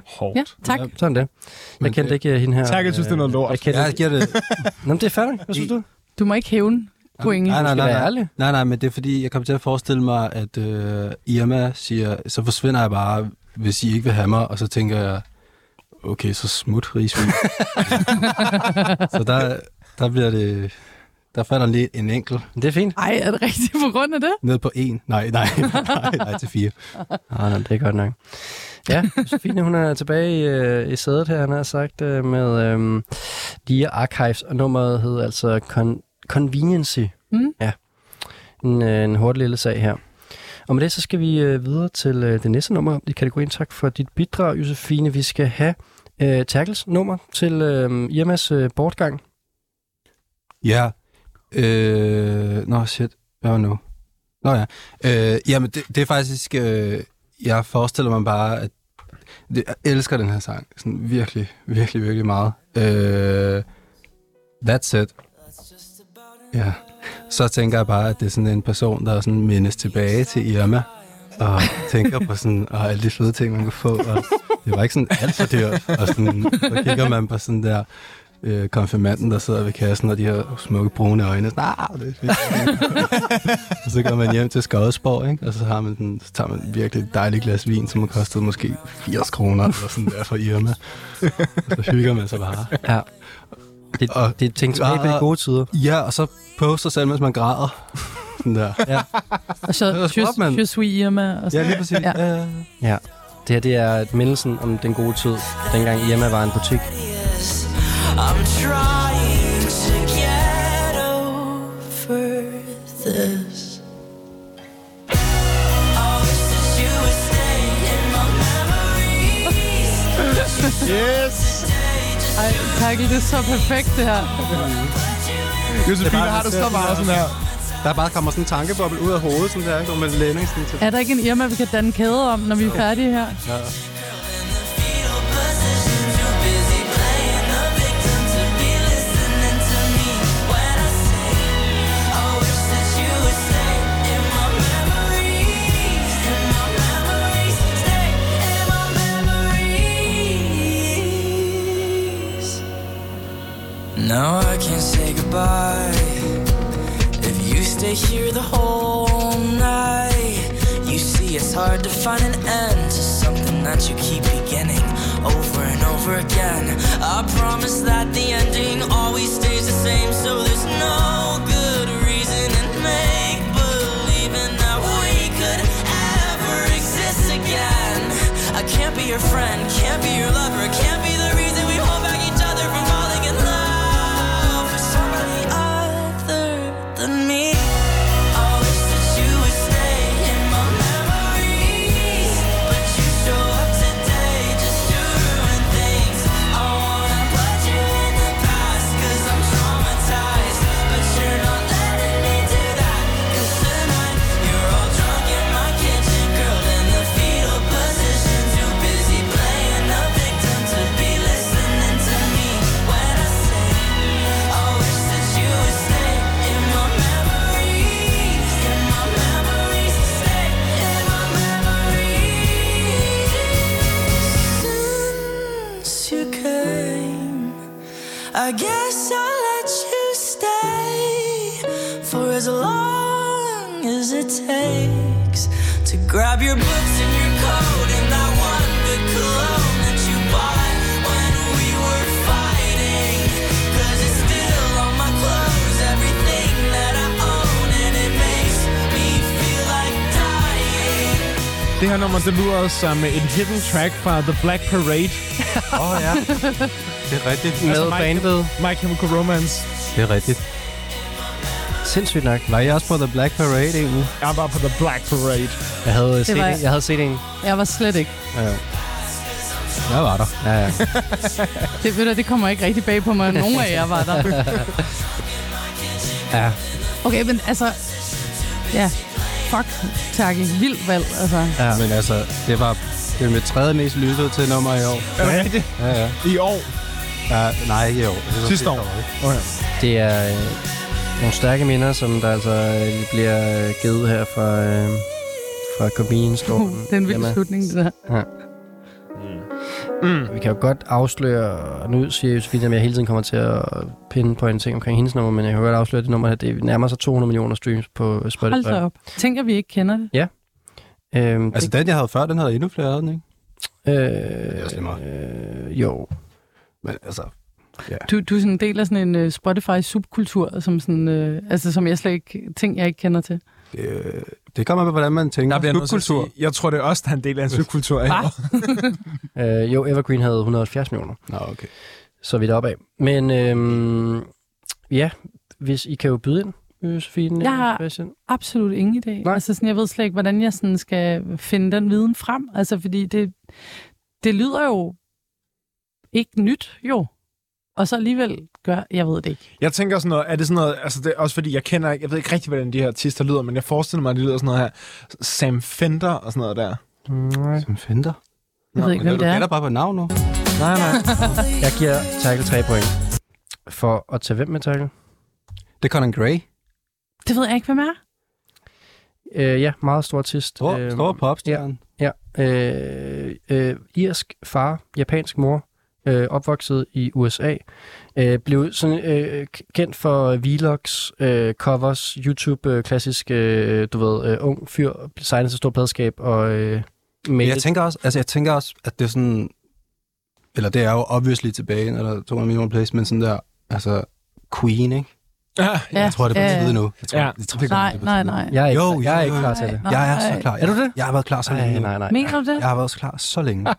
Hårdt. Ja, tak. Sådan er det. Jeg kendte ikke øh, hende her. Tak, jeg synes, det er noget lort. Jeg kendte Ja, ja. jeg giver det. Nå, men det er færdigt. Hvad synes du? Du må ikke hævne pointe. Nej, nej, skal nej, være nej. ærlig. nej, nej, men det er fordi, jeg kom til at forestille mig, at øh, Irma siger, så forsvinder jeg bare, hvis I ikke vil have mig, og så tænker jeg, okay, så smut, rigsvin. så der, der bliver det, der falder lige en enkelt Men Det er fint. Ej, er det rigtigt på grund af det? ned på en. Nej, nej, nej, nej til fire. Ah, nej, det er godt nok. Ja, Josefine, hun er tilbage i, øh, i sædet her, han har sagt, øh, med øh, Dia Archives, og nummeret hed altså Con- Conveniency. Mm. Ja, en, øh, en hurtig lille sag her. Og med det, så skal vi øh, videre til øh, det næste nummer i kategorien. Tak for dit bidrag, Josefine. Vi skal have øh, Terkels nummer til øh, Irmas øh, bortgang. Ja. Øh, nå, shit. Hvad var nu? Nå ja. Øh, jamen, det, det er faktisk... Øh, jeg forestiller mig bare, at det, jeg elsker den her sang. Sådan virkelig, virkelig, virkelig meget. Øh, that's it. Ja. Så tænker jeg bare, at det er sådan en person, der sådan mindes tilbage til Irma. Og tænker på sådan, og alle de fede ting, man kan få. Og det var ikke sådan alt for dyrt. Og sådan, så kigger man på sådan der øh, konfirmanden, der sidder ved kassen, og de har smukke brune øjne. Sådan, "Ah, det er fedt. og så går man hjem til Skodsborg, ikke? og så, har man sådan, så tager man virkelig et dejligt glas vin, som har kostet måske 80 kroner, eller sådan der for Irma. Og så hygger man sig bare. Ja. Det, Og- det er tænkt tilbage på de gode tider. Ja, og så poster selv, mens man græder. Sådan der. Ja, Og så, Det er sgu je, godt, mand. je suis Irma. Og ja sådan. lige præcis. Ja. Ja. Ja, ja. Ja. Det her, det er et mindelsen om den gode tid, dengang Irma var en butik. I'm trying to get over this. I wish that you would stay in my memories. Yes! Ej, Takkel, det er så perfekt, det her. Josefine bare- har det så meget sådan her. Der bare kommer sådan en tankeboble ud af hovedet, sådan der, ikke? Hvor man lænder sådan til. Er der ikke en Irma, vi kan danne kæde om, når vi er færdige her? Now I can't say goodbye. If you stay here the whole night, you see it's hard to find an end to something that you keep beginning over and over again. I promise that the ending always stays the same, so there's no good reason in make believing that we could ever exist again. I can't be your friend, can't be your lover, can't be the reason we hold back each other from falling in love with somebody other than me. I wish that you would stay in my memories, but you show up today just to ruin things. I wanna put you in the past, cause I'm traumatized, but you're not letting me do that. Cause tonight you're all drunk in my kitchen, curled in the fetal position, too busy playing the victim to be listening to me when I say. I wish that you would stay in my memories, in my memories, stay in my memories. Since you came, I guess I'll let you stay for as long as it takes to grab your books and your coat and that one good cologne that you bought when we were fighting. Cause it's still on my clothes, everything that I own, and it makes me feel like dying. Det her nummer, det lyder som et hidden track fra The Black Parade. Åh oh, ja, det er rigtigt. Med mig- bandet. My Altså, Chemical Romance. Det er rigtigt. Sindssygt nok. Var I også på The Black Parade egentlig? Jeg var på The Black Parade. Jeg havde, øh, set, var- en, jeg havde set en. Jeg var slet ikke. Jeg var der. Ja, ja. Det, ved du, det kommer ikke rigtig bag på mig, at nogen af jer var der. ja. Okay, men altså... Ja, fuck, Takkel. Vildt valg, altså. Ja. Men altså, det var det er mit tredje mest lyttede til nummer i år. Er det rigtigt? Ja, ja. I år. ja nej, ikke i år. Det var Sidste år. ikke? Okay. Det er øh, nogle stærke minder, som der altså øh, bliver øh, givet her fra, øh, fra Uh, Corbin-stormen. det er en vild slutning, det der. Mm. Vi kan jo godt afsløre, og nu siger Josefine, at jeg hele tiden kommer til at pinde på en ting omkring hendes nummer, men jeg kan jo godt afsløre at det nummer her. Det nærmer sig 200 millioner streams på Hold Spotify. da op. Tænk, at vi ikke kender det. Øhm, Altså, den jeg havde før, den havde endnu flere, havde den, ikke? det, er også lige øh, øh, jo. Men altså, Du, du er sådan en del af sådan en uh, Spotify-subkultur, som, sådan, uh, altså, som jeg slet ikke, ting, jeg ikke kender til. det, øh, det kommer med, hvordan man tænker. Der bliver jeg nødt til at Subkultur. sige, jeg tror, det er også der er en del af en subkultur. i år. Øh, jo, Evergreen havde 170 millioner. Nå, okay. så vidt opad. Men øhm, ja, hvis I kan jo byde ind, øh, Josefine. Jeg har- Christian. Absolut ingen idé. Nej. Altså, sådan, jeg ved slet ikke, hvordan jeg sådan skal finde den viden frem. Altså, fordi det, det lyder jo ikke nyt, jo. Og så alligevel gør, jeg ved det ikke. Jeg tænker sådan noget, er det sådan noget, altså det er også fordi, jeg kender ikke, jeg ved ikke rigtig, hvordan de her artister lyder, men jeg forestiller mig, at de lyder sådan noget her, Sam Fender og sådan noget der. Som finder. Jeg ved ikke, Men hvem du det er. gætter bare på et navn nu. Nej, nej. Jeg giver Tackle 3 point. For at tage hvem med Tackle? Det er Conan Gray. Det ved jeg ikke, hvem er. Øh, ja, meget stor artist. Stor, Øhm, store popstjerne. Ja. Øh, øh, irsk far, japansk mor, øh, opvokset i USA, øh, blev sådan, øh, k- kendt for vlogs, øh, covers, YouTube, øh, klassisk, øh, du ved, øh, ung fyr, signet til stor pladskab og øh, Men made jeg it. tænker, også, altså jeg tænker også, at det er sådan... Eller det er jo obviously tilbage, når der er 200 millioner plays, men sådan der... Altså, Queen, ikke? Ja, Jeg tror, det er på Ja, ja. tide nu. Jeg tror, Ja. jeg tror, det er Nej, på nej, tide nu. nej. Jeg er ikke, Jo, jo, jeg er jo, ikke jo, klar jo. til det. Nej, Jeg er så nej. klar. Er du det? Jeg har været klar så Nej, længe. nej, nej. Mener du det? Ah. Jeg har været klar så længe.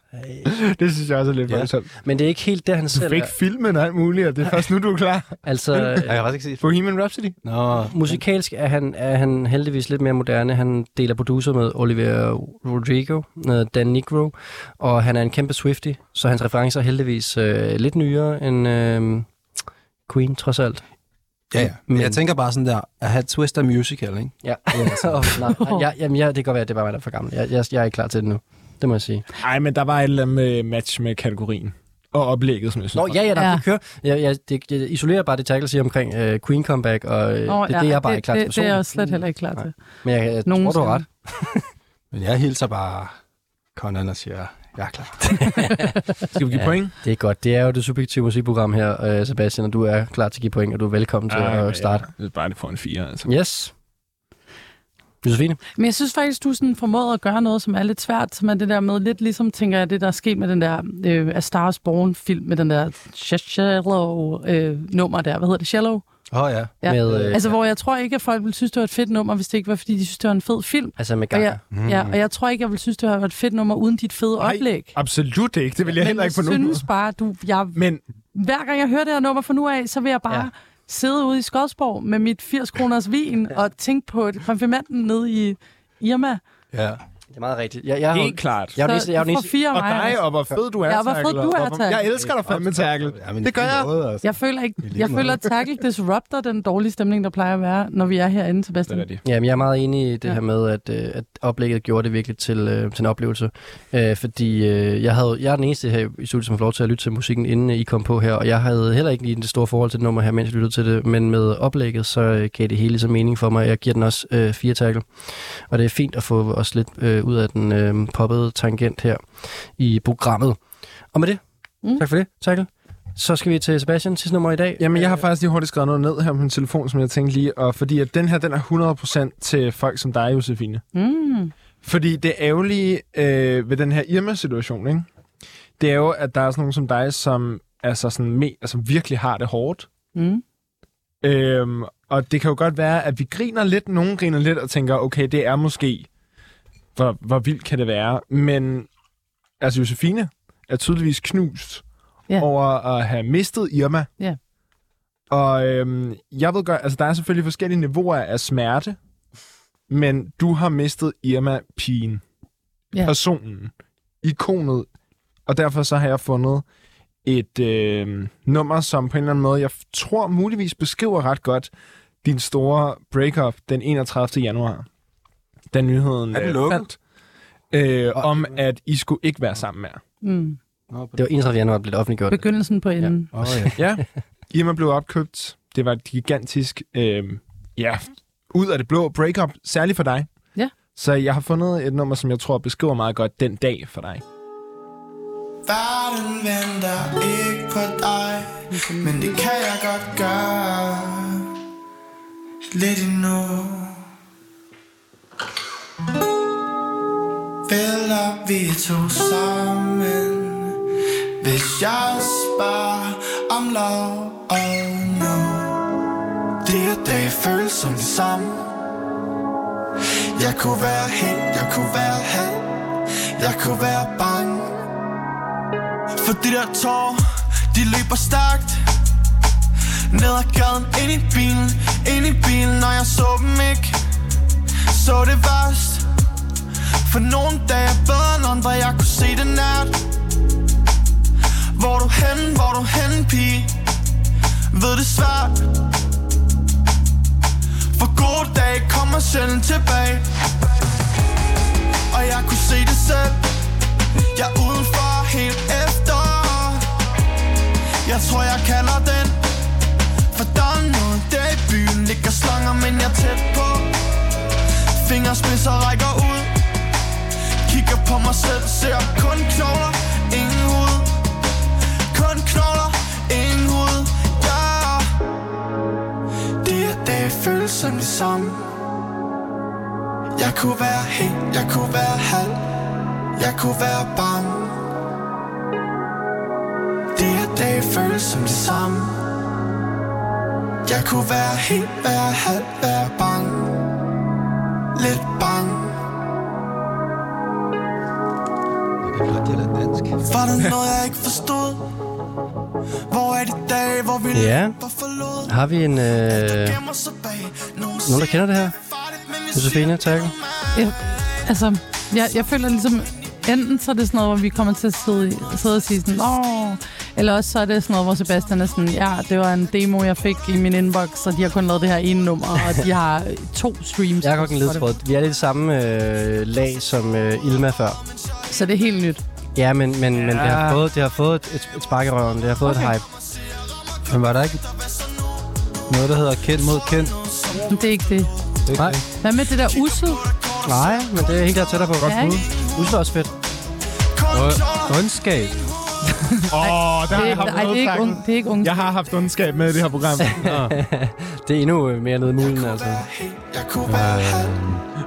det synes jeg også er lidt Ja. voldsomt. Men det er ikke helt det, han Du selv fik er. filmen og alt muligt, og det er først nu, du er klar. Altså, Jeg kan faktisk ikke sige det. Bohemian Rhapsody. Nå, Musikalsk er han, er han heldigvis lidt mere moderne. Han deler producer med Olivia Rodrigo, øh, Dan Negro, og han er en kæmpe Swifty, så hans referencer er heldigvis øh, lidt nyere end øh, Queen, trods alt. ja, ja. Men Men- jeg tænker bare sådan der, at have Twister Musical, ikke? Ja, oh, nej, nej, jeg, jamen, jeg, det kan godt være, at det bare var der for gammel. Jeg, jeg, jeg er ikke klar til det nu. Det må jeg sige. Nej, men der var et eller andet med match med kategorien. Og oplægget, som jeg synes. Nå, ja, ja, der, Ja. det kører. Jeg, jeg, det, jeg isolerer bare det, Tackle siger omkring øh, Queen comeback, og øh, Nå, oh, det, det er jeg bare ikke klar til. det, det er jeg også personligt. slet heller ikke klar til. Men jeg, jeg tror, du Nogensinde. har ret. Men jeg hilser bare Conan og siger, jeg er klar. Skal vi give Ja. point? Det er godt. Det er jo det subjektive musikprogram her, øh, Sebastian, og du er klar til at give point, og du er velkommen til Ej, at starte. Jeg ved bare, Ah, det får en 4, altså. Yes. Josefine? Men jeg synes faktisk, du sådan formåede at gøre noget, som er lidt svært, som er det der med, lidt ligesom tænker jeg, det der er sket med den der øh, A Star is Born film, med den der Shallow-nummer der. Hvad hedder det? Shallow? Åh oh, ja. Ja. Med, øh, altså, hvor jeg tror ikke, at folk ville synes, det var et fedt nummer, hvis det ikke var, fordi de synes, det var en fed film. Altså med Og gang. jeg, ja, og jeg tror ikke, jeg ville synes, det var et fedt nummer uden dit fede Mm. Nej, oplæg. Absolut ikke. Det vil jeg Men heller jeg ikke på nogen måde. synes bare, du, jeg, Men hver gang jeg hører det her nummer fra nu af, så vil jeg bare Ja. ja. sidde ude i Skodsborg med mit 80 kroners vin og tænke på et- konfirmanden nede i Irma. ja. Det er meget rigtigt. Jeg, jeg, helt klart. Jeg er jo Så den eneste- jeg er jo den du får eneste- fire af Og mig, dig, altså. og hvor fed du er, Ja, hvor fed Terkel, du er, og hvor- Terkel. Jeg elsker dig fandme, Terkel. Ja, men Det gør på en jeg. Måde, altså. Jeg føler, ikke, ligner jeg føler at Tackle disrupter den dårlige stemning, der plejer at være, når vi er herinde, Sebastian. det. Jamen, jeg er meget enig i det ja. Ja. her med, at, øh, at oplægget gjorde det virkelig til, øh, til en oplevelse. Øh, fordi øh, jeg, havde, jeg er den eneste her i studiet, som har fået lov til at lytte til musikken, inden øh, I kom på her. Og jeg havde heller ikke lige det store forhold til det nummer her, mens jeg lyttede til det. Men med oplægget, så øh, gav det hele ligesom mening for mig. Jeg giver den også øh, fire tackle. Og det er fint at få os lidt øh, ud af den øh, poppede tangent her i programmet. Og med det, mm. Mm. tak for det, tackle. Så skal vi til Sebastian, sidste nummer i dag. Jamen, jeg har faktisk lige hurtigt skrevet noget ned her på min telefon, som jeg tænkte lige, og fordi at den her, den er 100% til folk som dig, Josefine. Mm. Fordi det ærgerlige øh, ved den her Irma-situation, ikke? det er jo, at der er sådan nogen som dig, som altså sådan me- altså virkelig har det hårdt. Mm. Øhm, og det kan jo godt være, at vi griner lidt, nogen griner lidt og tænker, okay, det er måske, hvor, hvor vildt kan det være. Men altså Josefine er tydeligvis knust Ja. over at have mistet Irma. Ja. Og øhm, jeg ved godt, altså der er selvfølgelig forskellige niveauer af smerte, men du har mistet Irma-pigen. Ja. Personen. Ikonet. Og derfor så har jeg fundet et øh, nummer, som på en eller anden måde, jeg f- tror muligvis beskriver ret godt din store breakup den 31. januar. Da nyheden Er den øh, lukket? faldt. Øh, om, at I skulle ikke være sammen mere. Mm. Det var 31. januar, blev det offentliggjort. Begyndelsen på enden. Åh, ja. Ja, Irma blev opkøbt. Det var et gigantisk, øh, ja, ud af det blå breakup, særligt for dig. Ja. Så jeg har fundet et nummer, som jeg tror beskriver meget godt den dag for dig. Verden venter ikke på dig Men det kan jeg godt gøre Lidt endnu Fælder vi to sammen Hvis jeg spørger om lov og nu Det er dag føles som det samme Jeg kunne være helt, jeg kunne være halv Jeg kunne være bange for de der tår, de løber stærkt Ned ad gaden, ind i bilen, ind i bilen Når jeg så dem ikke, så det værst For nogle dage er bedre end andre, jeg kunne se det nært Hvor er du hen, hvor er du hen, pige Ved det svært For gode dage kommer sjældent tilbage Og jeg kunne se det selv Jeg er udenfor helt efter Jeg tror jeg kalder den For der er noget der i byen Ligger slanger, men jeg er tæt på Fingerspidser rækker ud Kigger på mig selv, ser kun knogler Ingen hud Kun knogler, ingen hud Ja De her dage føles som det samme Jeg kunne være helt, jeg kunne være halv Jeg kunne være bange De her dage føles som det samme Jeg kunne være helt, være halv, være bange Lidt bange Var der noget, jeg ikke forstod? Hvor er de dage, hvor vi Ja. løber forlod? Har vi en... Øh, Gemmer sig bag nogle nogen, der kender det her? Josefine, tak. Jeg, altså, jeg, jeg føler ligesom, enten så er det sådan noget, hvor vi kommer til at sidde, sidde og sige sådan, åh, eller også så er det sådan noget, hvor Sebastian er sådan, ja, det var en demo, jeg fik i min inbox, og de har kun lavet det her ene nummer, og de har to streams. Jeg har godt en Så er det- ledtråd. Vi er lidt i samme øh, lag som øh, Ilma før. Så det er helt nyt. Ja, men, men, men det har fået, det har fået et, et, et spark i røven. Det har fået okay. et hype. Men var der ikke noget, der hedder kendt mod kendt? Det er ikke det. Ikke Nej. det? Hvad med det der ussel? Nej, men det er helt klart tættere på. Godt Ja, bud. ikke? Husk også fedt. Og ondskab. Åh, oh, der har Det, jeg er- haft nej, det, er ikke noget unge, det er ikke unge. Jeg har haft ondskab med i det her program. Det er endnu øh, mere nede i mulen, altså. Øh. Jeg kunne være halv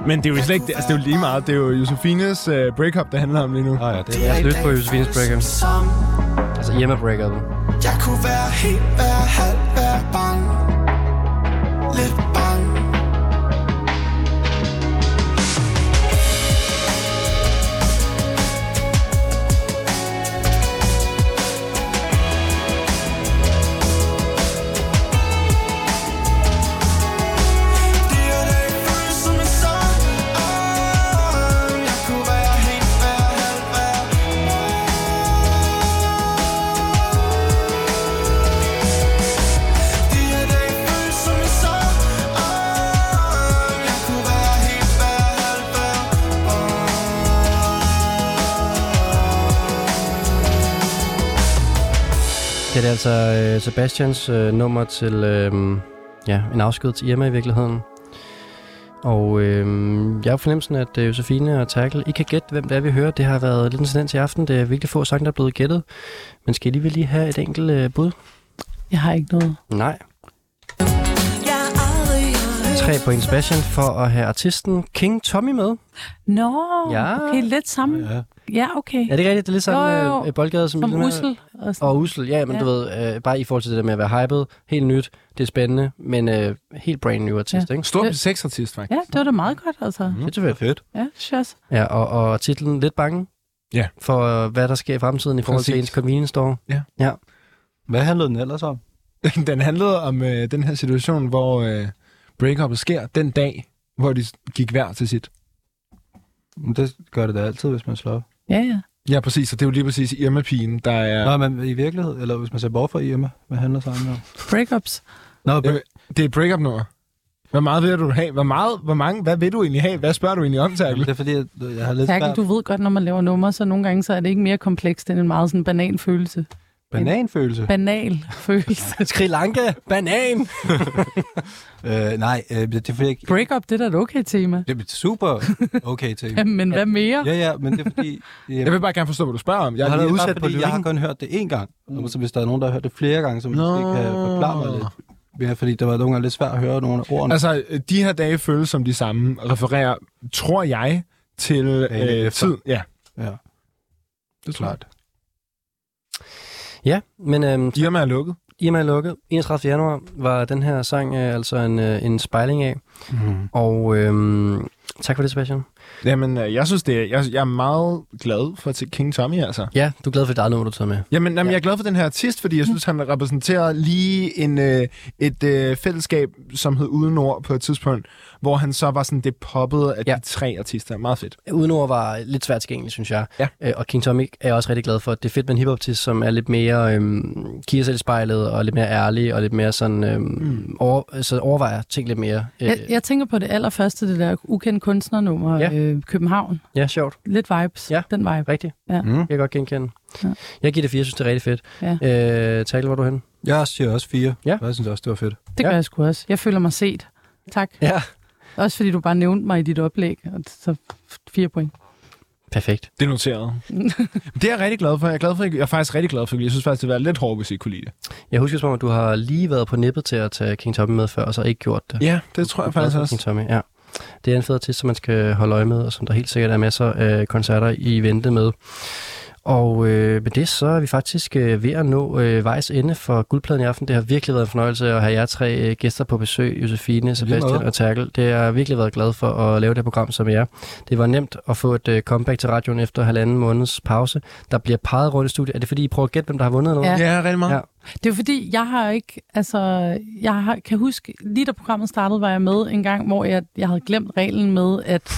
Men det er jo slet ikke... Altså, det er jo lige meget. Det er jo Josefines øh, breakup, det handler om lige nu. Åh oh, ja, det Lad os lytte på Josefines breaker. som Altså Irma breaker. Jeg kunne være helt, være halv, være bange Lidt bange Det er det føles som en sang Åh, Jeg kunne være helt, være halv, være Det er det føles som en sang Åh, Jeg kunne være helt, være halv, være Det er det altså øh, Sebastians øh, nummer til øh, ja, en afsked til Irma i virkeligheden. Og øh, jeg har fornemmelsen, at øh, Josefine og Tackle ikke kan gætte, hvem det er, vi hører. Det har været lidt en tendens i aften. Det er virkelig få sange, der er blevet gættet. Men skal I alligevel lige have et enkelt øh, bud? Jeg har ikke noget. Nej. Tre point Sebastian for at have artisten King Tommy med. Nå, Ja. ja. okay, lidt sammen. Ja. Ja, okay. Er det rigtigt? Det er lidt Jo, jo, samme jo. øh, boldgade som, Som Vilma- ussel. Og sådan. Og usel, ja, men ja. Ja. du ved, øh, bare i forhold til det der med at være hyped, helt nyt, det er spændende, men øh, helt brand new artist, ja. ikke? Stor sexartist, faktisk. Ja, det var da meget godt, altså. Mm. Det er fedt. fedt. Ja, sjovt. Ja, og, og titlen Lidt Bange? Ja. For øh, hvad der sker i fremtiden i forhold Præcis. til Præcis. ens convenience store? Hvad handlede den ellers om? Den handlede om øh, den her situation, hvor øh, breakuppet sker den dag, hvor de s- gik hver til sit. Men Det gør det da altid, hvis man slår op. Ja, ja. Ja, præcis. Og det er jo lige præcis Irma-pigen, der Ja. er... Nå, men i virkelighed, eller hvis man ser bort fra Irma, hvad handler sangen om? Breakups. Nå, Ja. Øh, Det er et breakup nummer. Hvor meget vil du have? Hvor, meget, hvor mange? Hvad vil du egentlig have? Hvad spørger du egentlig om, Jamen, Terkel? det er fordi, at jeg har lidt Terkel, svært. du ved godt, når man laver numre, så nogle gange så er det ikke mere komplekst end en meget sådan banal følelse. Bananfølelse. Banal følelse. Sri Lanka, banan! Øh, nej, øh, det er fordi, jeg... Breakup, det er da et okay tema. Det er et super okay ting. Ja, men hvad mere? Ja, ja, men det er fordi... Jamen, Jeg vil bare gerne forstå, hvad du spørger om. Jeg Jeg har er været lige udsat bare på fordi lykken. Jeg har kun hørt det én gang. Og så hvis der er nogen, der har hørt det flere gange, så måske Nå. kan forklare mig lidt. Ja, fordi det var nogle gange lidt svært at høre nogle af ordene. Altså, Altså, øh, de her dage føles som de samme. Refererer, tror jeg, til Dagen øh, efter. tid. Ja, ja, det er klart. ja, men øhm, Irma er lukket. Irma er lukket. 31. januar var den her sang øh, altså en, øh, en spejling af. Mm. Og øhm, tak for det, Sebastian. Mhm. Jamen, øh, jeg synes, det er, jeg, jeg er meget glad for til King Tommy, altså. Ja, du er glad for dit eget nummer, du tager med. Jamen, jamen, jeg er glad for den her artist, fordi jeg synes, han repræsenterer lige en, øh, et øh, fællesskab, som hed Uden Ord på et tidspunkt, hvor han så var sådan det poppede af Ja. ja. de tre artister. Meget fedt. Udenord var lidt svært tilgængeligt, synes jeg. Ja. Øh, og King Tommy er jeg også rigtig glad for. Det er fedt med en hiphop-artist, som er lidt mere øhm, kigger sig i spejlet, og lidt mere ærlig, og lidt mere sådan, øhm, mm. over, altså overvejer ting lidt mere. Øh, Jeg, jeg tænker på det allerførste, det der ukendt kunstnernummer, Ja. ja. øh, København. Ja, sjovt. Lidt vibes. Ja. Den vibe. Rigtigt. Ja. Mm. Jeg kan godt genkende. Ja. Ja. Jeg giver det fire, jeg synes, det er rigtig fedt. Ja. Øh, Tale, hvor er du henne? Jeg siger også fire. Ja. og Jeg synes også, det var fedt. Det gør Ja. jeg sgu også. Jeg føler mig set. Tak. Ja. Også fordi du bare nævnte mig i dit oplæg. Og så fire point. Perfekt. Det er noteret. det er jeg rigtig glad for. Jeg er, glad for, jeg er faktisk rigtig glad for, fordi jeg synes faktisk, det var lidt hårdt, hvis I ikke kunne lide det. Jeg husker som om, at du har lige været på nippet til at tage King Tommy med før, og så ikke gjort det. Ja, det tror jeg faktisk Glad for også. King Tommy, ja. Det er en fed artist, som man skal holde øje med, og som der helt sikkert er masser af koncerter i vente med. Og øh, med det, så er vi faktisk øh, ved at nå øh, vejs ende for guldpladen i aften. Det har virkelig været en fornøjelse at have jer tre øh, gæster på besøg, Josefine, Sebastian måde. og Terkel. Det har jeg virkelig været glad for at lave det her program som jer. Det var nemt at få et øh, comeback til radioen efter halvanden måneds pause. Der bliver peget rundt i studiet. Er det fordi, I prøver at gætte, hvem der har vundet eller noget? Ja. Ja, rigtig meget. Ja. Det er jo fordi, jeg har ikke, altså, jeg har, kan huske, lige da programmet startede, var jeg med en gang, hvor jeg, jeg havde glemt reglen med, at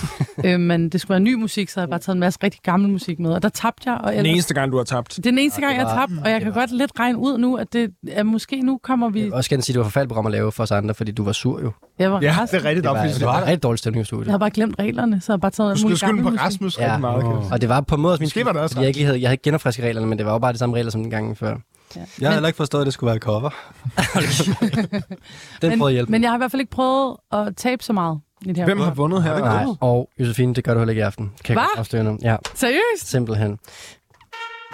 øh, man, det skulle være ny musik, så havde jeg bare taget en masse rigtig gammel musik med, og der tabte jeg. Og Den ellers, eneste gang, du har tabt. det er den eneste gang, jeg tabte, og jeg kan godt lidt regne ud nu, at det at måske nu kommer vi... Jeg vil også gerne sige, at det var et forfærdeligt program at lave for os andre, fordi du var sur jo. Jeg var Ja, rasende. det er rigtigt. Det var, opfindsomt. det var en rigtig dårlig stemning i studiet. Jeg havde bare glemt reglerne, så jeg havde bare taget Du alt skulle muligt skynde gammel på musik. Rasmus rigtig meget. kan jeg sige. Og det var på en måde også min Måske skyld, var det også fordi jeg, ikke lige havde, jeg havde ikke genopfrisket reglerne, men det var jo bare de samme regler som den gang før. Jeg har heller ikke forstået, at det skulle være et cover. Den prøvede at Men, hjælpe. men jeg har i hvert fald ikke prøvet at tabe så meget i det her. Hvem har vundet her? Nej, og Josefine, det gør du heller ikke i aften. Kan jeg Oh. Hva? godt afsløre nu. Ja, Seriøst? simpelthen.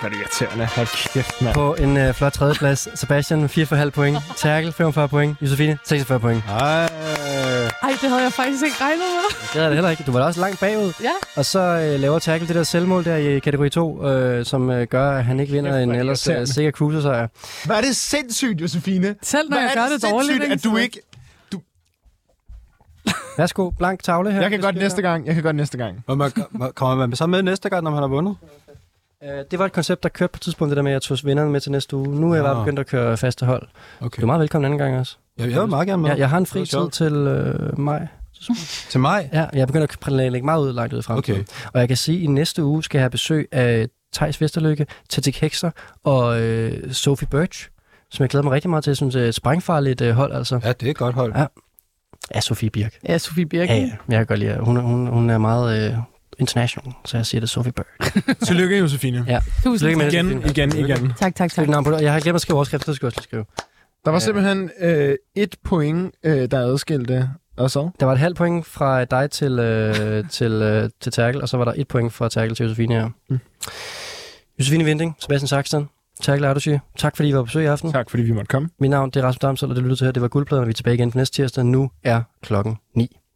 Hvor er det irriterende. Hold kæft, mand. På en øh, flot tredjeplads, Sebastian med 44,5 point, Terkel 45 point, Josefine 46 point. Ej. Ej, det havde jeg faktisk ikke regnet med. Det havde jeg da heller ikke. Du var da også langt bagud. Ja. Og så øh, laver Terkel det der selvmål der i kategori 2, øh, som øh, gør, at han ikke vinder Kæft, en hvor er det ellers øh, irriterende. sikker cruiser-sejr. Hvor er det sindssygt, Josefine. Selv når Hvor jeg er gør det dårligt, sindssygt, at du så- ikke... Værsgo, blank tavle her. Jeg kan godt næste gang. Jeg kan godt næste gang. Og man, man- kommer man så med næste gang, når man har vundet? Øh, Det var et koncept, der kørte på et tidspunkt, det der med, at jeg tog vinderne med til næste uge. Nu er jeg bare Nå. begyndt at køre faste hold. Okay. Du er meget velkommen anden gang også. Jeg, jeg vil meget gerne med. Ja, jeg har en fri Det var tid sjovt. til øh, maj. Til mig? Ja, jeg begynder at planlægge meget ud langt ud i fremtiden. Okay. Og jeg kan sige, at i næste uge skal jeg have besøg af Tejs Vesterlykke, Tati Hekser og øh, Sophie Birch, som jeg glæder mig rigtig meget til. Jeg synes, det er et sprængfarligt øh, hold, altså. Ja, det er et godt hold. Ja. Ja, Sofie Birk. Ja, Sofie Ja, Birken. ja. Jeg kan godt lide, at hun, hun, hun er meget øh, international, så jeg siger det er Sophie Birch. Tillykke, Josefine. Ja. Tusind Tillykke med tak. det. Igen, igen, igen. Tak, tak, tak. Tillykke navn på det. Jeg har glemt at skrive overskrift, det skal jeg også lige skrive. Der var simpelthen øh, et point, øh, der adskilte os ad. Der var et halvt point fra dig til, øh, til, øh, til Terkel, og så var der et point fra Terkel til Josefine her. Mm. Josefine Vinding, Sebastian Saxton, Terkel Arducci, tak fordi I var på besøg i aften. Tak. Tak, fordi vi måtte komme. Mit navn det er Rasmus Damsel, og det lytter til her. Det var Guldpladen, og vi er tilbage igen på næste tirsdag. Nu er klokken 9.